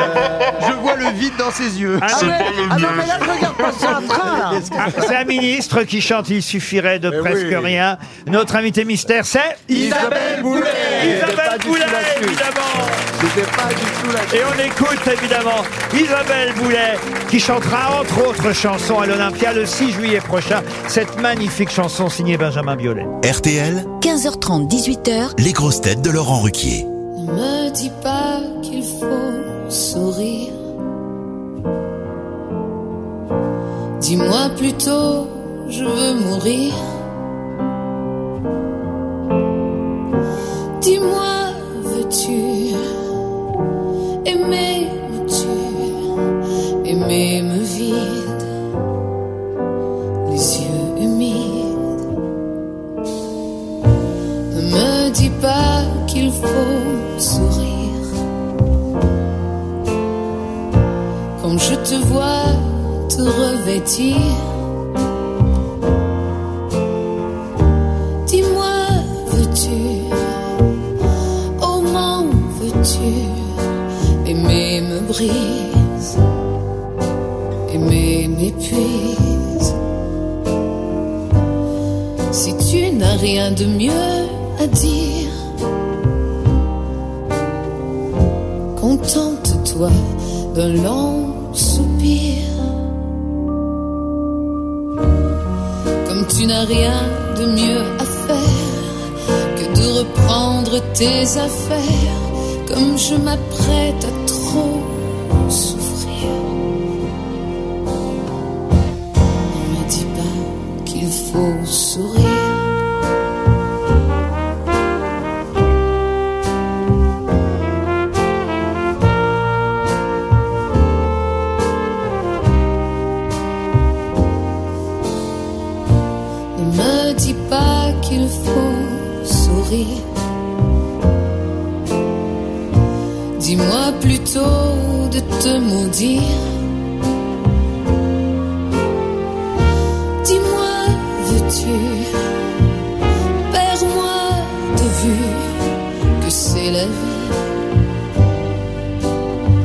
Speaker 13: Je vois le vide dans ses yeux.
Speaker 2: Ah C'est ouais. pas
Speaker 4: Ah non, mais là, je regarde passer un train, là.
Speaker 2: Ah, C'est un ministre qui chante Il suffirait de presque
Speaker 4: oui.
Speaker 2: rien. Notre invité mystère, c'est
Speaker 4: Isabelle Boulay.
Speaker 2: Isabelle Boulet, évidemment. Et on écoute évidemment Isabelle Boulet qui chantera entre autres chansons à l'Olympia le 6 juillet prochain cette magnifique chanson signée Benjamin Biolay.
Speaker 1: RTL,
Speaker 10: 15h30, 18h,
Speaker 1: les grosses têtes de Laurent Ruquier.
Speaker 18: Ne me dis pas qu'il faut sourire. Dis-moi plutôt, je veux mourir. Dis-moi, veux-tu aimer me tu aimer me vide, les yeux humides. Ne me dis pas qu'il faut sourire. Comme je te vois te revêtir. Dis-moi, veux-tu
Speaker 20: brise, aimer m'épuise. Si tu n'as rien de mieux à dire, contente-toi d'un long soupir. Comme tu n'as rien de mieux à faire que de reprendre tes affaires, comme je m'apprête à trop souffrir. Ne me dis pas qu'il faut sourire. Ne me dis pas qu'il faut sourire. Dis-moi plutôt de te maudire. Dis-moi, veux-tu, perds-moi de vue que c'est la vie,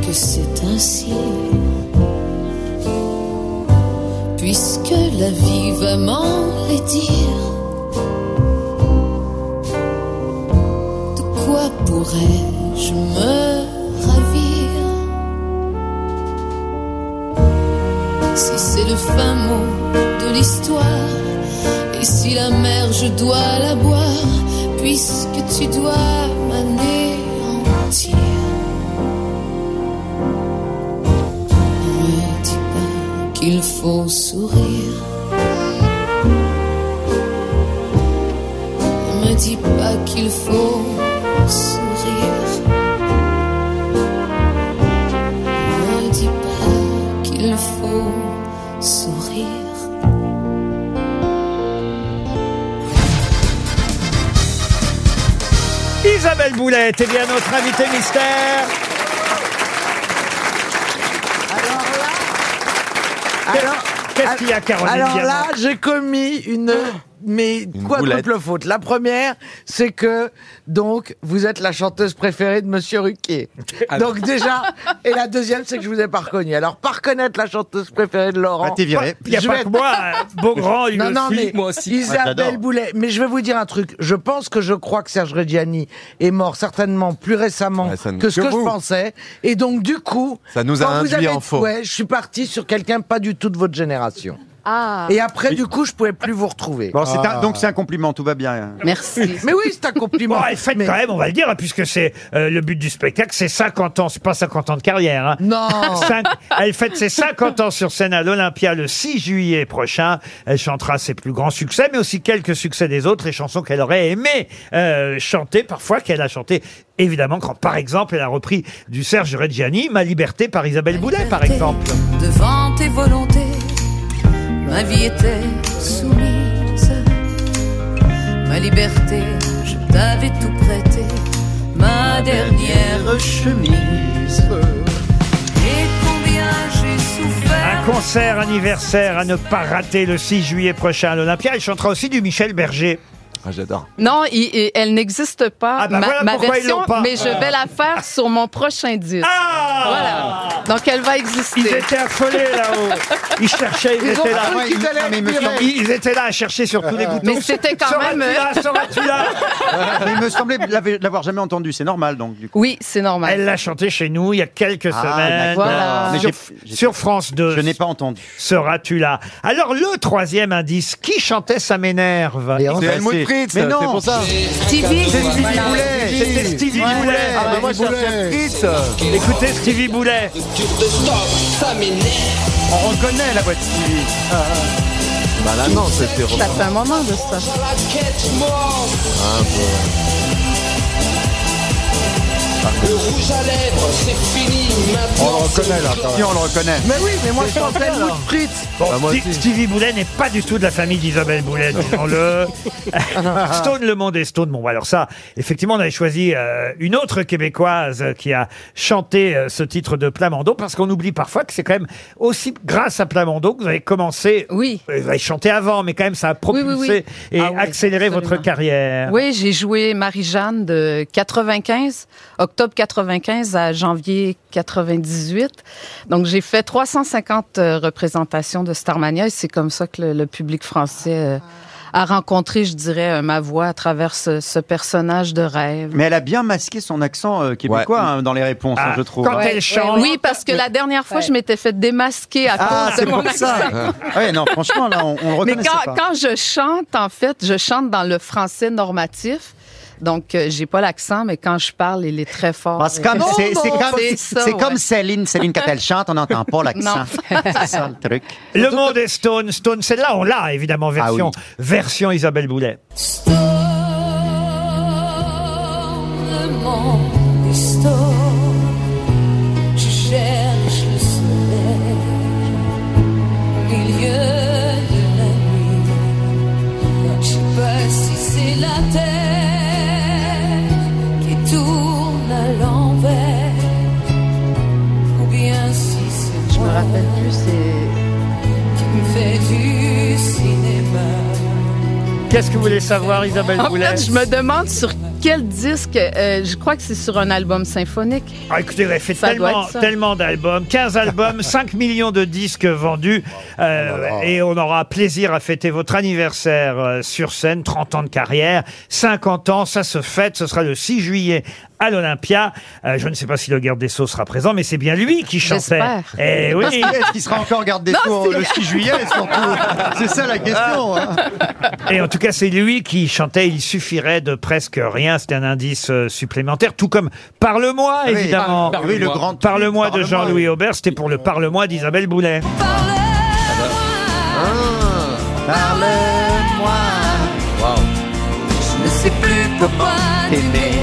Speaker 20: que c'est ainsi. Puisque la vie va m'en les dire, de quoi pourrais-je me ravir Si c'est le fin mot de l'histoire, et si la mer je dois la boire, puisque tu dois m'anéantir. Ne me dis pas qu'il faut sourire. Ne me dis pas qu'il faut sourire. Ne me dis pas qu'il faut sourire.
Speaker 2: Isabelle Boulet était bien notre invitée mystère. Qu'est-ce qu'il y a, Caroline
Speaker 4: Alors là,
Speaker 2: Diamant
Speaker 4: j'ai commis une
Speaker 13: Oh.
Speaker 4: mais quadruple faute. La première, c'est que donc vous êtes la chanteuse préférée de Monsieur Ruquier.
Speaker 13: Alors.
Speaker 4: Donc déjà, et la deuxième, c'est que je vous ai pas reconnu. Alors par reconnaître la chanteuse préférée de Laurent.
Speaker 13: Bah, t'es viré.
Speaker 4: je
Speaker 13: Y a
Speaker 4: vais
Speaker 13: pas
Speaker 4: être-
Speaker 13: que moi, hein. Beaugrand, il
Speaker 4: non,
Speaker 13: le
Speaker 4: non,
Speaker 13: suit,
Speaker 4: mais
Speaker 13: moi aussi. Ouais, je
Speaker 4: Isabelle
Speaker 13: l'adore.
Speaker 4: Boulet. Mais je vais vous dire un truc. Je pense que je crois que Serge Reggiani est mort certainement plus récemment
Speaker 8: ça ne-
Speaker 4: que ce
Speaker 8: que
Speaker 4: que
Speaker 8: vous.
Speaker 4: je pensais. Et donc du coup,
Speaker 8: Ça nous a
Speaker 4: quand vous
Speaker 8: induit
Speaker 4: avez-
Speaker 8: en faux.
Speaker 4: Ouais, je suis parti sur quelqu'un pas du tout de votre génération.
Speaker 5: Ah.
Speaker 4: Et après, du coup, je pouvais plus vous retrouver.
Speaker 13: Bon, c'est un- donc c'est un compliment, tout va bien.
Speaker 4: Merci. <laughs> Mais oui, c'est un compliment.
Speaker 2: Bon, et faites quand même, on va le dire, hein, puisque c'est euh, le but du spectacle, c'est 50 ans, c'est pas 50 ans de carrière. hein.
Speaker 4: Non.
Speaker 2: <laughs> Cinq- elle fête ses 50 ans sur scène à l'Olympia le 6 juillet prochain. Elle chantera ses plus grands succès, mais aussi quelques succès des autres, les chansons qu'elle aurait aimé euh, chanter, parfois qu'elle a chanté. Évidemment, quand par exemple, elle a repris du Serge Reggiani, Ma Liberté par Isabelle Boulet, par exemple.
Speaker 20: Devant tes volontés, ma vie était soumise. Ma liberté, je t'avais tout prêté, ma dernière chemise. Et combien j'ai souffert.
Speaker 2: Un concert anniversaire à ne pas rater le 6 juillet prochain à l'Olympia. Elle chantera aussi du Michel Berger. Ah, j'adore.
Speaker 21: Non, il- il- elle n'existe pas,
Speaker 2: bah
Speaker 21: ma,
Speaker 2: voilà
Speaker 21: ma
Speaker 2: pourquoi ils
Speaker 21: version,
Speaker 2: l'ont pas. Ah!
Speaker 21: mais je vais la faire sur mon prochain disque. voilà. Donc, elle va exister.
Speaker 2: Ils étaient affolés là-haut. Ils cherchaient, ils,
Speaker 21: Ils ont
Speaker 2: étaient là.
Speaker 21: cru Ah ouais, qu'ils allaient
Speaker 2: Ah, mais
Speaker 21: être
Speaker 2: me
Speaker 21: virés.
Speaker 2: semble- ils étaient là à chercher sur tous les boutons.
Speaker 21: Mais c'était quand
Speaker 2: Seras-tu
Speaker 21: même- euh,
Speaker 2: là Seras-tu là
Speaker 13: Mais il me semblait l'av- l'avoir jamais entendu, c'est normal donc du coup.
Speaker 21: Oui, c'est normal.
Speaker 2: Elle l'a chanté chez nous il y a quelques
Speaker 13: Ah,
Speaker 2: semaines. Euh,
Speaker 13: d'accord. Voilà. Mais
Speaker 2: Sur,
Speaker 13: j'ai-
Speaker 2: sur France 2. Je n'ai
Speaker 13: pas entendu.
Speaker 2: Seras-tu là Alors, le troisième indice, qui chantait Ça m'énerve
Speaker 8: C'est Helmut Fritz,
Speaker 2: Mais
Speaker 8: c'est
Speaker 2: non.
Speaker 8: pour ça.
Speaker 2: Stevie.
Speaker 8: C'est Stevie
Speaker 2: Voilà.
Speaker 8: Boulet.
Speaker 2: C'était Stevie Boulet.
Speaker 8: Ah, bah, moi, je cherchais Fritz.
Speaker 2: Écoutez Stevie Boulet.
Speaker 13: On reconnaît la voix de Stevie.
Speaker 8: Bah là, non, c'était
Speaker 21: Ça fait un moment de ça.
Speaker 8: Ah, bon.
Speaker 9: Le rouge à lèvres, c'est fini maintenant.
Speaker 8: On le reconnaît, là, quand même. Si, on le reconnaît.
Speaker 4: Mais oui, mais moi je chantais Helmut Fritz.
Speaker 2: Bon, Sti- Stevie Boulet n'est pas du tout de la famille d'Isabelle Boulet,
Speaker 21: <laughs>
Speaker 2: disons-le. Stone Le Monde et Stone, bon, bah, alors ça, effectivement, on avait choisi euh, une autre Québécoise euh, qui a chanté euh, ce titre de Plamondon, parce qu'on oublie parfois que c'est quand même aussi grâce à Plamondon que vous avez commencé. euh,
Speaker 21: Oui.
Speaker 2: Vous avez chanté avant, mais quand même, ça a propulsé
Speaker 21: oui, Ah oui.
Speaker 2: et
Speaker 21: Ah.
Speaker 2: accéléré votre carrière.
Speaker 21: Oui, j'ai joué Marie-Jeanne de 95, octobre 95 à janvier 98. Donc, j'ai fait 350 euh, représentations de Starmania et c'est comme ça que le, le public français euh, a rencontré, je dirais, euh, ma voix à travers ce, ce personnage de rêve.
Speaker 13: Mais elle a bien masqué son accent euh, québécois hein, dans les réponses,
Speaker 2: Ah.
Speaker 13: hein, je trouve.
Speaker 21: Ouais, ouais, Oui, parce que la dernière fois, je m'étais fait démasquer à
Speaker 13: Ah,
Speaker 21: cause
Speaker 13: c'est
Speaker 21: de mon
Speaker 13: pour ça.
Speaker 21: accent.
Speaker 13: <laughs> ouais, non, franchement, là, on, on le
Speaker 21: Mais
Speaker 13: reconnaissait
Speaker 21: quand,
Speaker 13: pas.
Speaker 21: quand je chante, en fait, je chante dans le français normatif. Donc, euh, j'ai pas l'accent, mais quand je parle, il est très fort.
Speaker 13: Parce que comme
Speaker 21: Euh,
Speaker 13: c'est, c'est comme,
Speaker 21: c'est ça,
Speaker 13: c'est
Speaker 21: ouais.
Speaker 13: comme Céline, Céline quand elle chante, on n'entend
Speaker 21: <laughs>
Speaker 13: pas l'accent.
Speaker 21: Non.
Speaker 13: <laughs> c'est ça le truc. Ah
Speaker 2: Le monde est Stone. Stone, celle-là, on l'a évidemment, version, version Isabelle Boulet.
Speaker 20: Le monde est storm. Je cherche le soleil au milieu de la nuit. Je sais pas si c'est la terre qui tourne à l'envers ou bien si c'est
Speaker 21: Je me rappelle plus, c'est.
Speaker 20: qui me fait du cinéma.
Speaker 2: Qu'est-ce que vous voulez savoir, Isabelle
Speaker 21: En
Speaker 2: Boulet
Speaker 21: fait, je me demande sur quel disque, euh, je crois que c'est sur un album symphonique.
Speaker 2: Ah, écoutez, elle fait
Speaker 21: Ça doit
Speaker 2: tellement,
Speaker 21: être ça.
Speaker 2: tellement d'albums, 15
Speaker 21: <laughs>
Speaker 2: albums, 5 millions de disques vendus.
Speaker 13: Oh,
Speaker 2: euh, et on aura plaisir à fêter votre anniversaire euh, sur scène, 30 ans de carrière, 50 ans, ça se fête, ce sera le 6 juillet à l'Olympia. Euh, je ne sais pas si le garde des Sceaux sera présent, mais c'est bien lui qui chantait.
Speaker 13: J'espère.
Speaker 2: Eh oui.
Speaker 13: Est-ce Ah, qu'il sera encore garde des Sceaux le
Speaker 21: <laughs>
Speaker 13: 6 juillet, surtout C'est ça
Speaker 2: Ah.
Speaker 13: la question. hein.
Speaker 2: Et en tout cas, c'est lui qui chantait Il suffirait de presque rien. C'était un indice euh, supplémentaire, tout comme Parle-moi,
Speaker 13: Oui,
Speaker 2: évidemment.
Speaker 13: par- oui, le grand tube,
Speaker 2: Parle-moi de
Speaker 13: Parle-moi,
Speaker 2: Jean-Louis Aubert. C'était pour le Parle-moi d'Isabelle Boulet.
Speaker 20: Parle-moi. Je ne sais plus pourquoi t'aimer.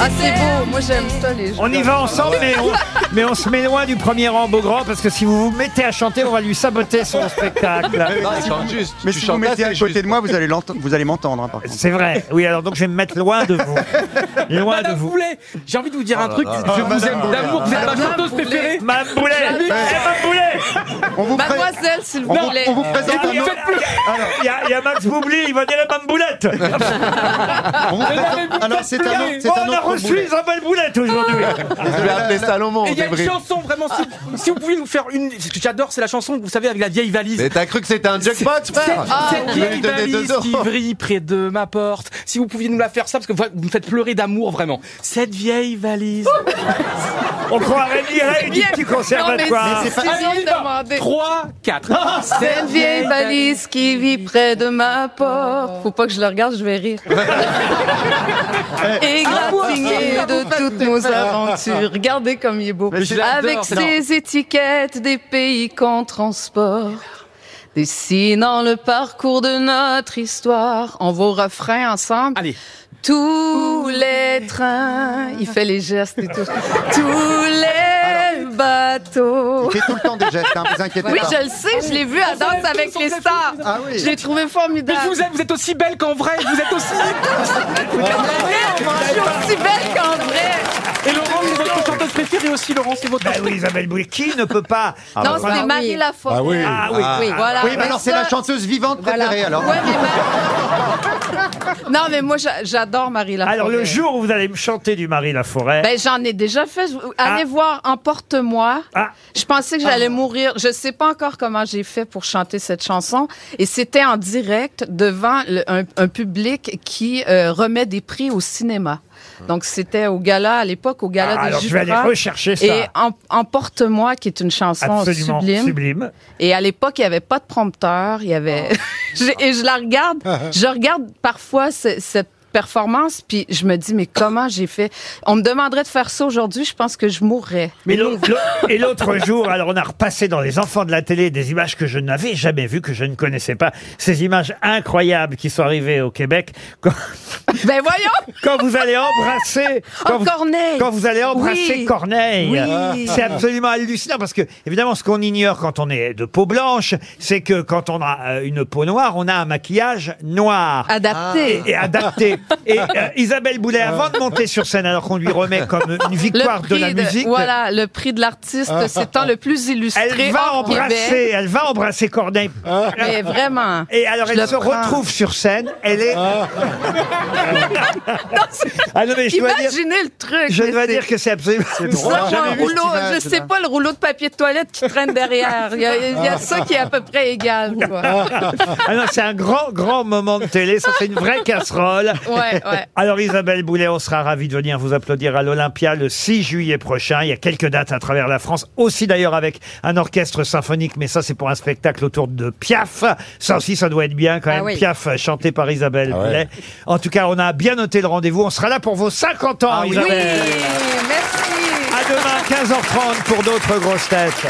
Speaker 21: Ah, c'est
Speaker 20: <laughs>
Speaker 21: beau, moi j'aime ça les gens.
Speaker 2: On y va ensemble, mais on,
Speaker 21: <laughs>
Speaker 2: mais on se met loin du premier rang Beaugrand parce que si vous vous mettez à chanter, on va lui saboter son spectacle.
Speaker 13: Mais si vous mettez à côté de moi, vous allez, l'entendre- vous allez m'entendre. hein, par contre.
Speaker 2: C'est vrai. Oui, alors donc je vais me mettre loin de vous. Loin de vous.
Speaker 5: J'ai envie de vous dire
Speaker 13: Oh
Speaker 5: un
Speaker 2: là
Speaker 5: truc.
Speaker 2: là.
Speaker 5: Je
Speaker 2: Ah,
Speaker 5: vous
Speaker 2: Madame
Speaker 5: aime
Speaker 2: Boulet.
Speaker 5: d'amour. Vous êtes ma
Speaker 2: Madame
Speaker 5: chanteuse
Speaker 2: Boulet.
Speaker 5: préférée.
Speaker 2: Madame Boulet.
Speaker 5: Jamais.
Speaker 2: Eh, Madame Boulet.
Speaker 13: On vous
Speaker 21: Mademoiselle, s'il vous
Speaker 2: Non,
Speaker 21: plaît.
Speaker 2: on vous présente
Speaker 5: Ah,
Speaker 2: un autre-
Speaker 5: faites plus.
Speaker 2: Alors, il y a- il y, a Max Boubli, il va dire la même boulette.
Speaker 13: On vous présente- Alors, Ah. c'est un autre- c'est
Speaker 2: Oh,
Speaker 13: un
Speaker 2: on a
Speaker 13: autre
Speaker 2: reçu
Speaker 13: Boulet. Ah.
Speaker 2: Isabelle Boulette aujourd'hui.
Speaker 8: Je vais appeler Salomon.
Speaker 5: Et il y a
Speaker 8: Débris.
Speaker 5: une chanson, vraiment, si, si vous pouviez nous faire une. ce que J'adore, c'est la chanson, vous savez, avec la vieille valise.
Speaker 8: Mais t'as cru que c'était un jackpot, frère
Speaker 5: Cette
Speaker 8: Je vais lui
Speaker 5: vieille
Speaker 8: donner deux
Speaker 5: valise
Speaker 8: euros.
Speaker 5: qui vrille près de ma porte. Si vous pouviez nous la faire, ça, parce que vous, vous me faites pleurer d'amour, vraiment. Cette vieille valise.
Speaker 2: On croirait Mireille du
Speaker 21: Bien.
Speaker 2: petit conservatoire.
Speaker 21: Non, mais c'est bien de demander.
Speaker 5: 3,
Speaker 21: <laughs>
Speaker 5: 4.
Speaker 21: Cette vieille valise qui vit près de ma porte. Faut pas que je la regarde, je vais rire.
Speaker 20: Eh, ah,
Speaker 21: Égratigné de toutes nos aventures. Regardez comme il est beau.
Speaker 20: Mais je
Speaker 21: Avec
Speaker 20: l'adore,
Speaker 21: ses étiquettes des pays qu'on transporte. Dessinant le parcours de notre histoire. On va au refrain ensemble. Tous les trains. Il fait les gestes et tout. Tous les bateaux.
Speaker 13: Il fait tout le temps des gestes, hein, vous inquiétez
Speaker 21: Oui,
Speaker 13: pas.
Speaker 21: je le sais, je l'ai vu à Danse avec les stars.
Speaker 13: Ah oui.
Speaker 21: Je l'ai trouvé formidable.
Speaker 5: Mais je vous aime, vous êtes aussi belle qu'en vrai, vous êtes <laughs> aussi.
Speaker 21: Vous êtes aussi belle qu'en vrai.
Speaker 5: Et Laurent, c'est votre chanteuse préférée aussi, Laurent, c'est votre.
Speaker 2: Bah oui, Isabelle Boulay, qui ne peut pas.
Speaker 21: Non, c'était
Speaker 2: Voilà.
Speaker 21: Marie Laforêt.
Speaker 2: Ah oui. Ah oui.
Speaker 13: Ah.
Speaker 2: Oui,
Speaker 21: voilà.
Speaker 13: bah, Oui, mais
Speaker 21: Mais
Speaker 13: alors c'est
Speaker 21: ça-
Speaker 13: la chanteuse vivante préférée alors.
Speaker 21: <laughs> Non, mais moi, j'a- j'adore Marie Laforêt.
Speaker 2: Alors, le jour où vous allez me chanter du Marie Laforêt.
Speaker 21: Ben, j'en ai déjà fait. Je- Allez
Speaker 2: Ah.
Speaker 21: voir Emporte-moi. Je pensais que j'allais mourir. Je sais pas encore comment j'ai fait pour chanter cette chanson. Et c'était en direct devant le- un, un public qui euh, remet des prix au cinéma. Donc, c'était au gala, à l'époque, au gala
Speaker 2: Ah,
Speaker 21: des
Speaker 2: alors, je vais aller
Speaker 21: Jurats.
Speaker 2: rechercher ça.
Speaker 21: Et Em- Emporte-moi, qui est une chanson
Speaker 2: Absolument
Speaker 21: sublime.
Speaker 2: sublime.
Speaker 21: Et à l'époque, il n'y avait pas de prompteur. Il y avait. <laughs> J'ai- et je la regarde. je regarde parfois ce- cette performance, puis je me dis, mais comment j'ai fait On me demanderait de faire ça aujourd'hui, je pense que je mourrais.
Speaker 2: Mais l'au-
Speaker 21: <laughs>
Speaker 2: l'au- et l'autre jour, alors on a repassé dans les enfants de la télé des images que je n'avais jamais vues, que je ne connaissais pas. Ces images incroyables qui sont arrivées au Québec. <laughs> Quand,
Speaker 21: ben voyons Oh,
Speaker 2: Quand vous allez embrasser. Quand vous,
Speaker 21: Corneille
Speaker 2: Quand vous allez embrasser
Speaker 21: Oui.
Speaker 2: Corneille.
Speaker 21: Oui.
Speaker 2: C'est absolument hallucinant parce que, évidemment, ce qu'on ignore quand on est de peau blanche, c'est que quand on a euh, une peau noire, on a un maquillage noir.
Speaker 21: Adapté.
Speaker 2: Et, et adapté. Et euh, Isabelle Boulet, avant de monter sur scène, alors qu'on lui remet comme une victoire de la musique. Ah,
Speaker 21: Voilà, le prix de l'artiste, c'est tant le plus illustré
Speaker 2: Elle va
Speaker 21: hors
Speaker 2: embrasser,
Speaker 21: Québec.
Speaker 2: elle va embrasser Corneille. Euh,
Speaker 21: Mais vraiment.
Speaker 2: Et alors
Speaker 21: je
Speaker 2: elle
Speaker 21: le
Speaker 2: se
Speaker 21: prends.
Speaker 2: retrouve sur scène, elle est. Ah non, mais je dois dire-
Speaker 21: Imaginez le truc.
Speaker 2: Je
Speaker 21: mais
Speaker 2: dois
Speaker 21: c'est-
Speaker 2: dire que c'est absolument. <laughs>
Speaker 21: Ça, ou un rouleau, je sais pas, le rouleau de papier de toilette qui traîne derrière. Il y a, il y a ça qui est à peu près égal. quoi.
Speaker 2: Ah non, c'est un grand, grand moment de télé. Ça, c'est une vraie casserole.
Speaker 21: Ouais, ouais.
Speaker 2: Alors, Isabelle Boulet, on sera ravis de venir vous applaudir à l'Olympia le 6 juillet prochain. Il y a quelques dates à travers la France. Aussi, d'ailleurs, avec un orchestre symphonique. Mais ça, c'est pour un spectacle autour de Piaf. Ça aussi, ça doit être bien quand
Speaker 22: Ah
Speaker 2: même.
Speaker 22: oui.
Speaker 2: Piaf, euh, chanté par Isabelle
Speaker 22: Ah ouais.
Speaker 2: Boulet. En tout cas, on a bien noté le rendez-vous. On sera là pour vos 50 ans,
Speaker 9: Ah
Speaker 2: Isabelle.
Speaker 21: merci.
Speaker 2: À demain, 15h30 pour d'autres grosses têtes.